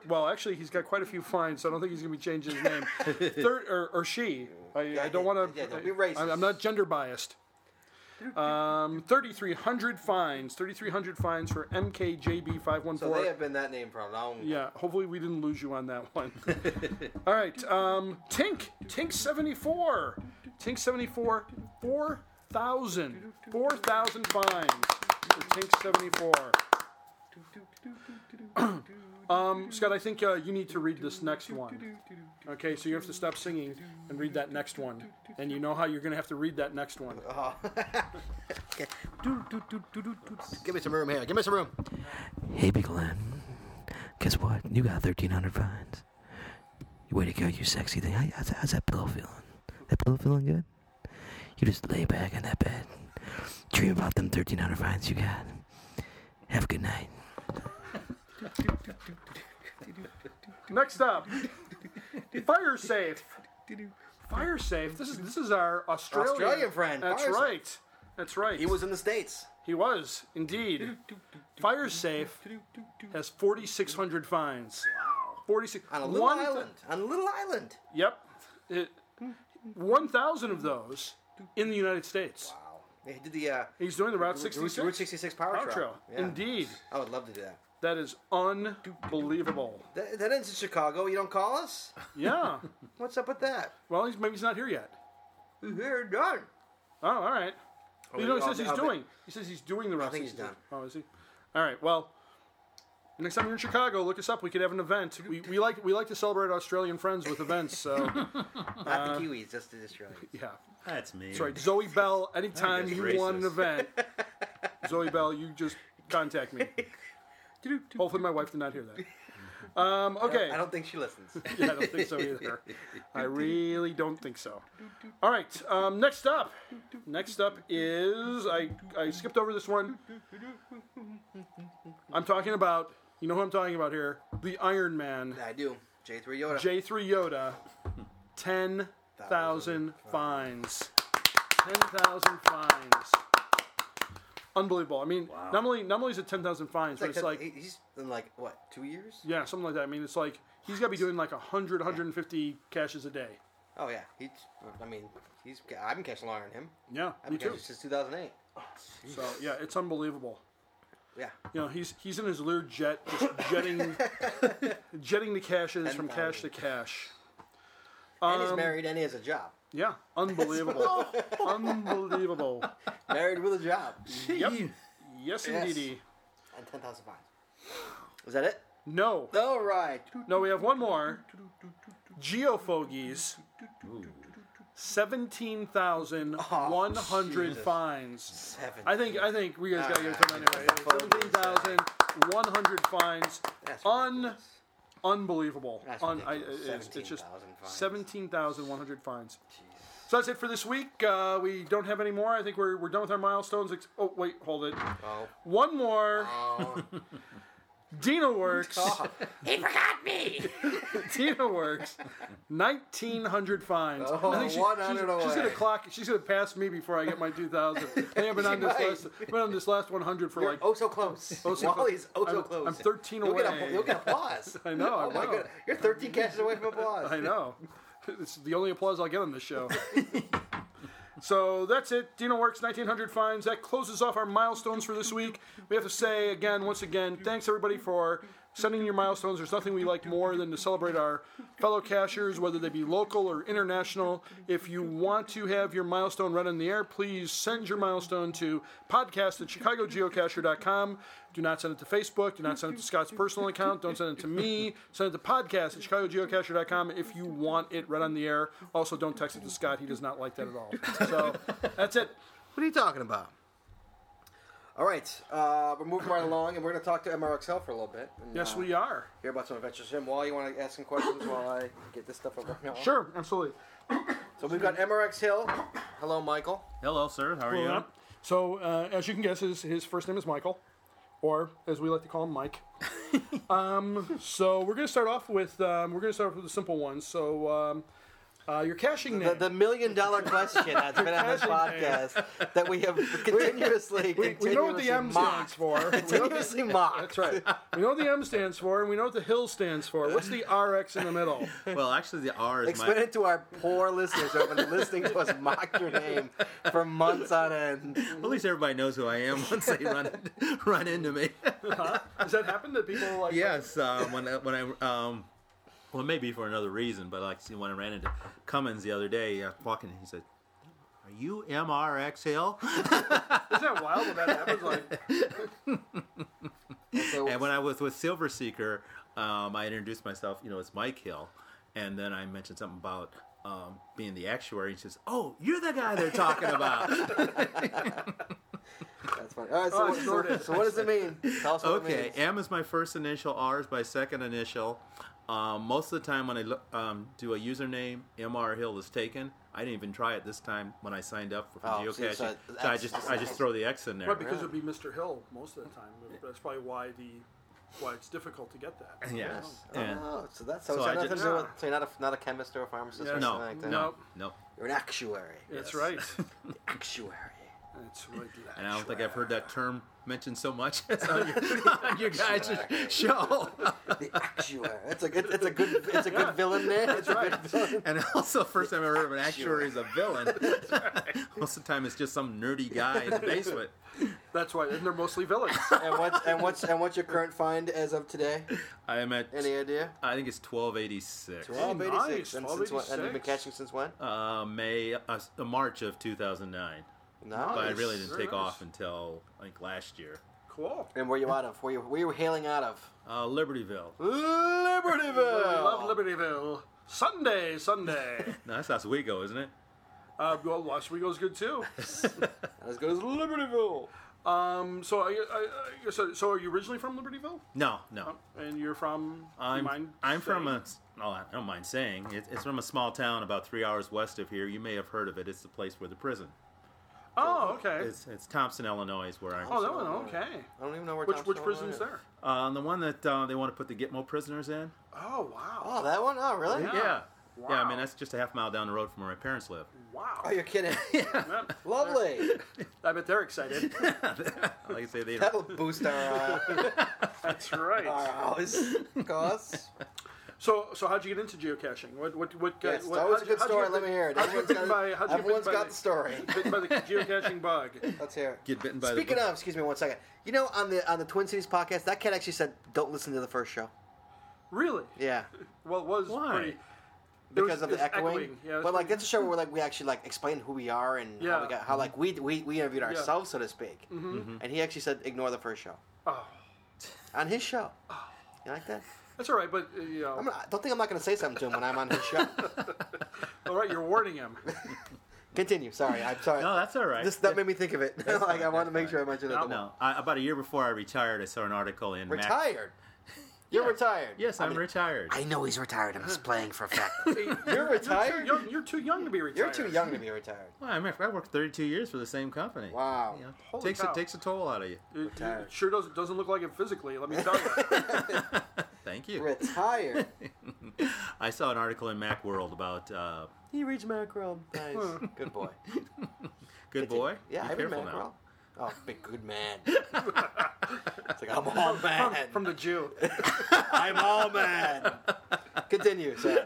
B: Well, actually, he's got quite a few fines, so I don't think he's going to be changing his name. Third or, or she. I, I don't want to.
A: yeah, don't be racist.
B: I'm not gender biased. Um, thirty three hundred fines. Thirty three hundred fines for MKJB five one
A: So
B: four.
A: they have been that name for a long
B: [laughs] Yeah, hopefully we didn't lose you on that one. All right, um, Tink, Tink seventy four, Tink seventy four, four thousand, four thousand fines for Tink seventy four. [clears throat] um, Scott, I think uh, you need to read this next one. Okay, so you have to stop singing and read that next one, and you know how you're going to have to read that next one. [laughs]
A: Give me some room here. Give me some room.
C: Hey, Big Glenn. Guess what? You got 1,300 vines. Way to go, you sexy thing. How, how's, how's that pillow feeling? That pillow feeling good? You just lay back on that bed. Dream about them 1,300 vines you got. Have a good night.
A: [laughs]
B: Next up, fire safe. Fire safe. This is this is our Australian,
A: Australian friend,
B: That's
A: Firesafe.
B: right. That's right.
A: He was in the states.
B: He was indeed. Fire safe has forty six hundred fines. Forty six
A: On a little island. On a little island.
B: Yep. one thousand of those in the United States.
A: Wow. Yeah, he did the uh,
B: He's doing the Route sixty
A: Route,
B: six
A: Route 66 power,
B: power trail.
A: trail. Yeah.
B: Indeed,
A: I would love to do that.
B: that is
A: [laughs]
B: unbelievable.
A: that. That ends in Chicago. You don't call us?
B: Yeah.
A: What's up with that?
B: well, he's, maybe he's not here yet.
A: You're done.
B: Oh, all right. you know, he
A: Oh, I'll-
B: says he's
A: I'll be-
B: doing. He says he's doing the Route
A: think he's
B: 66.
A: done.
B: Oh, is he? All right. Well, next time you're in Chicago, look us up. We could have an event. We, we like we like to celebrate Australian friends with events.
A: [laughs]
B: So
A: Not the Kiwis, just the Australians.
B: yeah,
E: That's me.
B: sorry, Zoe Bell. Anytime
E: That's
B: you want an
A: [laughs]
E: racist.
B: event, Zoe Bell, you just contact me. Hopefully, my wife did not hear that.
A: [laughs]
B: Um, [laughs] okay.
A: I don't think she listens.
B: [laughs] Yeah, I don't think so either. I really don't think so. All right, um, next up. Next up is I, I skipped over this one. I'm talking about you know who I'm talking about here, the Iron Man,
A: I do. J3 Yoda.
B: J3 Yoda, ten thousand fines, ten thousand fines. Unbelievable. I mean, not only not only is it ten thousand fines, but
A: Like,
B: it's like
A: he- he's in like what two years?
B: yeah, something like that. I mean, it's like he's got to be doing like 100, 150 caches a day.
A: Oh yeah, he's. I mean, he's. I've been catching longer than him.
B: Yeah,
A: I've
B: me
A: been
B: too.
A: catching since 2008.
B: So yeah, it's unbelievable.
A: Yeah.
B: You know, he's he's in his Lear jet, just jetting, jetting the caches from cache to cache.
A: And
B: Um,
A: he's married and he has a job.
B: Yeah, unbelievable, unbelievable.
A: Married with a
B: [laughs]
A: job.
B: Yep. Yes,
A: Yes.
B: indeedy.
A: And 10,000 fines. Is that it?
B: No,
A: All right.
B: no, we have one more. Geofogies. Seventeen thousand one hundred fines.
A: Seven.
B: I think I think we guys gotta give it to him anyway. Seventeen thousand one hundred fines.
A: That's
B: Un
A: ridiculous.
B: unbelievable.
A: That's
B: Un- I,
A: ridiculous.
B: it is- it's just
A: 17,000 fines.
B: seventeen thousand one hundred fines. So that's it for this week. Uh, we don't have any more. I think we're, we're done with our milestones. Ex- oh wait, hold it.
A: Oh.
B: One more.
A: Oh.
B: Dina
A: [laughs]
B: works.
H: He forgot me!
B: [laughs] Dina works. Nineteen hundred fines.
A: Oh,
B: I think she-
A: one
B: she's,
A: hundred
B: she's gonna
A: away.
B: clock. She's gonna pass me before I get my two
A: [laughs]
B: thousand. I have been on this
A: might.
B: last. I've Been on this last one hundred for like
A: oh, so
B: [laughs]
A: close. Oh,
B: so
A: Wally's
B: close.
A: oh, so
B: I'm-
A: close.
B: I'm 13
A: you'll Get
B: away.
A: a, you'll get applause.
B: [laughs] I know.
A: Oh
B: I
A: my
B: know.
A: god, you're 13 catches away from applause. [laughs]
B: [laughs] I know. It's the only applause I'll get on this show. [laughs] so that's it. Dino Works 1900 Finds. That closes off our milestones for this week. We have to say again, once again, thanks everybody for sending your milestones. There's nothing we like more than to celebrate our fellow cashers, whether they be local or international. If you want to have your milestone run in the air, please send your milestone to podcast at chicagogeocacher.com. Do not send it to Facebook. Do not send it to Scott's personal account. Don't send it to me. Send it to podcast at chicagogeocacher.com if you want it read on the air. Also, don't text it to Scott. He does not like that at all. So that's it.
A: What are you talking about? All right, uh, we're moving right along, and we're going to talk to MRXL for a little bit. And,
B: Yes,
A: uh,
B: we are.
A: hear about some adventures. Him, while you want to ask some questions while I get this stuff over.
B: Sure, absolutely.
A: So we've got MRX Hill. Hello, Michael.
E: Hello, sir. How are you?
B: Yeah. So, uh, as you can guess, his, his first name is Michael, or as we like to call him, Mike. um, so we're going to start off with um, we're going to start off with the simple ones. So, um, uh, your caching name.
A: The, the million dollar question that's been on this
B: [laughs]
A: podcast that we have continuously,
B: we, we know what
A: continuously
B: the M stands
A: mocked.
B: [laughs] for. We know,
A: Continuously mocked.
B: that's right. We know what the M stands for, and we know what the Hill stands for. What's the RX in the middle?
E: [laughs] Well, actually, the R is
A: Explain
E: my.
A: it to our poor listeners who have been listening to us mock your name for months on end.
E: At least everybody knows who I am once they run [laughs] run into me.
B: Does that happen that people like?
E: yes, um, when I- when I um, well maybe for another reason, but like see, when I ran into Cummins the other day, uh, walking, he said, "Are you MRX Hill?" [gasps]
B: Isn't that wild when that happens?
E: [laughs]
B: Like,
A: So
E: And when I was with Silver Seeker, um, I introduced myself, you know, as Mike Hill. And then I mentioned something about um, being the actuary. And she says, Oh, you're the guy they're talking about.
A: that's funny. All right, so,
B: I
A: what,
B: Oh, sure
A: so,
B: did.
A: so what does it mean? Tell us what it
E: okay,
A: means.
E: M is my first initial, R is my second initial. Um, most of the time when I look, um, do a username, MR Hill is taken. I didn't even try it this time when I signed up for
A: Oh, so
E: geocaching.
A: it's a-
E: So, I just I just throw the X in there.
B: right, because it'd be Mr. Hill most of the time. That's probably why the why it's difficult to get that.
E: Yes. And-
A: Oh, so that's so,
E: So
A: it's got
E: I
A: nothing
E: just-
A: to do with. So you're not a, not a chemist or a pharmacist or
B: Yeah.
A: something
E: no,
A: like that.
E: no, no.
A: You're an actuary.
B: That's right.
A: Actuary.
B: [laughs] That's right.
E: And I don't think I've heard that term mentioned so much [laughs] as on your,
B: [laughs]
E: on your guys' show.
A: The actuary. It's a good. It's a good. It's a good villain name. It's a good villain.
E: And also, first time I heard of an actuary as a
A: [laughs]
E: villain. Most of the time, it's just some nerdy guy in the basement.
B: That's why, and they're mostly villains.
A: And what's and what's and what's your current find as of today?
E: I am at.
A: Any idea?
E: I think it's 1286.
A: Twelve eighty six.
B: nice,
A: And since when? And you've been
B: 1286.
A: catching since when?
E: Uh, May, uh, March of 2009.
A: No.
E: But I really didn't
B: Very
E: take
B: nice.
E: off until I think last year.
B: Cool.
A: And where you out of? Where you where you hailing out of?
E: Uh, Libertyville.
B: I
A: Libertyville.
B: love Libertyville. Sunday, [laughs] Sunday.
E: No, that's Oswego, isn't it?
B: uh, well, Oswego's good [laughs] too.
A: Let's go to Libertyville.
B: Um, so, I, I, I, so, so are you originally from Libertyville?
E: No, no.
B: And you're from? Oh, you
E: I'm
B: mind
E: I'm from
B: saying?
E: a. Oh, I don't mind saying it, it's from a small town about three hours west of here. You may have heard of it. It's the place where the prison.
B: Oh, okay.
E: It's it's Thompson, Illinois, is where I'm.
B: Oh, that one. Okay.
A: I don't even know where.
B: Which
A: Tom
B: which
A: Stone
B: prison's
A: is.
B: there?
E: Uh, the one that uh, they want to put the Gitmo prisoners in.
B: Oh wow.
A: Oh, that one. Oh, really?
E: Yeah. Yeah, I
B: Wow.
E: mean, that's just a half mile down the road from where my parents live. [laughs]
A: Oh,
B: Wow.
A: you're kidding. [laughs]
B: Yep.
A: Lovely.
B: [laughs] I bet they're excited.
A: [laughs]
E: Like I say, they
A: That'll boost our
B: [laughs]
A: uh,
B: That's right.
A: our hours costs.
B: So so how'd you get into geocaching? What what what? got-
A: Yes, it's
B: what
A: always a
B: how'd
A: good
B: you- how'd you
A: story.
B: get
A: Let me
B: bit-
A: hear it.
B: How'd you get
A: Everyone's
B: bitten by?
A: got,
B: How'd you get bitten
A: everyone's
B: by
A: got
B: the-
A: the story.
B: [laughs] Bitten by the
A: [laughs]
B: geocaching bug.
A: Let's hear. it.
E: [laughs] get bitten by
A: Speaking
E: the.
A: of, excuse me one second. You know, on the on the Twin Cities podcast, that kid actually said, "Don't listen to the first show."
B: Really?
A: Yeah,
B: Well, it was
E: Why?
B: pretty.
A: because
B: was-
A: of the
B: it's
A: echoing.
B: echoing. Yeah, it's
A: but like
B: pretty-
A: that's a show where like we actually like explain who we are and how
B: Yeah. Mm-hmm.
A: we got how like we we, we interviewed ourselves so to speak.
E: Mm-hmm.
A: And he actually said, "Ignore the first show."
B: Oh,
A: on his show. You like that?
B: that's all right. But uh, you know,
A: I'm not, don't think I'm not going to say something to him when I'm on his
B: [laughs]
A: show.
B: all right, you're warning
A: [laughs]
B: him.
A: Continue. Sorry, I'm sorry.
E: No, that's all right.
A: This, that made me think of it. [laughs] like I want to make sure I mentioned it. at the
E: no, I, about a year before I retired, I saw an article in. Mac-
A: Retired. You're retired.
E: Yes, I'm retired.
A: I know he's retired. I'm
B: [laughs]
A: just playing for a fact.
B: you're
A: retired?
B: You're too young, you're too young to be retired.
A: You're too young to be retired.
E: Well, I, mean, I worked 32 years for the same company.
A: Wow.
E: You know,
B: Holy
E: takes
B: cow.
E: it takes a toll out
A: [laughs]
E: of you. [laughs]
B: It- It,
A: Retired.
B: sure does, doesn't look like it physically. Let me tell you.
E: Thank
A: [laughs]
E: you.
A: Retired.
E: [laughs] I saw an article in MacWorld about uh,
A: he reads Mackerel. Nice. Good boy.
E: Hmm. good boy.
A: Yeah,
E: Be
A: I read
E: careful now.
A: Mackerel. Oh, big good
E: [laughs]
A: man. it's like I'm all mad.
B: From the Jew.
A: I'm all mad. Continue. So,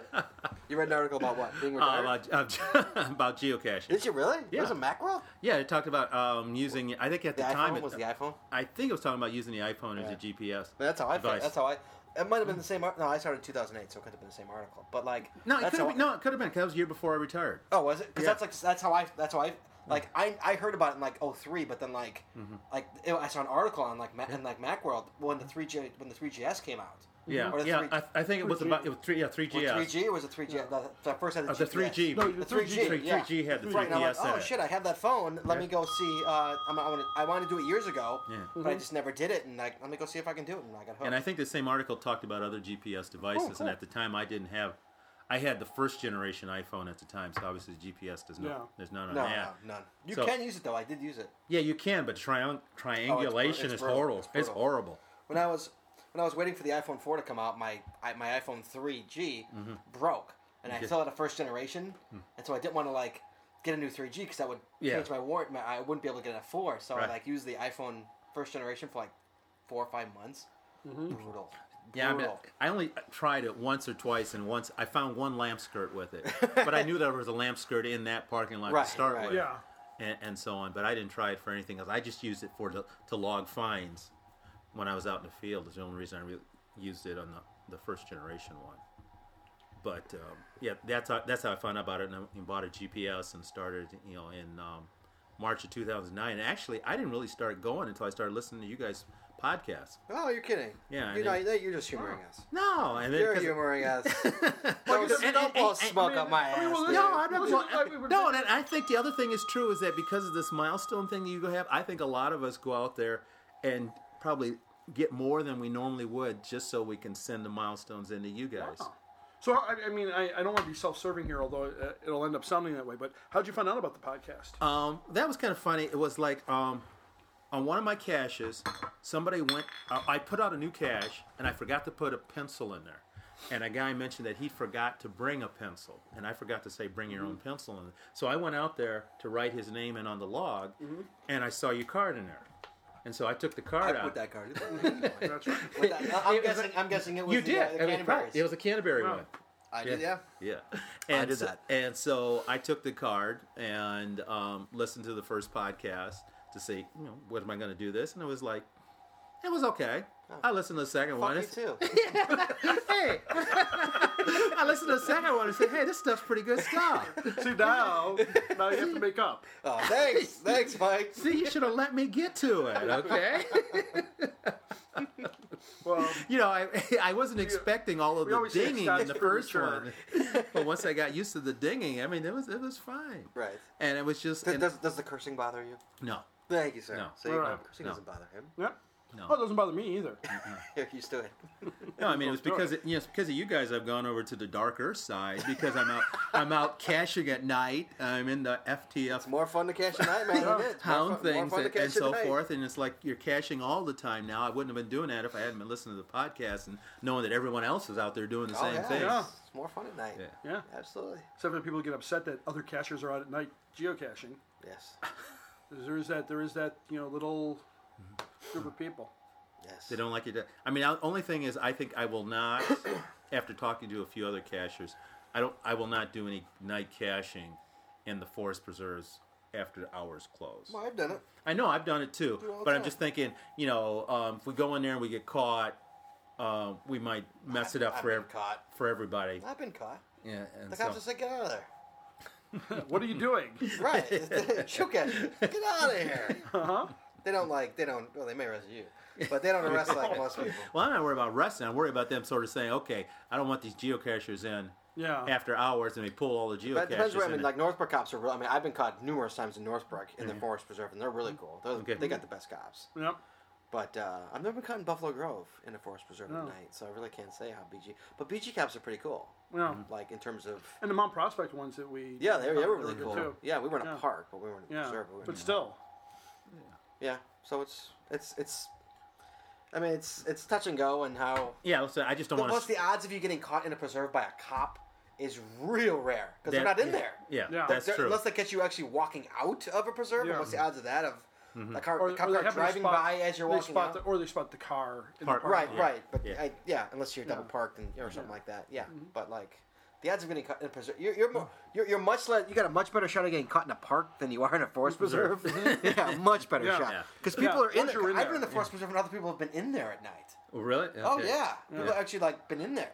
A: you read an article about what? Being
E: Uh,
A: retired?
E: about, uh, about [laughs] geocaching.
A: Did you really? It was
E: Yeah.
A: a Mackerel.
E: Yeah, it talked about um, using. I think at
A: The
E: the,
A: iPhone
E: time, it, uh,
A: was the iPhone.
E: I think it was talking about using the iPhone as a GPS.
A: That's how I. Feel.
E: device.
A: That's how I. It might have been the same. ar- No, I started in 2008, so it could have been the same article. But like,
E: No, it
A: that's
E: could
A: how
E: have been. No, it could have been. 'cause that was a year before I retired.
A: Oh, was it? Because
E: Yeah.
A: that's like that's how I that's how I like I I heard about it in like 03, but then like
E: Mm-hmm.
A: like it, I saw an article on like Ma- in like MacWorld when the three G when the three GS came out.
E: Yeah,
A: Or the
E: yeah.
A: three-
E: I, I think it was about it was three. Yeah, three
A: Three
E: G. Uh,
A: G was a three G. The, the first had the,
E: the three G.
A: GPS.
B: The
A: The three
B: 3G,
A: G.
E: three
A: yeah.
E: G had the three
A: Right, and I'm like,
E: GS.
A: oh shit! I have that phone. Let me go see. Uh, I'm, I want to. I wanted to do it years ago,
E: Yeah. Mm-hmm.
A: but I just never did it. And like, let me go see if I can do it. And I got hooked.
E: And I think the same article talked about other GPS devices, and at the time I didn't have, I had the first generation iPhone at the time, so obviously GPS does not.
B: Yeah.
E: There's none on
A: No,
E: that.
A: no, none. You
E: So-
A: can use it though. I did use it
E: Yeah, you can, but triang- triangulation
A: it's
E: is
A: brutal.
E: horrible.
A: It's
E: It's,
A: brutal.
E: horrible.
A: when I was when I was waiting for the iPhone 4 to come out. My I, my iPhone 3G
E: Mm-hmm.
A: broke, and I still had a first generation, and so I didn't want to like get a new 3G because that would
E: Hmm. Yeah.
A: change my warrant. My, I wouldn't be able to get a four, so
E: Right.
A: I like used the iPhone first generation for like four or five months. Brutal.
E: Yeah, I, mean,
A: Brutal.
E: I only tried it once or twice, and once I found one lamp skirt with it, but I knew there was a lamp skirt in that parking lot
A: Right,
E: to start
A: right.
E: with,
B: Yeah.
E: and, and so on. But I didn't try it for anything else. I just used it for the, to log fines when I was out in the field. Is the only reason I really used it on the, the first generation one. But um, yeah, that's how that's how I found out about it, and I bought a GPS and started, you know, in um, March of 2009. And actually, I didn't really start going until I started listening to you guys' podcasts.
A: Oh, you're kidding.
E: Yeah, I
A: You're, not,
E: mean-
A: you're just humoring us.
E: No, and then
A: You're
E: 'cause- [laughs]
A: humoring us. Don't don't blow smoke up my ass.
B: I mean, well,
A: dude.
E: No, I'm
B: Well,
E: not.
B: you know, I- we
E: no,
B: were-
E: and then I think the other thing is true is that because of this milestone thing you have, I think a lot of us go out there and probably get more than we normally would just so we can send the milestones into you guys.
B: So I, I mean, I, I don't want to be self-serving here, although uh, it'll end up sounding that way. But how'd you find out about the podcast?
E: Um, that was kind of funny. It was like um, on one of my caches, somebody went. Uh, I put out a new cache, and I forgot to put a pencil in there. And a guy mentioned that he forgot to bring a pencil, and I forgot to say bring your own
A: Mm-hmm.
E: pencil. In. So I went out there to write his name in on the log, and I saw your card in there. And so I took the
A: Mm-hmm. I
E: card out.
A: put that card.
E: [laughs]
A: With
B: [laughs] That's right.
A: that- I'm guessing. I'm guessing it was
E: you
A: the,
E: did.
A: Uh, the
E: I mean,
A: Canterbury's.
E: it was a Canterbury one.
A: I did. Yeah.
E: Yeah. Yeah. [laughs] And
A: did
E: so-
A: that.
E: And so I took the card and um, listened to the first podcast to see, you know, what am I going to do this? And it was like, it was okay.
B: Oh.
E: I listened to the second
A: Fuck
E: one.
A: you
E: It's-
A: too.
E: [laughs] Hey, [laughs] I listened to the second one and said, hey, this stuff's pretty good stuff.
B: See now, now you have to make up.
A: Oh,
E: [laughs]
A: thanks, thanks, Mike.
E: See, you should have let me get
B: [laughs]
E: to it, okay? [laughs]
B: Well,
E: you know, I I wasn't expecting all of
B: we
E: the
B: always say
E: dinging
B: Scott's
E: in the
B: pretty
E: first
B: mature.
E: one, but once I got used to the dinging, I mean, it was it was fine.
A: [laughs] Right.
E: And it was just
A: Does,
E: and-
A: does, does the cursing bother you?
E: no,
A: Thank you, sir.
E: No.
A: So you,
B: Alright.
A: cursing
E: No.
A: doesn't bother him.
B: yeah.
E: No.
B: Oh, it doesn't bother me either.
A: [laughs]
E: Uh-uh.
A: Here, you still.
E: No, I mean it's because it, you know, it's because of you guys I've gone over to the darker side because
A: [laughs]
E: I'm out I'm out cashing at night. I'm in the FTF
A: More fun to catch a [laughs] night, man. It is. More
E: hound
A: fun- more
E: things
A: fun to
E: and,
A: catch
E: and so
A: tonight.
E: forth, and it's like you're cashing all the time now. I wouldn't have been doing that if I hadn't been listening to the podcast and knowing that everyone else is out there doing the
A: Oh,
E: same
A: yeah.
E: thing.
A: It's, it's more fun at night.
E: Yeah.
B: Yeah.
A: Absolutely.
B: Except when people get upset that other cashers are out at night geocaching.
A: Yes.
B: There is that. There is that. You know, little group of people.
A: Yes.
E: They don't like you to. I mean, the only thing is, I think I will not. [coughs] after talking to a few other cashers, I don't. I will not do any night caching in the forest preserves after hours close.
A: Well, I've done it.
E: I know I've done it too,
A: all the
E: but I'm
A: time.
E: just thinking, you know, um, if we go in there and we get caught, um, we might mess it up
A: I've
E: for
A: been
E: ev-
A: caught.
E: for everybody.
A: I've been caught.
E: Yeah, and
A: The
E: so,
A: cops just said, "Get out of there."
B: What are you doing?
A: Right.
E: [laughs]
A: [laughs] Shoot at you. Get out of here. Uh-huh. They don't like. They don't. Well, they may arrest you, but
E: [laughs]
A: they don't arrest like most people.
E: well, I'm not worried about arresting. I'm worried about them sort of saying, okay, I don't want these geocachers in
B: Yeah.
E: after hours, and they pull all the geocachers.
A: That depends where I
E: in
A: mean.
E: there.
A: Like Northbrook cops are. real- I mean, I've been caught numerous times in Northbrook in the Forest Preserve, and they're really cool. They're,
E: Mm-hmm. Okay.
A: They got the best cops.
B: Yep.
A: But uh, I've never been caught in Buffalo Grove in a forest preserve
B: Oh.
A: at night, so I really can't say how BG. But BG caps are pretty cool.
B: Yeah.
A: Like in terms of
B: And the Mount Prospect ones that we
A: yeah, they, they were
B: They
A: really
B: Oh, good
A: cool.
B: too.
A: Yeah, we were in a
B: Yeah.
A: park, but we were in a
B: yeah,
A: preserve. we were in-
B: but still,
A: yeah, so it's it's it's. I mean, it's it's touch and go, and how
E: yeah, so I just don't want
A: plus
E: to.
A: the odds of you getting caught in a preserve by a cop is real rare because they're not in there.
E: Yeah,
B: Yeah.
E: that's
A: They're-
E: true.
A: Unless they catch you actually walking out of a preserve,
B: Yeah.
A: what's the odds of that? Of
E: Mm-hmm.
A: the car,
B: or,
A: the
B: or
A: cop
B: they
A: car
B: happen to
A: driving
B: spot-
A: by as you're
B: they
A: walking
B: spot
A: out.
B: the, or they spot the car. In
E: Park-
B: the
A: Right,
B: parking lot.
A: right, but
E: Yeah.
A: I, yeah, unless you're double parked and, or something like that, yeah.
B: Mm-hmm.
A: But like, the odds of getting caught in a preserve, you're you're, more, you're you're much less. You got a much better shot of getting caught in a park than you are in a forest preserve.
B: [laughs]
A: [laughs] yeah, much better
B: Yeah.
A: shot
E: Yeah.
A: because people
B: Yeah,
A: are in
B: once
A: there.
B: you're in
A: I've been in the
B: there,
A: forest preserve and other people have been in there at night.
E: Oh, Hmm. really?
A: Oh
E: Okay.
A: yeah, people actually like been in there.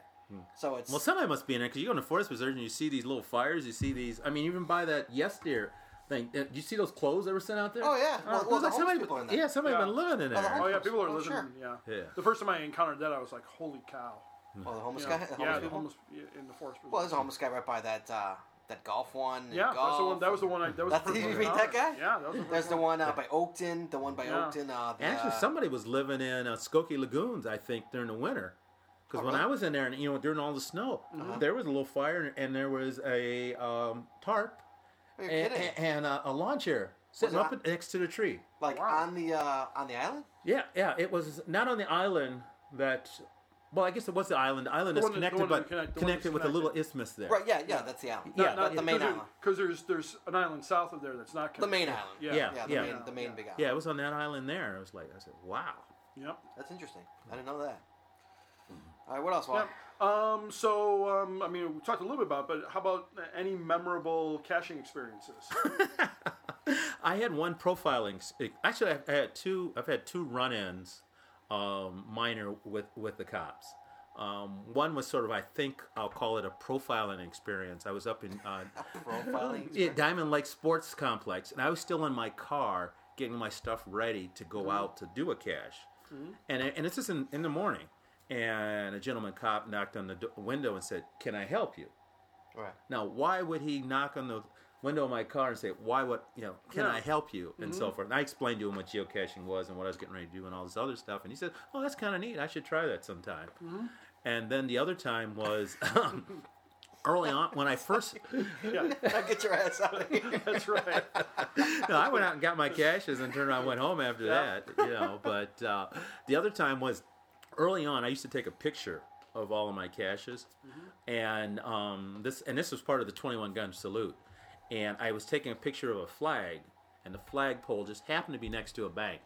A: So it's
E: Well, somebody must be in it because you go in the forest preserve and you see these little fires. You see these. I mean, even by that yes deer thing, uh, do you see those clothes that were sent out there?
A: Oh, yeah. Well-
E: Uh, it
A: well,
E: looks
A: the
E: like
A: homeless
E: somebody,
A: people are in there.
E: yeah, somebody
B: Yeah.
E: been living in
A: Oh, the
E: there.
B: Oh yeah, people are
A: Oh,
B: living.
A: sure.
B: Yeah.
E: Yeah.
B: The first time I encountered that, I was like, "Holy cow!"
A: well, the homeless
B: Yeah,
A: guy, the homeless
B: yeah the
A: people?
B: homeless yeah, in the forest.
A: Well, there's a homeless guy right by that uh, that golf one. and
B: yeah, that's the
A: golf
B: one. That was the one. I, that was
A: That's
B: the
A: the-
B: first
A: you
B: one I
A: mean that
B: encountered.
A: guy?
B: Yeah, that was the
A: There's
B: first
A: the
B: one.
A: one uh, by Oakton, the one by
B: Yeah.
A: Oakton. Uh, the,
E: Actually,
A: uh,
E: somebody was living in uh, Skokie Lagoons, I think, during the winter. Because
B: Uh-huh.
E: when I was in there, and you know, during all the snow, there was a little fire, and there was a um, tarp
A: You're
E: and,
A: kidding.
E: [laughs] and, and a, a lawn chair sitting
A: Was
E: up
A: it
E: next to the tree.
A: like on the uh, on the island.
E: Yeah, yeah. It was not on the island that. Well, I guess it was the island. The island is
B: one that- the
E: connected,
B: one that
E: but
B: connect- the one
E: connected
B: that's
E: with a little isthmus there.
A: Right. Yeah. Yeah. That's the island.
E: Yeah,
A: Not the main island.
B: Because there's there's an island south of there that's not
A: The
B: connected.
A: main island.
B: Yeah.
E: Yeah.
A: Yeah. The main. The main big island.
E: Yeah, it was on that island there. I was like, I said, wow.
B: Yep.
A: That's interesting. I didn't know that.
E: Mm-hmm.
A: All right. What else? Juan?
B: Yep. Um, so, um, I mean, we talked a little bit about, it, but how about any memorable caching experiences?
E: [laughs] I had one profiling. s- eh, Actually, I've had two. I've had two run-ins, um, minor with with the cops. Um, one was sort of, I think, I'll call it a profiling experience. I was up in uh,
A: Profiling.
E: [laughs] Yeah, Diamond Lake Sports Complex, and I was still in my car getting my stuff ready to go out to do a cache. And I- and it's just in, in the morning, and a gentleman cop knocked on the do- window and said, "Can I help you?"
A: Right. [laughs]
E: Now, why would he knock on the window of my car and say, "Why would you know? Can I help you?" and so forth? And I explained to him what geocaching was and what I was getting ready to do and all this other stuff, and he said, "Oh, that's kind of neat. I should try that sometime." And then the other time was. [laughs] Early on, when I first
A: [laughs] Now get your ass out of here.
E: [laughs]
B: that's right.
E: no, I went out and got my caches and turned around and went home after that, you know. But uh, the other time was early on, I used to take a picture of all of my caches,
A: Mm-hmm.
E: and um, this and this was part of the 21 gun salute. And I was taking a picture of a flag, and the flagpole just happened to be next to a bank.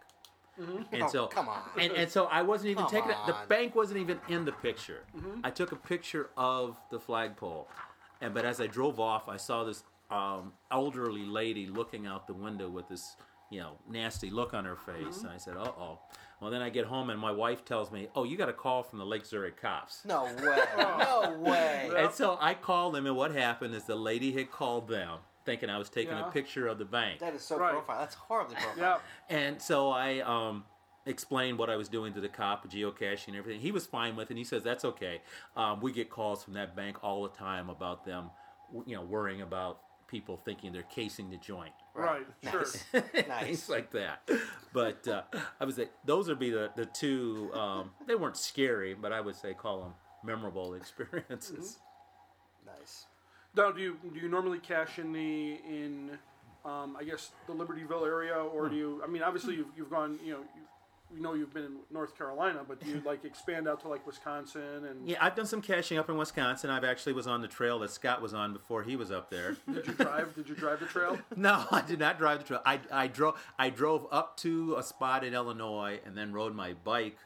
E: And so,
A: Mm-hmm. [laughs] come on.
E: And, and so I wasn't even
A: Come
E: taking it. The
A: on.
E: bank wasn't even in the picture. I took a picture of the flagpole, and but as I drove off, I saw this um, elderly lady looking out the window with this, you know, nasty look on her face. And I said, "Uh oh." Well, then I get home, and my wife tells me, "Oh, you got a call from the Lake Zurich cops."
A: No way. No
E: [laughs]
A: way.
E: And so I called them, and what happened is the lady had called them, thinking I was taking
B: Yeah.
E: a picture of the bank.
A: That is so
B: Right.
A: profile. That's horribly profile.
B: Yeah.
E: And so I um, explained what I was doing to the cop, geocaching and everything. He was fine with it. And he says, that's okay. Um, we get calls from that bank all the time about them, w- you know, worrying about people thinking they're casing the joint. [laughs]
B: Right. Sure.
E: Things like that. But uh, I would say those would be the, the two, um, they weren't scary, but I would say call them memorable experiences.
A: Nice.
B: Now, do you do you normally cash in the in, um, I guess the Libertyville area, or
A: Hmm.
B: do you? I mean, obviously you've, you've gone. You know, you, you know you've been in North Carolina, but do you like expand out to like Wisconsin and
E: Yeah, I've done some caching up in Wisconsin. I've actually was on the trail that Scott was on before he was up there.
B: did you drive? did you drive the
A: [laughs]
B: trail?
E: No, I did not drive the trail. I, I drove I drove up to a spot in Illinois and then rode my bike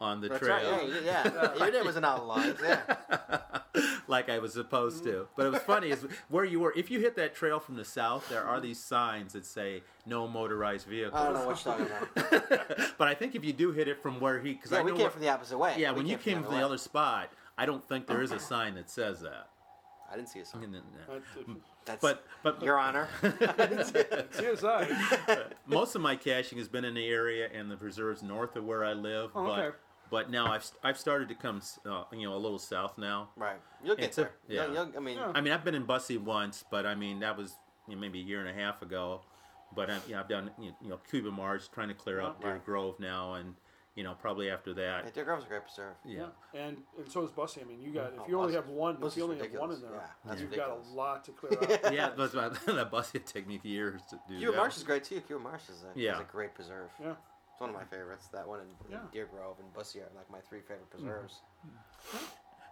E: on the
A: That's
E: trail
A: right. Yeah, you- yeah. Your name was an outlaw. Yeah.
E: [laughs] like I was supposed to. But it was funny is where you were. If you hit that trail from the south, there are these signs that say no motorized
A: I
E: vehicle.
A: don't know what you're talking
E: [laughs]
A: about.
E: But I think if you do hit it from where he, because
A: Yeah,
E: I
A: we
E: know
A: came
E: where-
A: from the opposite way.
E: yeah,
A: We
E: when you came from the
A: way.
E: other spot, I don't think there is a sign that says
A: [clears throat]
E: that.
A: I didn't see a sign.
E: And then-
A: That's
E: Mm-hmm. But but
A: Your
E: [laughs]
A: Honor.
B: CSI.
E: most of my caching has been in the area and the preserves north of where I live.
B: Oh,
E: but,
B: okay.
E: but now I've I've started to come uh, you know a little south now.
A: Right. You'll get
E: It's a-
A: there. Yeah. You'll,
E: yeah.
A: you'll- I mean,
E: I mean I've been in Bussy once, but I mean that was you know, maybe a year and a half ago. But I'm, you know, I've done you know, you know Cuba Mars trying to clear out Deer
A: Right.
E: Grove now, and you know probably after that.
A: Deer Grove's a great preserve.
E: Yeah.
B: And and so is Bussy. I mean, you got if
A: Oh,
B: you only
A: Bussy.
B: have one, if
A: Bussy's
B: you only
A: ridiculous.
B: have one in
A: Yeah,
B: there,
A: that's
B: you've
A: ridiculous.
B: got a lot
A: [laughs]
B: to clear out.
E: Yeah, that's why [laughs] that bus it take me years to do.
A: Cuba
E: that.
A: Marsh is great too. Cuba Marsh is a,
E: Yeah.
A: is a great preserve.
B: yeah.
A: It's one of my favorites. That one and
B: Yeah.
A: Deer Grove and Bussy are like my three favorite
E: Mm-hmm.
A: preserves.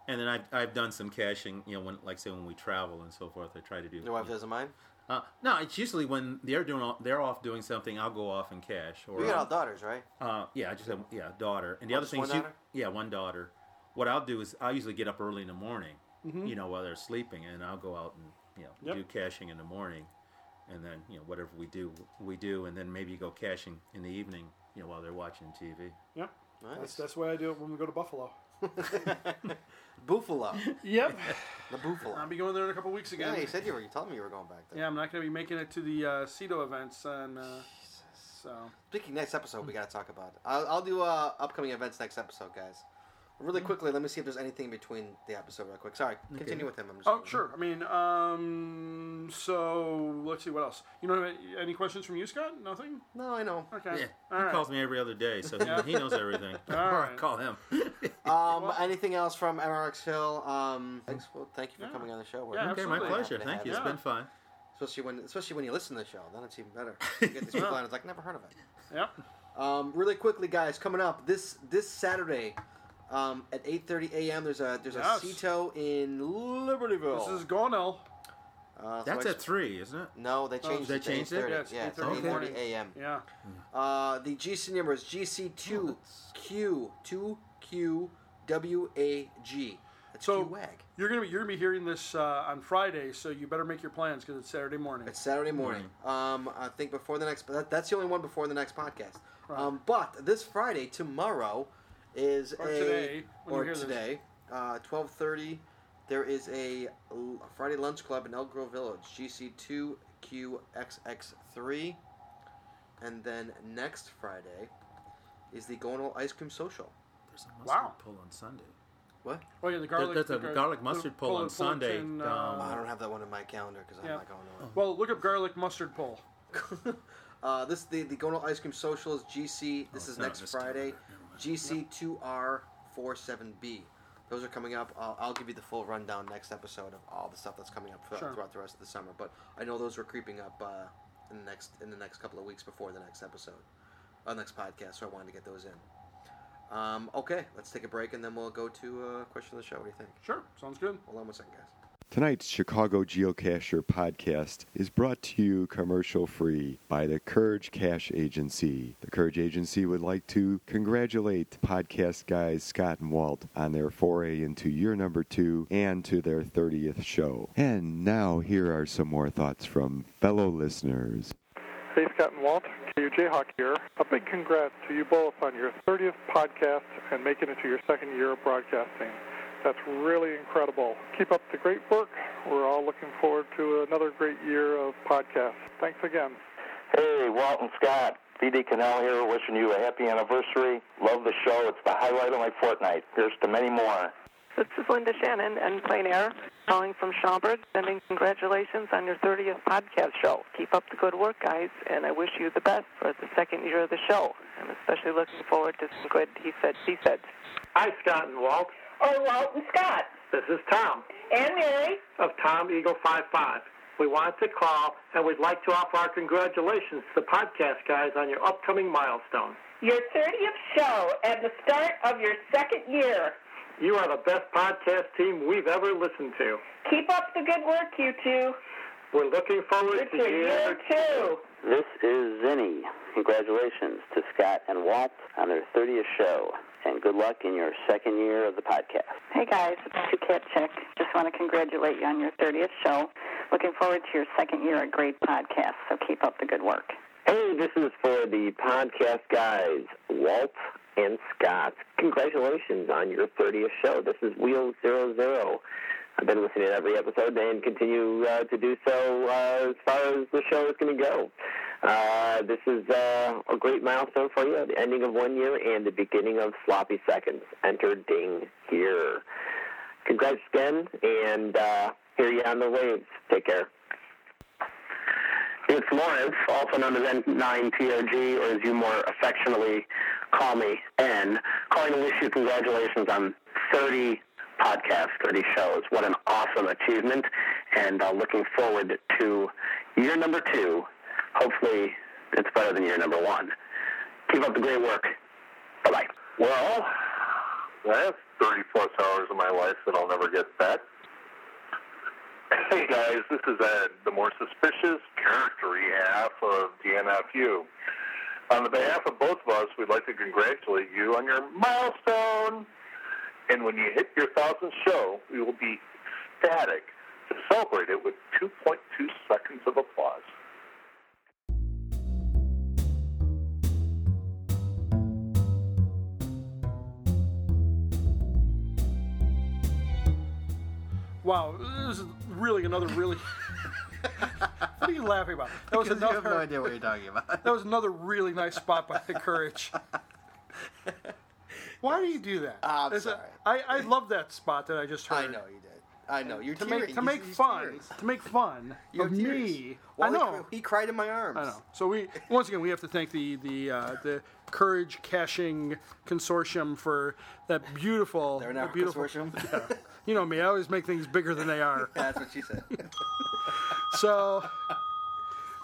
E: and then I've, I've done some caching, you know, when like say when we travel and so forth, I try to do.
A: Your wife doesn't mind.
E: Uh, no, it's usually when they're doing all, they're off doing something, I'll go off and cash. Or
A: You got all daughters, right?
E: uh, yeah, I just have yeah daughter. And the
A: Oh,
E: other
A: just
E: thing
A: one
E: is, you-
A: daughter?
E: yeah, one daughter. What I'll do is I'll usually get up early in the morning, you know, while they're sleeping, and I'll go out and you know
B: Mm-hmm. Yep.
E: do caching in the morning, and then you know whatever we do we do, and then maybe go caching in the evening, you know, while they're watching TV.
B: Yeah. That's
A: Nice.
B: that's the way I do it when we go to Buffalo.
A: [laughs] Buffalo.
B: Yep.
A: The Buffalo.
B: I'll be going there in a couple weeks again.
A: Yeah, you said you were. You told me you were going back there.
B: Yeah, I'm not going to be making it to the uh, CETO events, and uh, so
A: Speaking next episode, we got to talk about. It. I'll, I'll do uh, upcoming events next episode, guys. Really quickly, let me see if there's anything between the episode, real quick. Sorry, continue with him. I'm just
B: oh sure. I mean, um, so let's see what else. You know, any questions from you, Scott? Nothing.
A: No, I know.
B: Okay.
E: Yeah,
B: All
E: he
B: right. [laughs]
E: calls me every other day, so he, he knows everything. or I
B: right.
E: [laughs] call him.
A: Um, anything else from MRX Hill? Um, thanks. Well, thank you for
B: Yeah.
A: coming on the show. We're
B: Yeah,
E: Okay, my
B: Absolutely.
E: pleasure.
A: Happy to
E: Thank
A: have
E: you. It's
A: you.
E: been fun.
A: Especially when, especially when you listen to the show, then it's even
B: [laughs]
A: better. You get these people on. It's like never heard of it.
B: Yep.
A: Um, really quickly, guys, coming up this this Saturday um, at 8:30 a.m. There's a there's a
B: Yes.
A: CETO in Libertyville.
B: This is Gonel.
A: uh, so
E: That's
A: I
E: at three, isn't it?
A: No,
B: Oh,
A: they changed.
E: they
A: it to
E: changed it?
A: 8:30.
B: Yes,
A: yeah, it's
B: 8:30
A: 8:30
B: morning.
A: a.m.
B: Yeah.
A: Uh, the GC number is GC2Q2QWAG. That's
B: So
A: QWAG.
B: you're gonna be you're gonna be hearing this uh, on Friday, so you better make your plans because it's Saturday morning.
A: It's Saturday morning. Um, I think before the next. That, that's the only one before the next podcast. Um, but this Friday, tomorrow, is
B: Or
A: a
B: today, when you
A: or
B: hear this.
A: today, uh, twelve thirty. There is a l- Friday lunch club in Elk Grove Village, GC two QXX three, and then next Friday is the Gonal Ice Cream Social.
E: There's a mustard
B: Wow.
E: pull on Sunday.
A: What?
B: Oh yeah, the garlic.
E: that's a
B: the gar-
E: garlic
B: the
E: mustard pull on
B: pulled
E: Sunday.
B: pork and,
E: Um,
A: I
B: uh,
A: don't have that one in my calendar because
B: Yeah.
A: I'm not going to. it.
B: well, look up garlic mustard pull.
A: Uh, this the the Gonal Ice Cream Social is GC. This is
E: not
A: next
E: this
A: Friday,
E: calendar. Never mind.
A: GC two R 47 B. Those are coming up. I'll, I'll give you the full rundown next episode of all the stuff that's coming up throughout,
B: Sure.
A: throughout the rest of the summer. But I know those were creeping up uh, in the next in the next couple of weeks before the next episode, uh, next podcast. So I wanted to get those in. Um, okay, let's take a break and then we'll go to uh, question of the show. What do you think?
B: Sure, sounds good.
A: Hold on one second, guys.
I: Tonight's Chicago Geocacher podcast is brought to you commercial free by the Courage Cash Agency. The Courage Agency would like to congratulate podcast guys Scott and Walt on their foray into year number two and to their 30th show. And now, here are some more thoughts from fellow listeners.
J: Hey, Scott and Walt, KU Jayhawk here. A big congrats to you both on your 30th podcast and making it to your second year of broadcasting. That's really incredible. Keep up the great work. We're all looking forward to another great year of podcasts. Thanks again.
K: Hey, Walt and Scott. BD Canal here, wishing you a happy anniversary. Love the show. It's the highlight of my fortnight. Here's to many more.
L: This is Linda Shannon and Plain Air calling from Schaumburg, sending congratulations on your 30th podcast show. Keep up the good work, guys, and I wish you the best for the second year of the show. I'm especially looking forward to some good he said, she said.
M: Hi, Scott and Walt.
H: Oh, Walt and Scott.
M: This is Tom
H: And Mary.
M: of Tom Eagle 55. We wanted to call and we'd like to offer our congratulations to the podcast guys on your upcoming milestone.
H: Your 30th show and the start of your second year.
M: You are the best podcast team we've ever listened to.
H: Keep up the good work, you two.
M: We're looking forward
H: It's
M: to
H: your year two.
K: This is Zinni. Congratulations to Scott and Walt on their 30th show, and good luck in your second year of the podcast.
L: Hey, guys, it's Sue Katchick. Just want to congratulate you on your 30th show. Looking forward to your second year of great podcast, so keep up the good work.
K: Hey, this is for the podcast guys, Walt and Scott. Congratulations on your 30th show. This is Wheel Zero Zero. I've been listening to every episode and continue uh, to do so uh, as far as the show is going to go. Uh, this is uh, a great milestone for you, the ending of one year and the beginning of sloppy seconds. Enter Ding here. Congrats again, and uh, hear you on the waves. Take care. It's Lawrence, also known as N9POG, or as you more affectionately call me, N. Calling to wish you congratulations on 30 podcasts, 30 shows. What an awesome achievement, and uh, looking forward to year number two. Hopefully, it's better than year number one. Keep up the great work. Bye bye. Well, that's 30 plus hours of my life that I'll never get back. Hey guys, this is Ed, the more suspicious character half of DNFU. On the behalf of both of us, we'd like to congratulate you on your milestone. And when you hit your thousandth show, we will be ecstatic to celebrate it with 2.2 seconds of applause.
B: Wow, this is really another really. [laughs] what are you laughing about? That was another.
A: what you're talking about.
B: That was another really nice spot by the courage. Why do you do that?
A: I'm
B: Is it-
A: Ah, sorry.
B: I, I love that spot that I just
A: I
B: heard.
A: know you did. I know. You're
B: to
A: tearing.
B: make to make fun to make fun
A: You
B: of
A: have tears.
B: me.
A: Well,
B: I
A: he
B: know.
A: cr- He, cried in my arms.
B: I
A: [laughs]
B: know. So we once again we have to thank the the uh, the Courage Caching Consortium for that beautiful.
A: They're
B: that
A: not
B: beautiful. [laughs]
A: consortium.
B: You know me. I always make things bigger than they are.
A: That's what she [laughs] said.
B: So.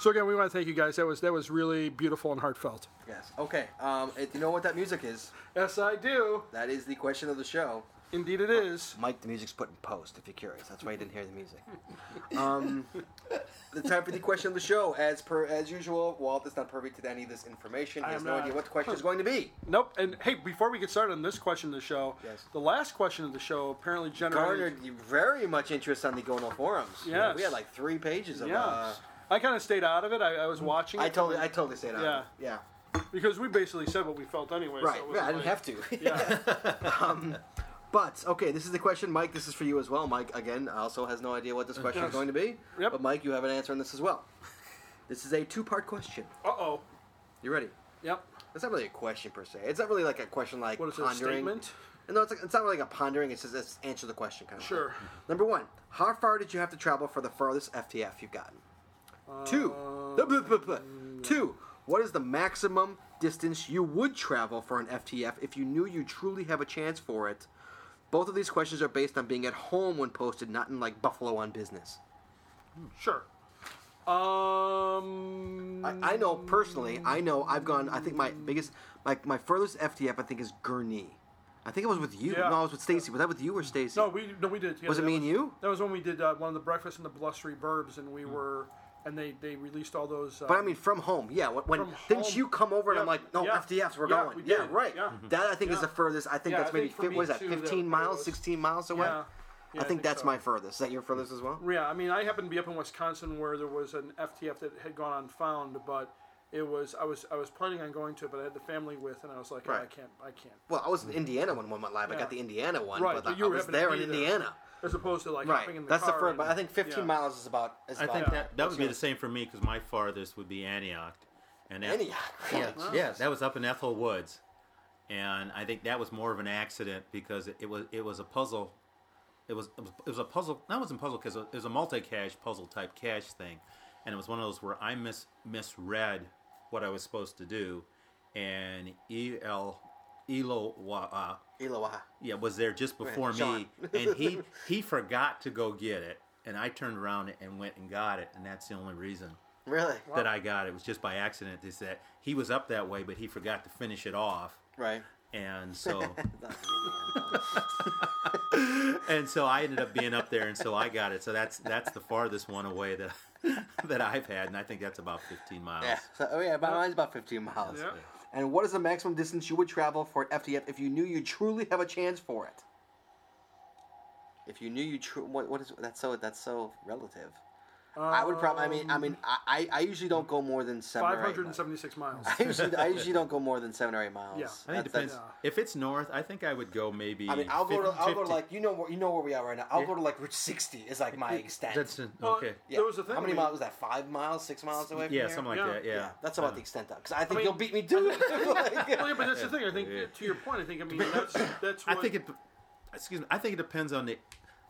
B: So again, we want to thank you guys. That was that was really beautiful and heartfelt.
A: Yes. Okay. Um, if you know what that music is.
B: Yes, I do.
A: That is the question of the show.
B: Indeed, it is.
A: Mike, the music's put in post. If you're curious, that's why you didn't hear the music. [laughs] Um, the time for the question of the show, as per as usual. Walt is not privy to any of this information.
B: I
A: He has
B: am
A: no
B: not.
A: idea what the question is going to be.
B: Nope. And hey, before we get started on this question of the show,
A: Yes.
B: the last question of the show apparently generated.
A: Garnered very much interest on the Gono forums.
B: Yes.
A: we had like three pages of.
B: yeah,
A: Uh, Mm-hmm.
B: I kind of stayed out of it. I, I was watching.
A: I
B: it.
A: totally, I totally said that.
B: Yeah.
A: yeah.
B: because we basically said what we felt anyway.
A: Right.
B: So it
A: Yeah, I
B: wasn't
A: didn't
B: like-
A: have to. [laughs]
B: [laughs]
A: um, but okay, this is the question, Mike. This is for you as well. Mike again also has no idea what this question is
B: Yes.
A: going to be.
B: Yep.
A: But Mike, you have an answer on this as well. [laughs] This is a two-part question.
B: Uh oh.
A: You ready?
B: Yep.
A: It's not really a question per se. It's not really like a question like
B: What is it, a
A: pondering.
B: statement?
A: No, it's, like, it's not really like a pondering. It's just it's answer the question kind of. thing.
B: Sure.
A: Number one, how far did you have to travel for the furthest FTF you've gotten? Two.
B: Um,
A: Blah, blah, blah, blah. Two. What is the maximum distance you would travel for an FTF if you knew you truly have a chance for it? Both of these questions are based on being at home when posted, not in like Buffalo on business.
B: Sure. Um.
A: I, I know personally. I know I've gone. I think my biggest, my, my furthest FTF, I think is Gurney. I think it was with you.
B: Yeah.
A: No, I was with Stacy. Was that with you or Stacy?
B: No, we no we did. together.
A: Was it
B: That
A: me and you? Mm.
B: That was when we did uh, one of the breakfast and the blustery burbs, and we were and they they released all those. Uh,
A: But I mean, from home, yeah. When, when
B: From
A: didn't
B: home.
A: you come over and I'm
B: Yeah,
A: like, no
B: yeah.
A: FTFs, we're
B: Yeah,
A: going.
B: we
A: yeah,
B: did.
A: right.
B: Yeah.
A: That I think is
B: Yeah,
A: the furthest. I think
B: Yeah,
A: that's
B: I
A: maybe
B: think for
A: fif-
B: me
A: what is that?
B: too, that-
A: 15
B: that
A: miles,
B: was-
A: 16 miles away.
B: Yeah. Yeah,
A: I think that's
B: so.
A: my furthest. Is that your furthest as well?
B: Yeah, I mean, I happened to be up in Wisconsin where there was an FTF that had gone unfound, but it was I was I was planning on going to it, but I had the family with, and I was like, oh, I
A: Right.
B: can't, I can't.
A: Well, I was in Indiana when one went live. I
B: Mm-hmm. Yeah.
A: got the Indiana one,
B: Right,
A: but,
B: but
A: I-
B: you
A: I
B: were
A: was
B: happening to
A: there in
B: be there.
A: Indiana.
B: As opposed to like hopping
A: Right.
B: in the
A: That's the
B: car
A: first.
B: and-
A: But I think 15
B: yeah.
A: miles is about. Is
E: I
A: about
E: think that that would be
A: Yeah.
E: the same for me because my farthest would be Antioch, and that,
A: Antioch,
E: Yeah,
A: [laughs] really?
E: yeah, that was up in Ethel Woods, and I think that was more of an accident because it, it was it was a puzzle. It was, it was it was a puzzle. That wasn't puzzle because it was a multi-cache puzzle type cache thing, and it was one of those where I mis misread what I was supposed to do, and E L Elo Wa uh,
A: Aloha.
E: yeah, was there just before me,
A: Sean.
E: and he he forgot to go get it, and I turned around and went and got it, and that's the only reason
A: Really?
E: that I got it. It was just by accident. Is that he was up that way, but he forgot to finish it off,
A: Right.
E: and so [laughs]
A: That's Indiana.
E: and so I ended up being up there, and so I got it. So that's that's the farthest one away that [laughs] that I've had, and I think that's about 15 miles.
A: Yeah. So, oh yeah, about mine's about 15 miles.
B: Yeah.
A: And what is the maximum distance you would travel for an FTF if you knew you truly have a chance for it? If you knew you true, what, what is that's so that's so relative. I would probably. I mean, I mean, I, I I usually don't go more than seven.
B: Five
A: or eight
B: hundred and
A: miles.
B: seventy-six miles.
A: [laughs] I usually, I usually don't go more than seven or eight miles.
B: Yeah.
E: I think it
A: That's-
E: depends.
A: that's-
E: If it's north, I think I would go maybe.
A: I mean, I'll go to
E: 50
A: I'll go to like you know where you know where we are right now. I'll go to like Route 60 is like my extent.
E: [laughs] That's okay.
B: Well, There was a thing.
A: How many
B: we-
A: miles was that? Five miles, six miles away. From
E: yeah,
A: here?
E: something like
B: Yeah.
E: that. Yeah,
A: Yeah, that's
E: I
A: about
E: don't
A: the
E: know.
A: extent of because I think
B: mean-
A: you'll beat me to it. [laughs] Like-
B: Well, yeah, but that's the thing. I think to your point, I think I mean that's that's
E: I
B: what
E: think it. Excuse me. I think it depends on the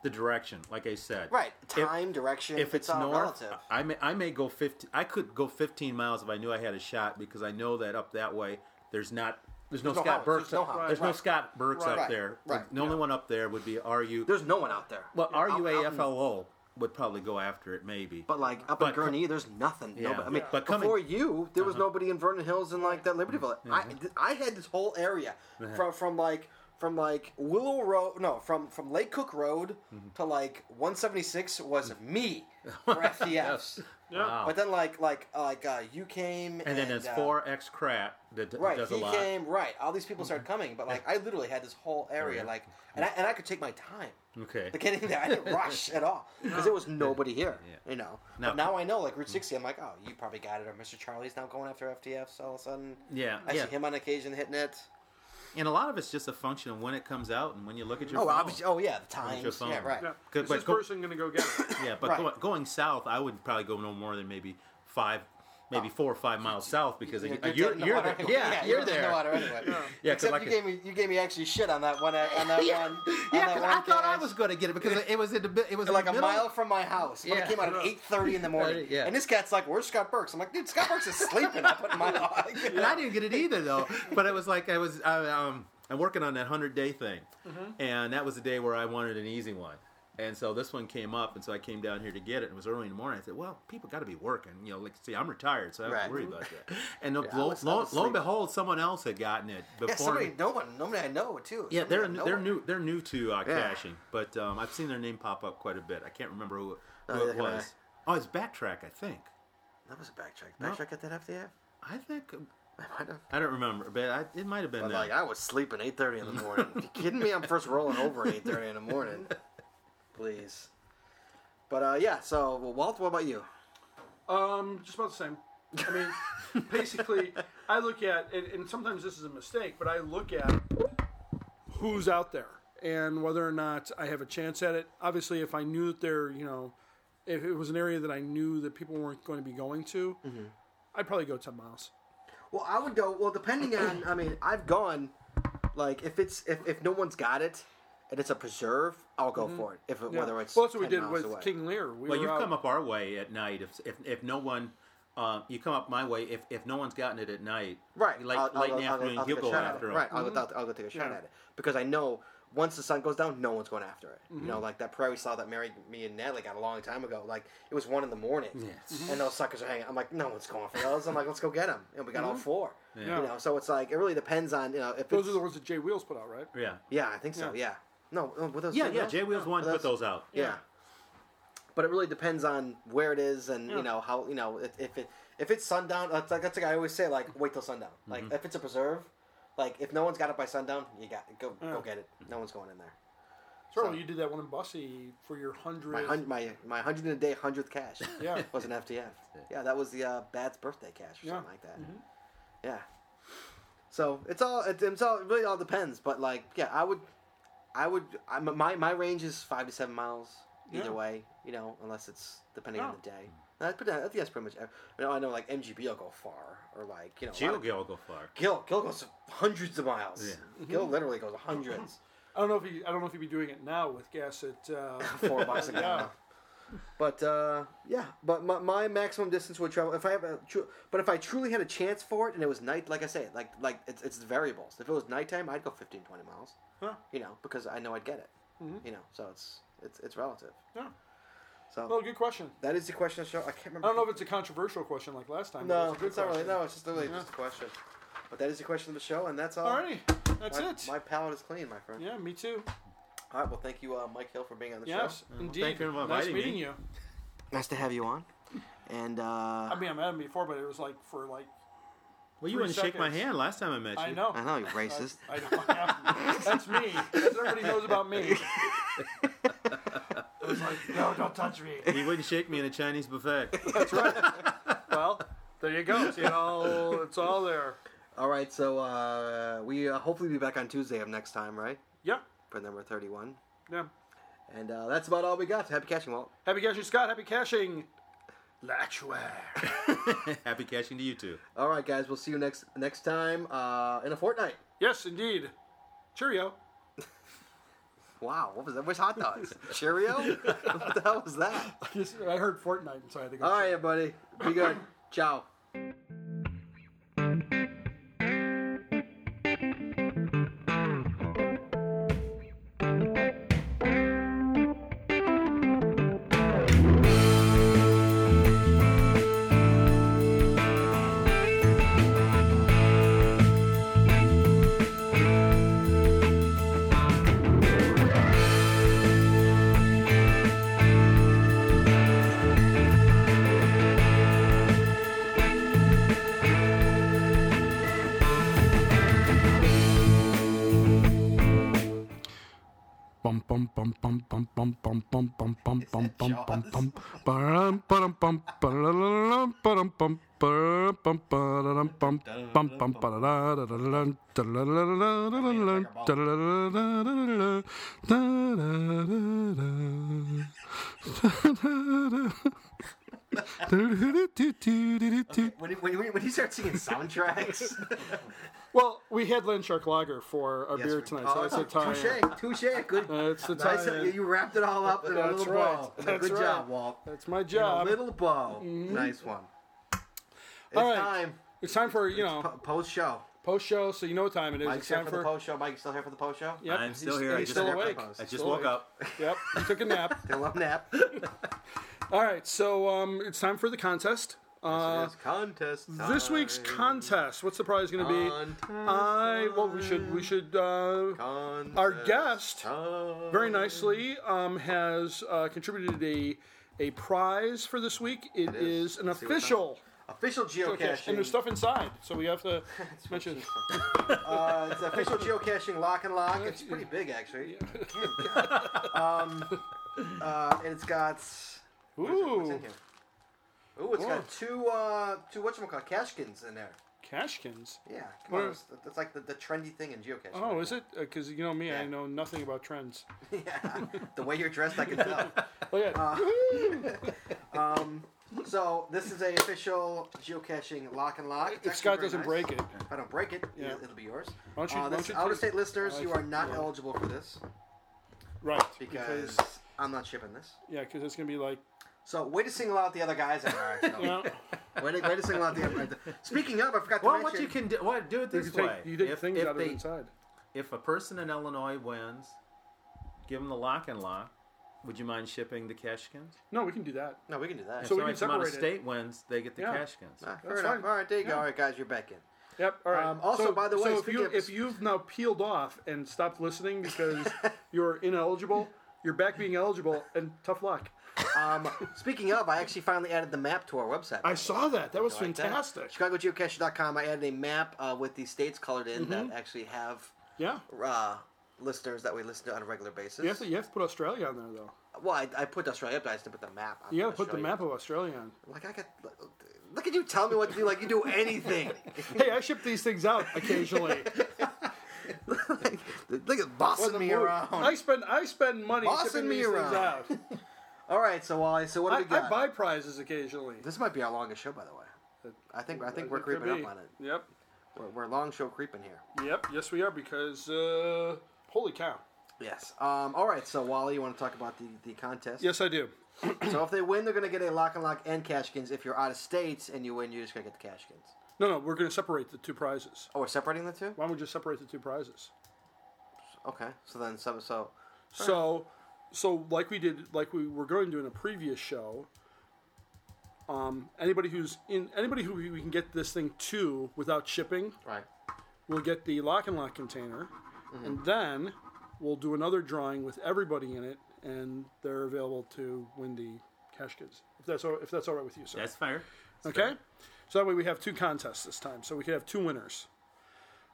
E: the direction. Like I said,
A: Right.
E: If-
A: Time, direction.
E: If, it's,
A: all
E: north,
A: relative.
E: I may I may go fifteen. I could go fifteen miles if I knew I had a shot because I know that up that way there's not there's no
A: no
E: Scott
A: house,
E: Burks.
A: there's no
E: up-
A: house.
E: there's no
A: Right.
E: Scott Burks
B: Right.
E: up
A: Right.
E: there.
A: Right.
E: The only one up there would be RU.
A: There's no one out there.
E: well,
A: Out- out in-
E: RUAFLO would probably go after it maybe.
A: But like up
E: But
A: in
E: co-
A: Gurnee, there's nothing.
E: Yeah.
A: Nobody, I mean,
E: Yeah. But coming- Uh-huh. Mm-hmm.
A: before you, there was nobody in Vernon Hills and like that Libertyville. I th- I had this whole area
E: Uh-huh.
A: from from like from like Willow Road, no, from from Lake Cook Road
E: Mm-hmm.
A: to like 176 was
E: [laughs]
A: me for FDFs.
B: Yeah.
A: But then like like like uh, you came,
E: and then there's
A: uh,
E: four X Crat that d-
A: Right,
E: does a
A: he
E: lot. Mm-hmm. Oh,
A: came. Right, all these people started coming, but like I literally had this whole area, like, and I and I could take my time.
E: Okay.
A: But getting there, I
E: [laughs]
A: didn't rush at all because there was nobody here. You know.
E: No. Mm.
A: But now I know, like Route 60, I'm like, oh, you probably got it. Or Mr. Charlie's now going after FTFs all of a sudden.
E: Yeah,
A: I
E: yeah.
A: see him on occasion hitting it.
E: And a lot of it's just a function of when it comes out and when you look at your
A: Oh,
E: phone.
A: obviously. Oh yeah, the
E: It's your
A: times.
E: phone.
A: Yeah, right.
B: Yeah.
E: Good,
B: Is
E: but
B: this
E: go-
B: person going to go get it?
E: Yeah, but
A: Right.
E: go, going south, I would probably go no more than maybe five, maybe four or five miles south because
A: Oh. You're
E: you're,
A: dead
E: you're,
A: in the
E: you're
A: water.
E: there. [laughs] Yeah, you're,
A: dead in
E: there.
A: the water anyway.
E: Yeah, 'cause
A: Except
E: I
A: you
E: could-
A: gave me you gave me actually shit on that one on that
E: [laughs] [laughs] Yeah.
A: one.
E: Yeah,
A: on that
E: 'cause
A: one
E: I thought I
A: cast.
E: was going to get it because it was in the mi- it was in
A: like
E: the
A: a
E: middle.
A: mile from my house. But
E: Yeah.
A: it came out at eight thirty in the morning.
E: Right, yeah.
A: And this cat's like, "Where's Scott Burks?" I'm like, "Dude, Scott Burks is sleeping." I
E: [laughs]
A: put my
E: and I didn't get it
A: [laughs]
E: either though. But it was like I was I, um, I'm working on that hundred day thing,
A: Mhm.
E: and that was the day where I wanted an easy one. And so this one came up, and so I came down here to get it. It was early in the morning. I said, "Well, people got to be working, you know. Like, see, I'm retired, so I don't have to
A: Right.
E: worry about
A: [laughs]
E: that." And
A: Yeah, I
E: lo,
A: was- I
E: lo,
A: was
E: lo and
A: sleeping.
E: behold, someone else had gotten it before.
A: yeah, somebody,
E: me.
A: no one, nobody I know too.
E: Yeah,
A: Somebody
E: they're
A: I know.
E: they're new they're new to uh,
A: Yeah.
E: caching, but um, I've seen their name pop up quite a bit. I can't remember who,
A: Oh,
E: who
A: neither
E: it
A: can I.
E: was. Oh, it's Backtrack, I think.
A: That was a backtrack.
E: No.
A: Backtrack at that FDF.
E: I think
A: [laughs] I might have.
E: I don't remember, but I, it might have been.
A: But
E: them.
A: like, I was sleeping eight thirty in the
E: [laughs]
A: morning. you kidding me? I'm first rolling over at eight thirty in the morning. Please. But uh, yeah. So well, Walt, what about you?
B: Um, just about the same. I
E: [laughs]
B: mean, basically, I look at, and, and sometimes this is a mistake, but I look at who's out there and whether or not I have a chance at it. Obviously, if I knew that there, you know, if it was an area that I knew that people weren't going to be going to,
E: Mm-hmm.
B: I'd probably go 10 miles.
A: Well, I would go. Well,
B: [clears throat]
A: depending on, I mean, I've gone. Like, if it's if, if no one's got it, and it's a preserve, I'll go
B: Mhm.
A: for it. If it,
B: Yeah.
A: whether it's
B: well, that's what we
A: 10
B: did
A: miles
B: with
A: away.
B: King Lear. We
E: well,
B: were
E: you've
B: out-
E: come up our way at night. If if, if no one, uh, you come up my way. If, if no one's gotten it at night,
A: Right.
E: Late,
A: I'll-
E: late
A: I'll-
E: in the
A: I'll-
E: afternoon,
A: I'll
E: you'll
A: take a
E: go
A: shot at
E: after
A: it.
E: them.
A: Right. I'll, go, I'll, I'll go take a shot
B: Mm-hmm. Yeah.
A: at it because I know once the sun goes down, no one's going after it.
B: Mhm.
A: You know, like that prairie style that Mary, me, and Natalie got a long time ago. Like it was one in the morning,
E: Yes.
A: and those suckers are hanging. I'm like, no one's going for those. I'm like, let's go get them, and we got all
B: Mhm.
A: four.
E: Yeah.
A: You know, so it's like it really depends on you know if
B: Those
A: it's,
B: are the ones that Jay Wheels put out, right?
E: Yeah.
A: yeah, I think so. Yeah. No, no, were those
E: Yeah,
A: two
E: yeah.
A: wheels?
E: Jay Wheels one
A: Were
E: put those out.
A: Yeah. But it really depends on where it is and
B: Yeah.
A: you know how you know if, if it if it's sundown. That's like that's like I always say like wait till sundown. Like
E: Mhm.
A: if it's a preserve, like if no one's got it by sundown, you got go
B: Yeah.
A: go get it. No one's going in there.
B: Sure,
A: So-
B: well, you did that one in Bussy for your 100th.
A: My hun- my my hundred in a day hundredth cash
B: [laughs] Yeah.
A: was an FTF. Yeah, that was the uh, Bad's birthday cash or
B: Yeah. Mm-hmm.
A: something like that. Yeah. So it's all it, it's all it really all depends. But like yeah, I would I would I, my my range is five to seven miles either
B: Yeah. Oh.
A: way. You know, unless it's depending on
B: Yeah.
A: the day. And I put that, I think that's pretty much. ev- You know, I know like MGB will go far or like you know. a lot
E: Jill
A: of-
E: Gill go far.
A: Gil Gil goes hundreds of miles.
E: Yeah.
A: Gil literally goes hundreds.
B: I don't know if he, I don't know if he'd be doing it now with gas at uh,
A: [laughs] four bucks a
B: [laughs] Yeah.
A: gallon. But uh, yeah, but my, my maximum distance would travel if I have a tru- but if I truly had a chance for it and it was night, like I say, like like it's, it's variables. If it was nighttime, I'd go 15, 20 miles.
B: Huh.
A: You know, because I know I'd get it.
B: Mhm.
A: You know, so it's it's it's relative.
B: Yeah.
A: So
B: Well, good question.
A: that is the question. of the Show I can't remember.
B: I don't know if it's a controversial question like last time. but
A: no,
B: it's a good
A: it's not really.
B: question.
A: No, it's just really
B: Yeah.
A: just a question. But that is the question of the show, and that's all.
B: Alrighty, that's
A: my,
B: it.
A: My palate is clean, my friend.
B: yeah, me too.
A: All right. Well, thank you, uh, Mike Hill, for being on the
B: Yes,
A: show.
B: indeed.
E: thank you for
B: nice
E: inviting
B: meeting
E: me.
B: you.
A: Nice to have you on. And uh,
B: I mean, I met him before, but it was like for like.
E: Well, you
B: Three
E: wouldn't shake my
B: seconds.
E: hand last time I met you.
B: I know.
A: I know
B: [laughs]
A: you're racist.
B: I know. yeah. That's me. That's what everybody knows about
A: [laughs]
B: me. It was like, no, don't touch me.
E: He wouldn't shake me in a Chinese buffet.
A: [laughs]
E: [laughs]
B: Well, there you go. See, it all it's all there.
A: All right, so uh, we uh, hopefully be back on Tuesday of next time, right?
B: Yeah,
A: For number thirty-one,
B: yeah.
A: and uh, that's about all we got. Happy catching, Walt.
B: Happy cashing, Scott. Happy cashing. Latchware.
E: Happy catching to you too.
A: All right, guys, we'll see you next next time uh, in a fortnight.
B: Yes, indeed. Cheerio.
A: Wow, what was that? Where's hot
B: [laughs]
A: dogs? Cheerio? what the hell was that?
B: I just- I heard Fortnite, so I think. I
A: All right, everybody, be good. Ciao.
D: Bum bum bum bum bum bum bum bum bum bum bum bum bum bum bum bum bum bum bum bum bum bum bum bum bum
A: When, he- when, he- when you start singing
B: [laughs]
A: soundtracks, [laughs]
B: Well, we had Landshark Lager for our beer tonight, so that's a tie.
A: touche, touche. Good.
B: That's the
A: nice,
B: tie-in.
A: you wrapped it all up in a
B: That's
A: little
B: right.
A: bow.
B: That's
A: good
B: right.
A: job, Walt.
B: That's my
A: In a
B: job.
A: little bow. Nice one. It's
B: All right.
A: time.
B: It's time for you know
A: Post show.
B: post show, so you know what time it is.
A: Mike's
B: it's
A: here
B: time
A: for, the post show. Mike, you still here for the post show?
B: Yep.
E: I'm still
B: he's-
E: here. I
B: He's
E: just-
B: still awake.
A: I
E: I just
B: Still
E: woke
B: awake.
E: up.
B: Yep. He took a nap.
A: [laughs] Still up
B: [laughs] Uh,
A: nap.
B: All right. So um, it's time for the contest. Uh,
A: It's contest.
B: this week's contest. What's the prize going to be? I well, we should we should. Uh,
A: Contest.
B: our guest
A: time.
B: very nicely um, has uh, contributed a a prize for this week. it is, an
A: see what's
B: official.
A: Official
B: geocache, and
A: geocaching.
B: there's stuff inside, so we have
A: [laughs]
B: to mention.
A: Uh, it's official geocaching lock and lock. It's pretty big, actually. [laughs] Good God. um, uh, and it's got. what is it- What's in
B: Ooh,
A: here? Ooh, it's got two uh, two whatchamacallit, cashkins in there.
B: Cashkins.
A: Yeah, come
B: What
A: on,
B: are-
A: that's, that's like the, the trendy thing in geocaching.
B: Oh, is it? Because you know me, I
A: Yeah.
B: know nothing about trends.
A: [laughs] yeah, the way you're dressed, I can
B: [laughs]
A: tell.
B: Oh yeah,
A: Uh, So this is a official geocaching lock and lock. It's
B: if Scott
A: actually
B: doesn't
A: very nice.
B: break it,
A: If I don't break it,
B: Yeah.
A: it'll be yours.
B: Why don't you-
A: Uh,
B: why
A: this-
B: don't you
A: out of
B: take-
A: state listeners, you are not
B: yeah.
A: eligible for this
B: right?
A: because I'm not shipping this.
B: yeah, because it's gonna be like
A: So way to single out the other guys in our actually.
B: you know,
A: way, to, way to single out the other. Speaking of, I forgot to
E: Well,
A: mention.
E: what you can do, what, do it
B: you
E: this
B: take,
E: way.
B: you take
E: if,
B: things
E: if
B: out of
E: they,
B: it inside.
E: If a person in Illinois wins, give them the lock and lock. Would you mind shipping the cash skins?
B: No, we can do that.
A: No, we can do that.
B: So we
E: Sorry,
B: can
E: if someone out of
B: separate it.
E: state wins, they get the
B: Yeah.
E: cash skins.
A: Ah, fair
B: That's
A: enough.
B: fine.
A: All right, there you go. All right, guys, you're back in.
B: Yep. All right.
A: Um, also,
B: So-
A: by the way,
B: so if
A: speaking
B: you
A: of-
B: if you've now peeled off and stopped listening because
A: [laughs]
B: you're ineligible, you're back being eligible, and tough luck.
A: Um, speaking of, I actually finally added the map to our website.
B: I saw that. That was
A: Like that.
B: fantastic.
A: ChicagoGeocache.com. I added a map uh, with the states colored in
B: Mm-hmm.
A: that actually have
B: Yeah.
A: uh, listeners that we listen to on a regular basis.
B: You have to you have to put Australia on there though.
A: Well, I, I put Australia up, but I just didn't put the map. On
B: You got to put the
A: Australia.
B: map of Australia on.
A: Like I got. Look at you tell me what to do. Like you do anything.
B: [laughs] hey, I ship these things out occasionally.
A: [laughs] look at bossing me around.
B: I spend I spend money
A: Bossing
B: shipping
A: me
B: these
A: around.
B: things
A: [laughs]
B: out.
A: All right, so Wally. So what do
B: I,
A: we got?
B: I buy prizes occasionally.
A: This might be our longest show, by the way. I think I think we're
B: It could
A: creeping up
B: be.
A: on it.
B: Yep.
A: We're, we're long show creeping here.
B: Yep. Yes, we are because uh, holy cow.
A: Yes. Um, all right. So Wally, you want to talk about the, the contest?
B: Yes, I do.
A: So if they win, they're going to get a lock and lock and cashkins. If you're out of states and you win, you're just going to get the cashkins.
B: No, no, we're going to separate the two prizes.
A: Oh, we're separating the two.
B: Why don't we just separate the two prizes?
A: Okay. So then some. So
B: So, so like we did, like we were going to do in a previous show. Um, anybody who's in anybody who we can get this thing to without shipping,
A: right.
B: we'll get the lock and lock container, and then we'll do another drawing with everybody in it, and they're available to win the cash kids. If that's all, if that's all right with you, sir.
E: That's fair.
B: Okay, so that way we have two contests this time, so we could have two winners.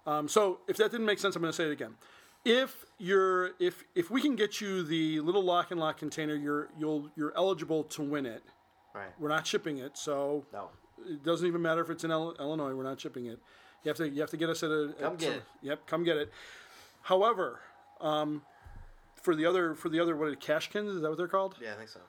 B: Um, so if that didn't make sense, I'm going to say it again. If you're if if we can get you the little lock and lock container, you're you'll you're eligible to win it.
A: Right.
B: We're not shipping it, so
A: No.
B: it doesn't even matter if it's in Ill- Illinois. We're not shipping it. You have to you have to get us at a
A: Come
B: at
A: get
B: some-
A: it.
B: Yep, come get it. However, um, for the other for the other what are they, cashkins is that what they're called?
A: Yeah, I think so.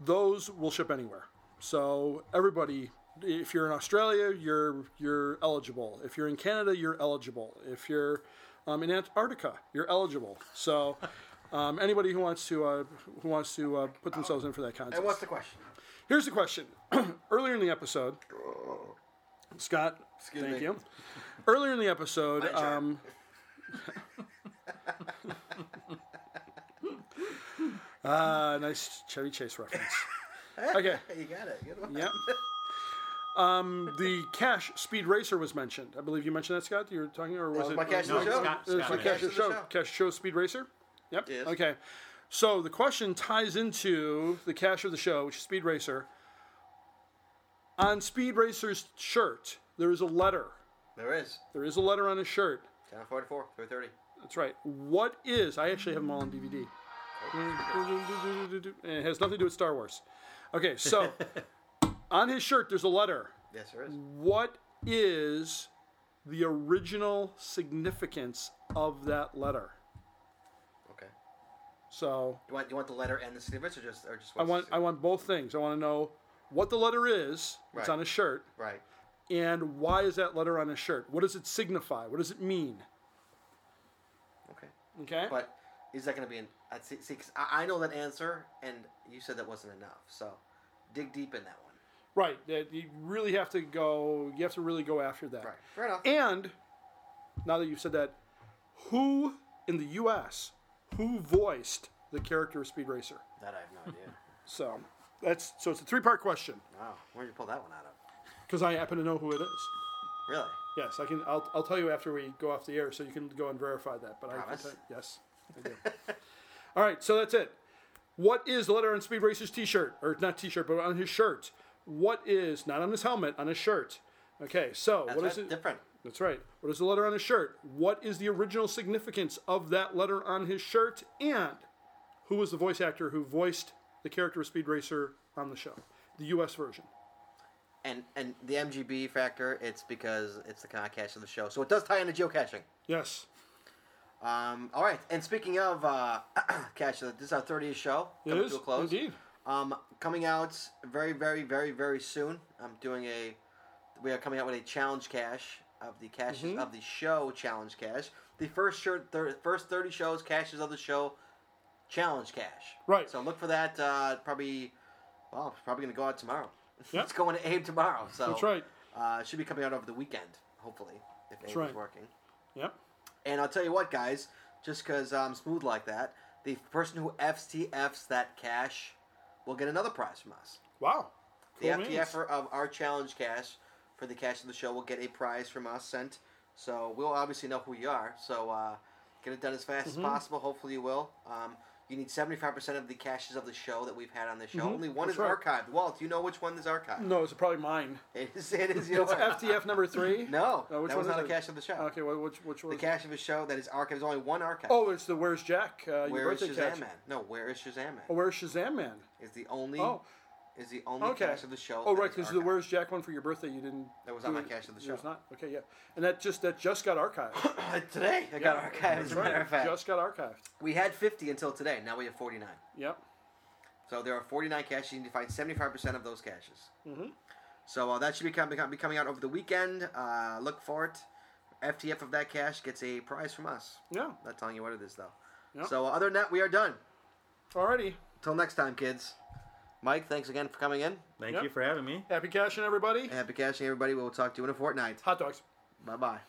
B: those will ship anywhere. So everybody, if you're in Australia, you're you're eligible. If you're in Canada, you're eligible. If you're um, in Antarctica, you're eligible. So um, anybody who wants to uh, who wants to uh, put themselves in for that contest.
A: and what's the question?
B: Here's the question. [clears throat] Earlier in the episode, Scott, thank
A: me.
B: you. Earlier in the episode,
A: job.
B: um, [laughs] uh, nice Chevy Chase reference.
A: [laughs]
B: Okay.
A: Hey, you got it. Good one.
B: Yep. Um, the Cash Speed Racer was mentioned. I believe you mentioned that, Scott. You were talking, or was
A: was
B: it
A: my Cash
B: no,
A: in the Show.
E: Scott-
B: it was
E: Scott
B: my
E: had
B: Cash
A: it.
B: in the Show. Cash Show Speed Racer. Yep.
A: Yes.
B: Okay. So the question ties into the Cash of the Show, which is Speed Racer. On Speed Racer's shirt, there is a letter.
A: There is
B: There is a letter on his shirt.
A: ten forty four three thirty.
B: That's right. What is? I actually have them all on DVD. And it has nothing to do with Star Wars. Okay, so [laughs] on his shirt, there's a letter.
A: Yes, there
B: Mm.
A: is.
B: What is the original significance of that letter?
A: Okay.
B: So
A: You want you want the letter and the snippets, or just or just?
B: I want I want both things. I want to know what the letter is
A: Right.
B: that's on a shirt,
A: Right.
B: and why is that letter on a shirt? What does it signify? What does it mean?
A: Okay.
B: Okay.
A: But is that going to be in? I see, see 'cause I, I know that answer, and you said that wasn't enough. So dig deep in that one.
B: Right. That you really have to go. You have to really go after that. Right.
A: Fair enough.
B: And now that you've said that, who in the U.S. who voiced the character of Speed Racer?
A: That I have [laughs] no idea.
B: So that's so it's a three-part question
A: wow, where'd you pull that one out of?
B: because I happen to know who it is.
A: Really?
B: Yes, I can. I'll, I'll tell you after we go off the air, so you can go and verify that. But I can
A: Promise?
B: tell, yes, I do. [laughs] All right, so that's it. What is the letter on Speed Racer's T-shirt, or not T-shirt, but on his shirt? What is not on his helmet, on his shirt? Okay, so
A: That's
B: what
A: right,
B: is it?
A: different.
B: That's right. What is the letter on his shirt? What is the original significance of that letter on his shirt? And who was the voice actor who voiced the character of Speed Racer on the show, the U.S. version?
A: And and the MGB factor, it's because it's the concash of the show, so it does tie into geocaching.
B: Yes.
A: Um, all right, and speaking of uh, [clears throat] cash, this is our 30th show.
B: It
A: coming
B: is,
A: to a close.
B: indeed.
A: Um, coming out very, very, very, very soon. I'm doing a. We are coming out with a challenge cash of the caches
B: Mm-hmm.
A: of the show challenge cash. The first shirt, thir- first 30 shows caches of the show challenge cash.
B: Right.
A: So look for that. Uh, probably. Well, it's probably going to go out tomorrow. [laughs]
B: Yeah.
A: it's going to Abe tomorrow. So
B: That's right.
A: Uh, it should be coming out over the weekend, hopefully, if Abe
B: right.
A: is working.
B: Yep.
A: And I'll tell you what, guys, just because I'm smooth like that, the person who FTFs that cash will get another prize from us.
B: Wow.
A: The
B: Cool beans.
A: FTFer of our challenge cash for the cash of the show will get a prize from us sent. So we'll obviously know who you are. So uh, get it done as fast
B: Mm-hmm.
A: as possible. Hopefully you will. Um, you need 75% of the caches of the show that we've had on the show. Only one
B: Mm-hmm. That's
A: is
B: right.
A: archived. Walt, do you know which one is archived?
B: No, it's probably
A: [laughs]
B: mine.
A: It is, it is yours.
B: [laughs] It's FTF number three.
A: No,
B: Uh, which
A: that was
B: one
A: not
B: is
A: a
B: it?
A: cache of the show.
B: Okay, well, which which
A: The
B: one?
A: cache of the show that is archived. There's only one archive.
B: oh, it's the Where's Jack? Uh, your
A: Where is
B: birthday
A: Shazam
B: cache.
A: Man? No, where is Shazam Man?
B: Oh, Where's Shazam Man?
A: Is the only
B: Oh.
A: is the only
B: Okay.
A: cash of the show.
B: Oh,
A: that
B: right,
A: is
B: because the
A: archived.
B: Where's Jack one for your birthday you didn't.
A: That was
B: do
A: on my
B: it.
A: cache of the
B: It was
A: show.
B: not. Okay, yeah, and that just that just got archived.
A: [laughs] today I got archived. As
B: That's
A: a
B: right,
A: matter of fact,
B: just got archived.
A: we had 50 until today. Now we have 49.
B: Yep.
A: So there are 49 caches. You need to find 75% of those caches. Mm-hmm. So uh, that should be, com- be com- be coming out over the weekend. Uh, look for it. FTF of that cache gets a prize from us.
B: Yeah.
A: Not telling you what it is though.
B: Yep.
A: So uh, other than that, we are done.
B: Alrighty.
A: Till next time, kids. Mike, thanks again for coming in.
E: Thank
B: Yep.
E: you for having me.
B: Happy cashing, everybody.
A: Happy caching, everybody. We will talk to you in a fortnight.
B: Hot dogs.
A: Bye bye.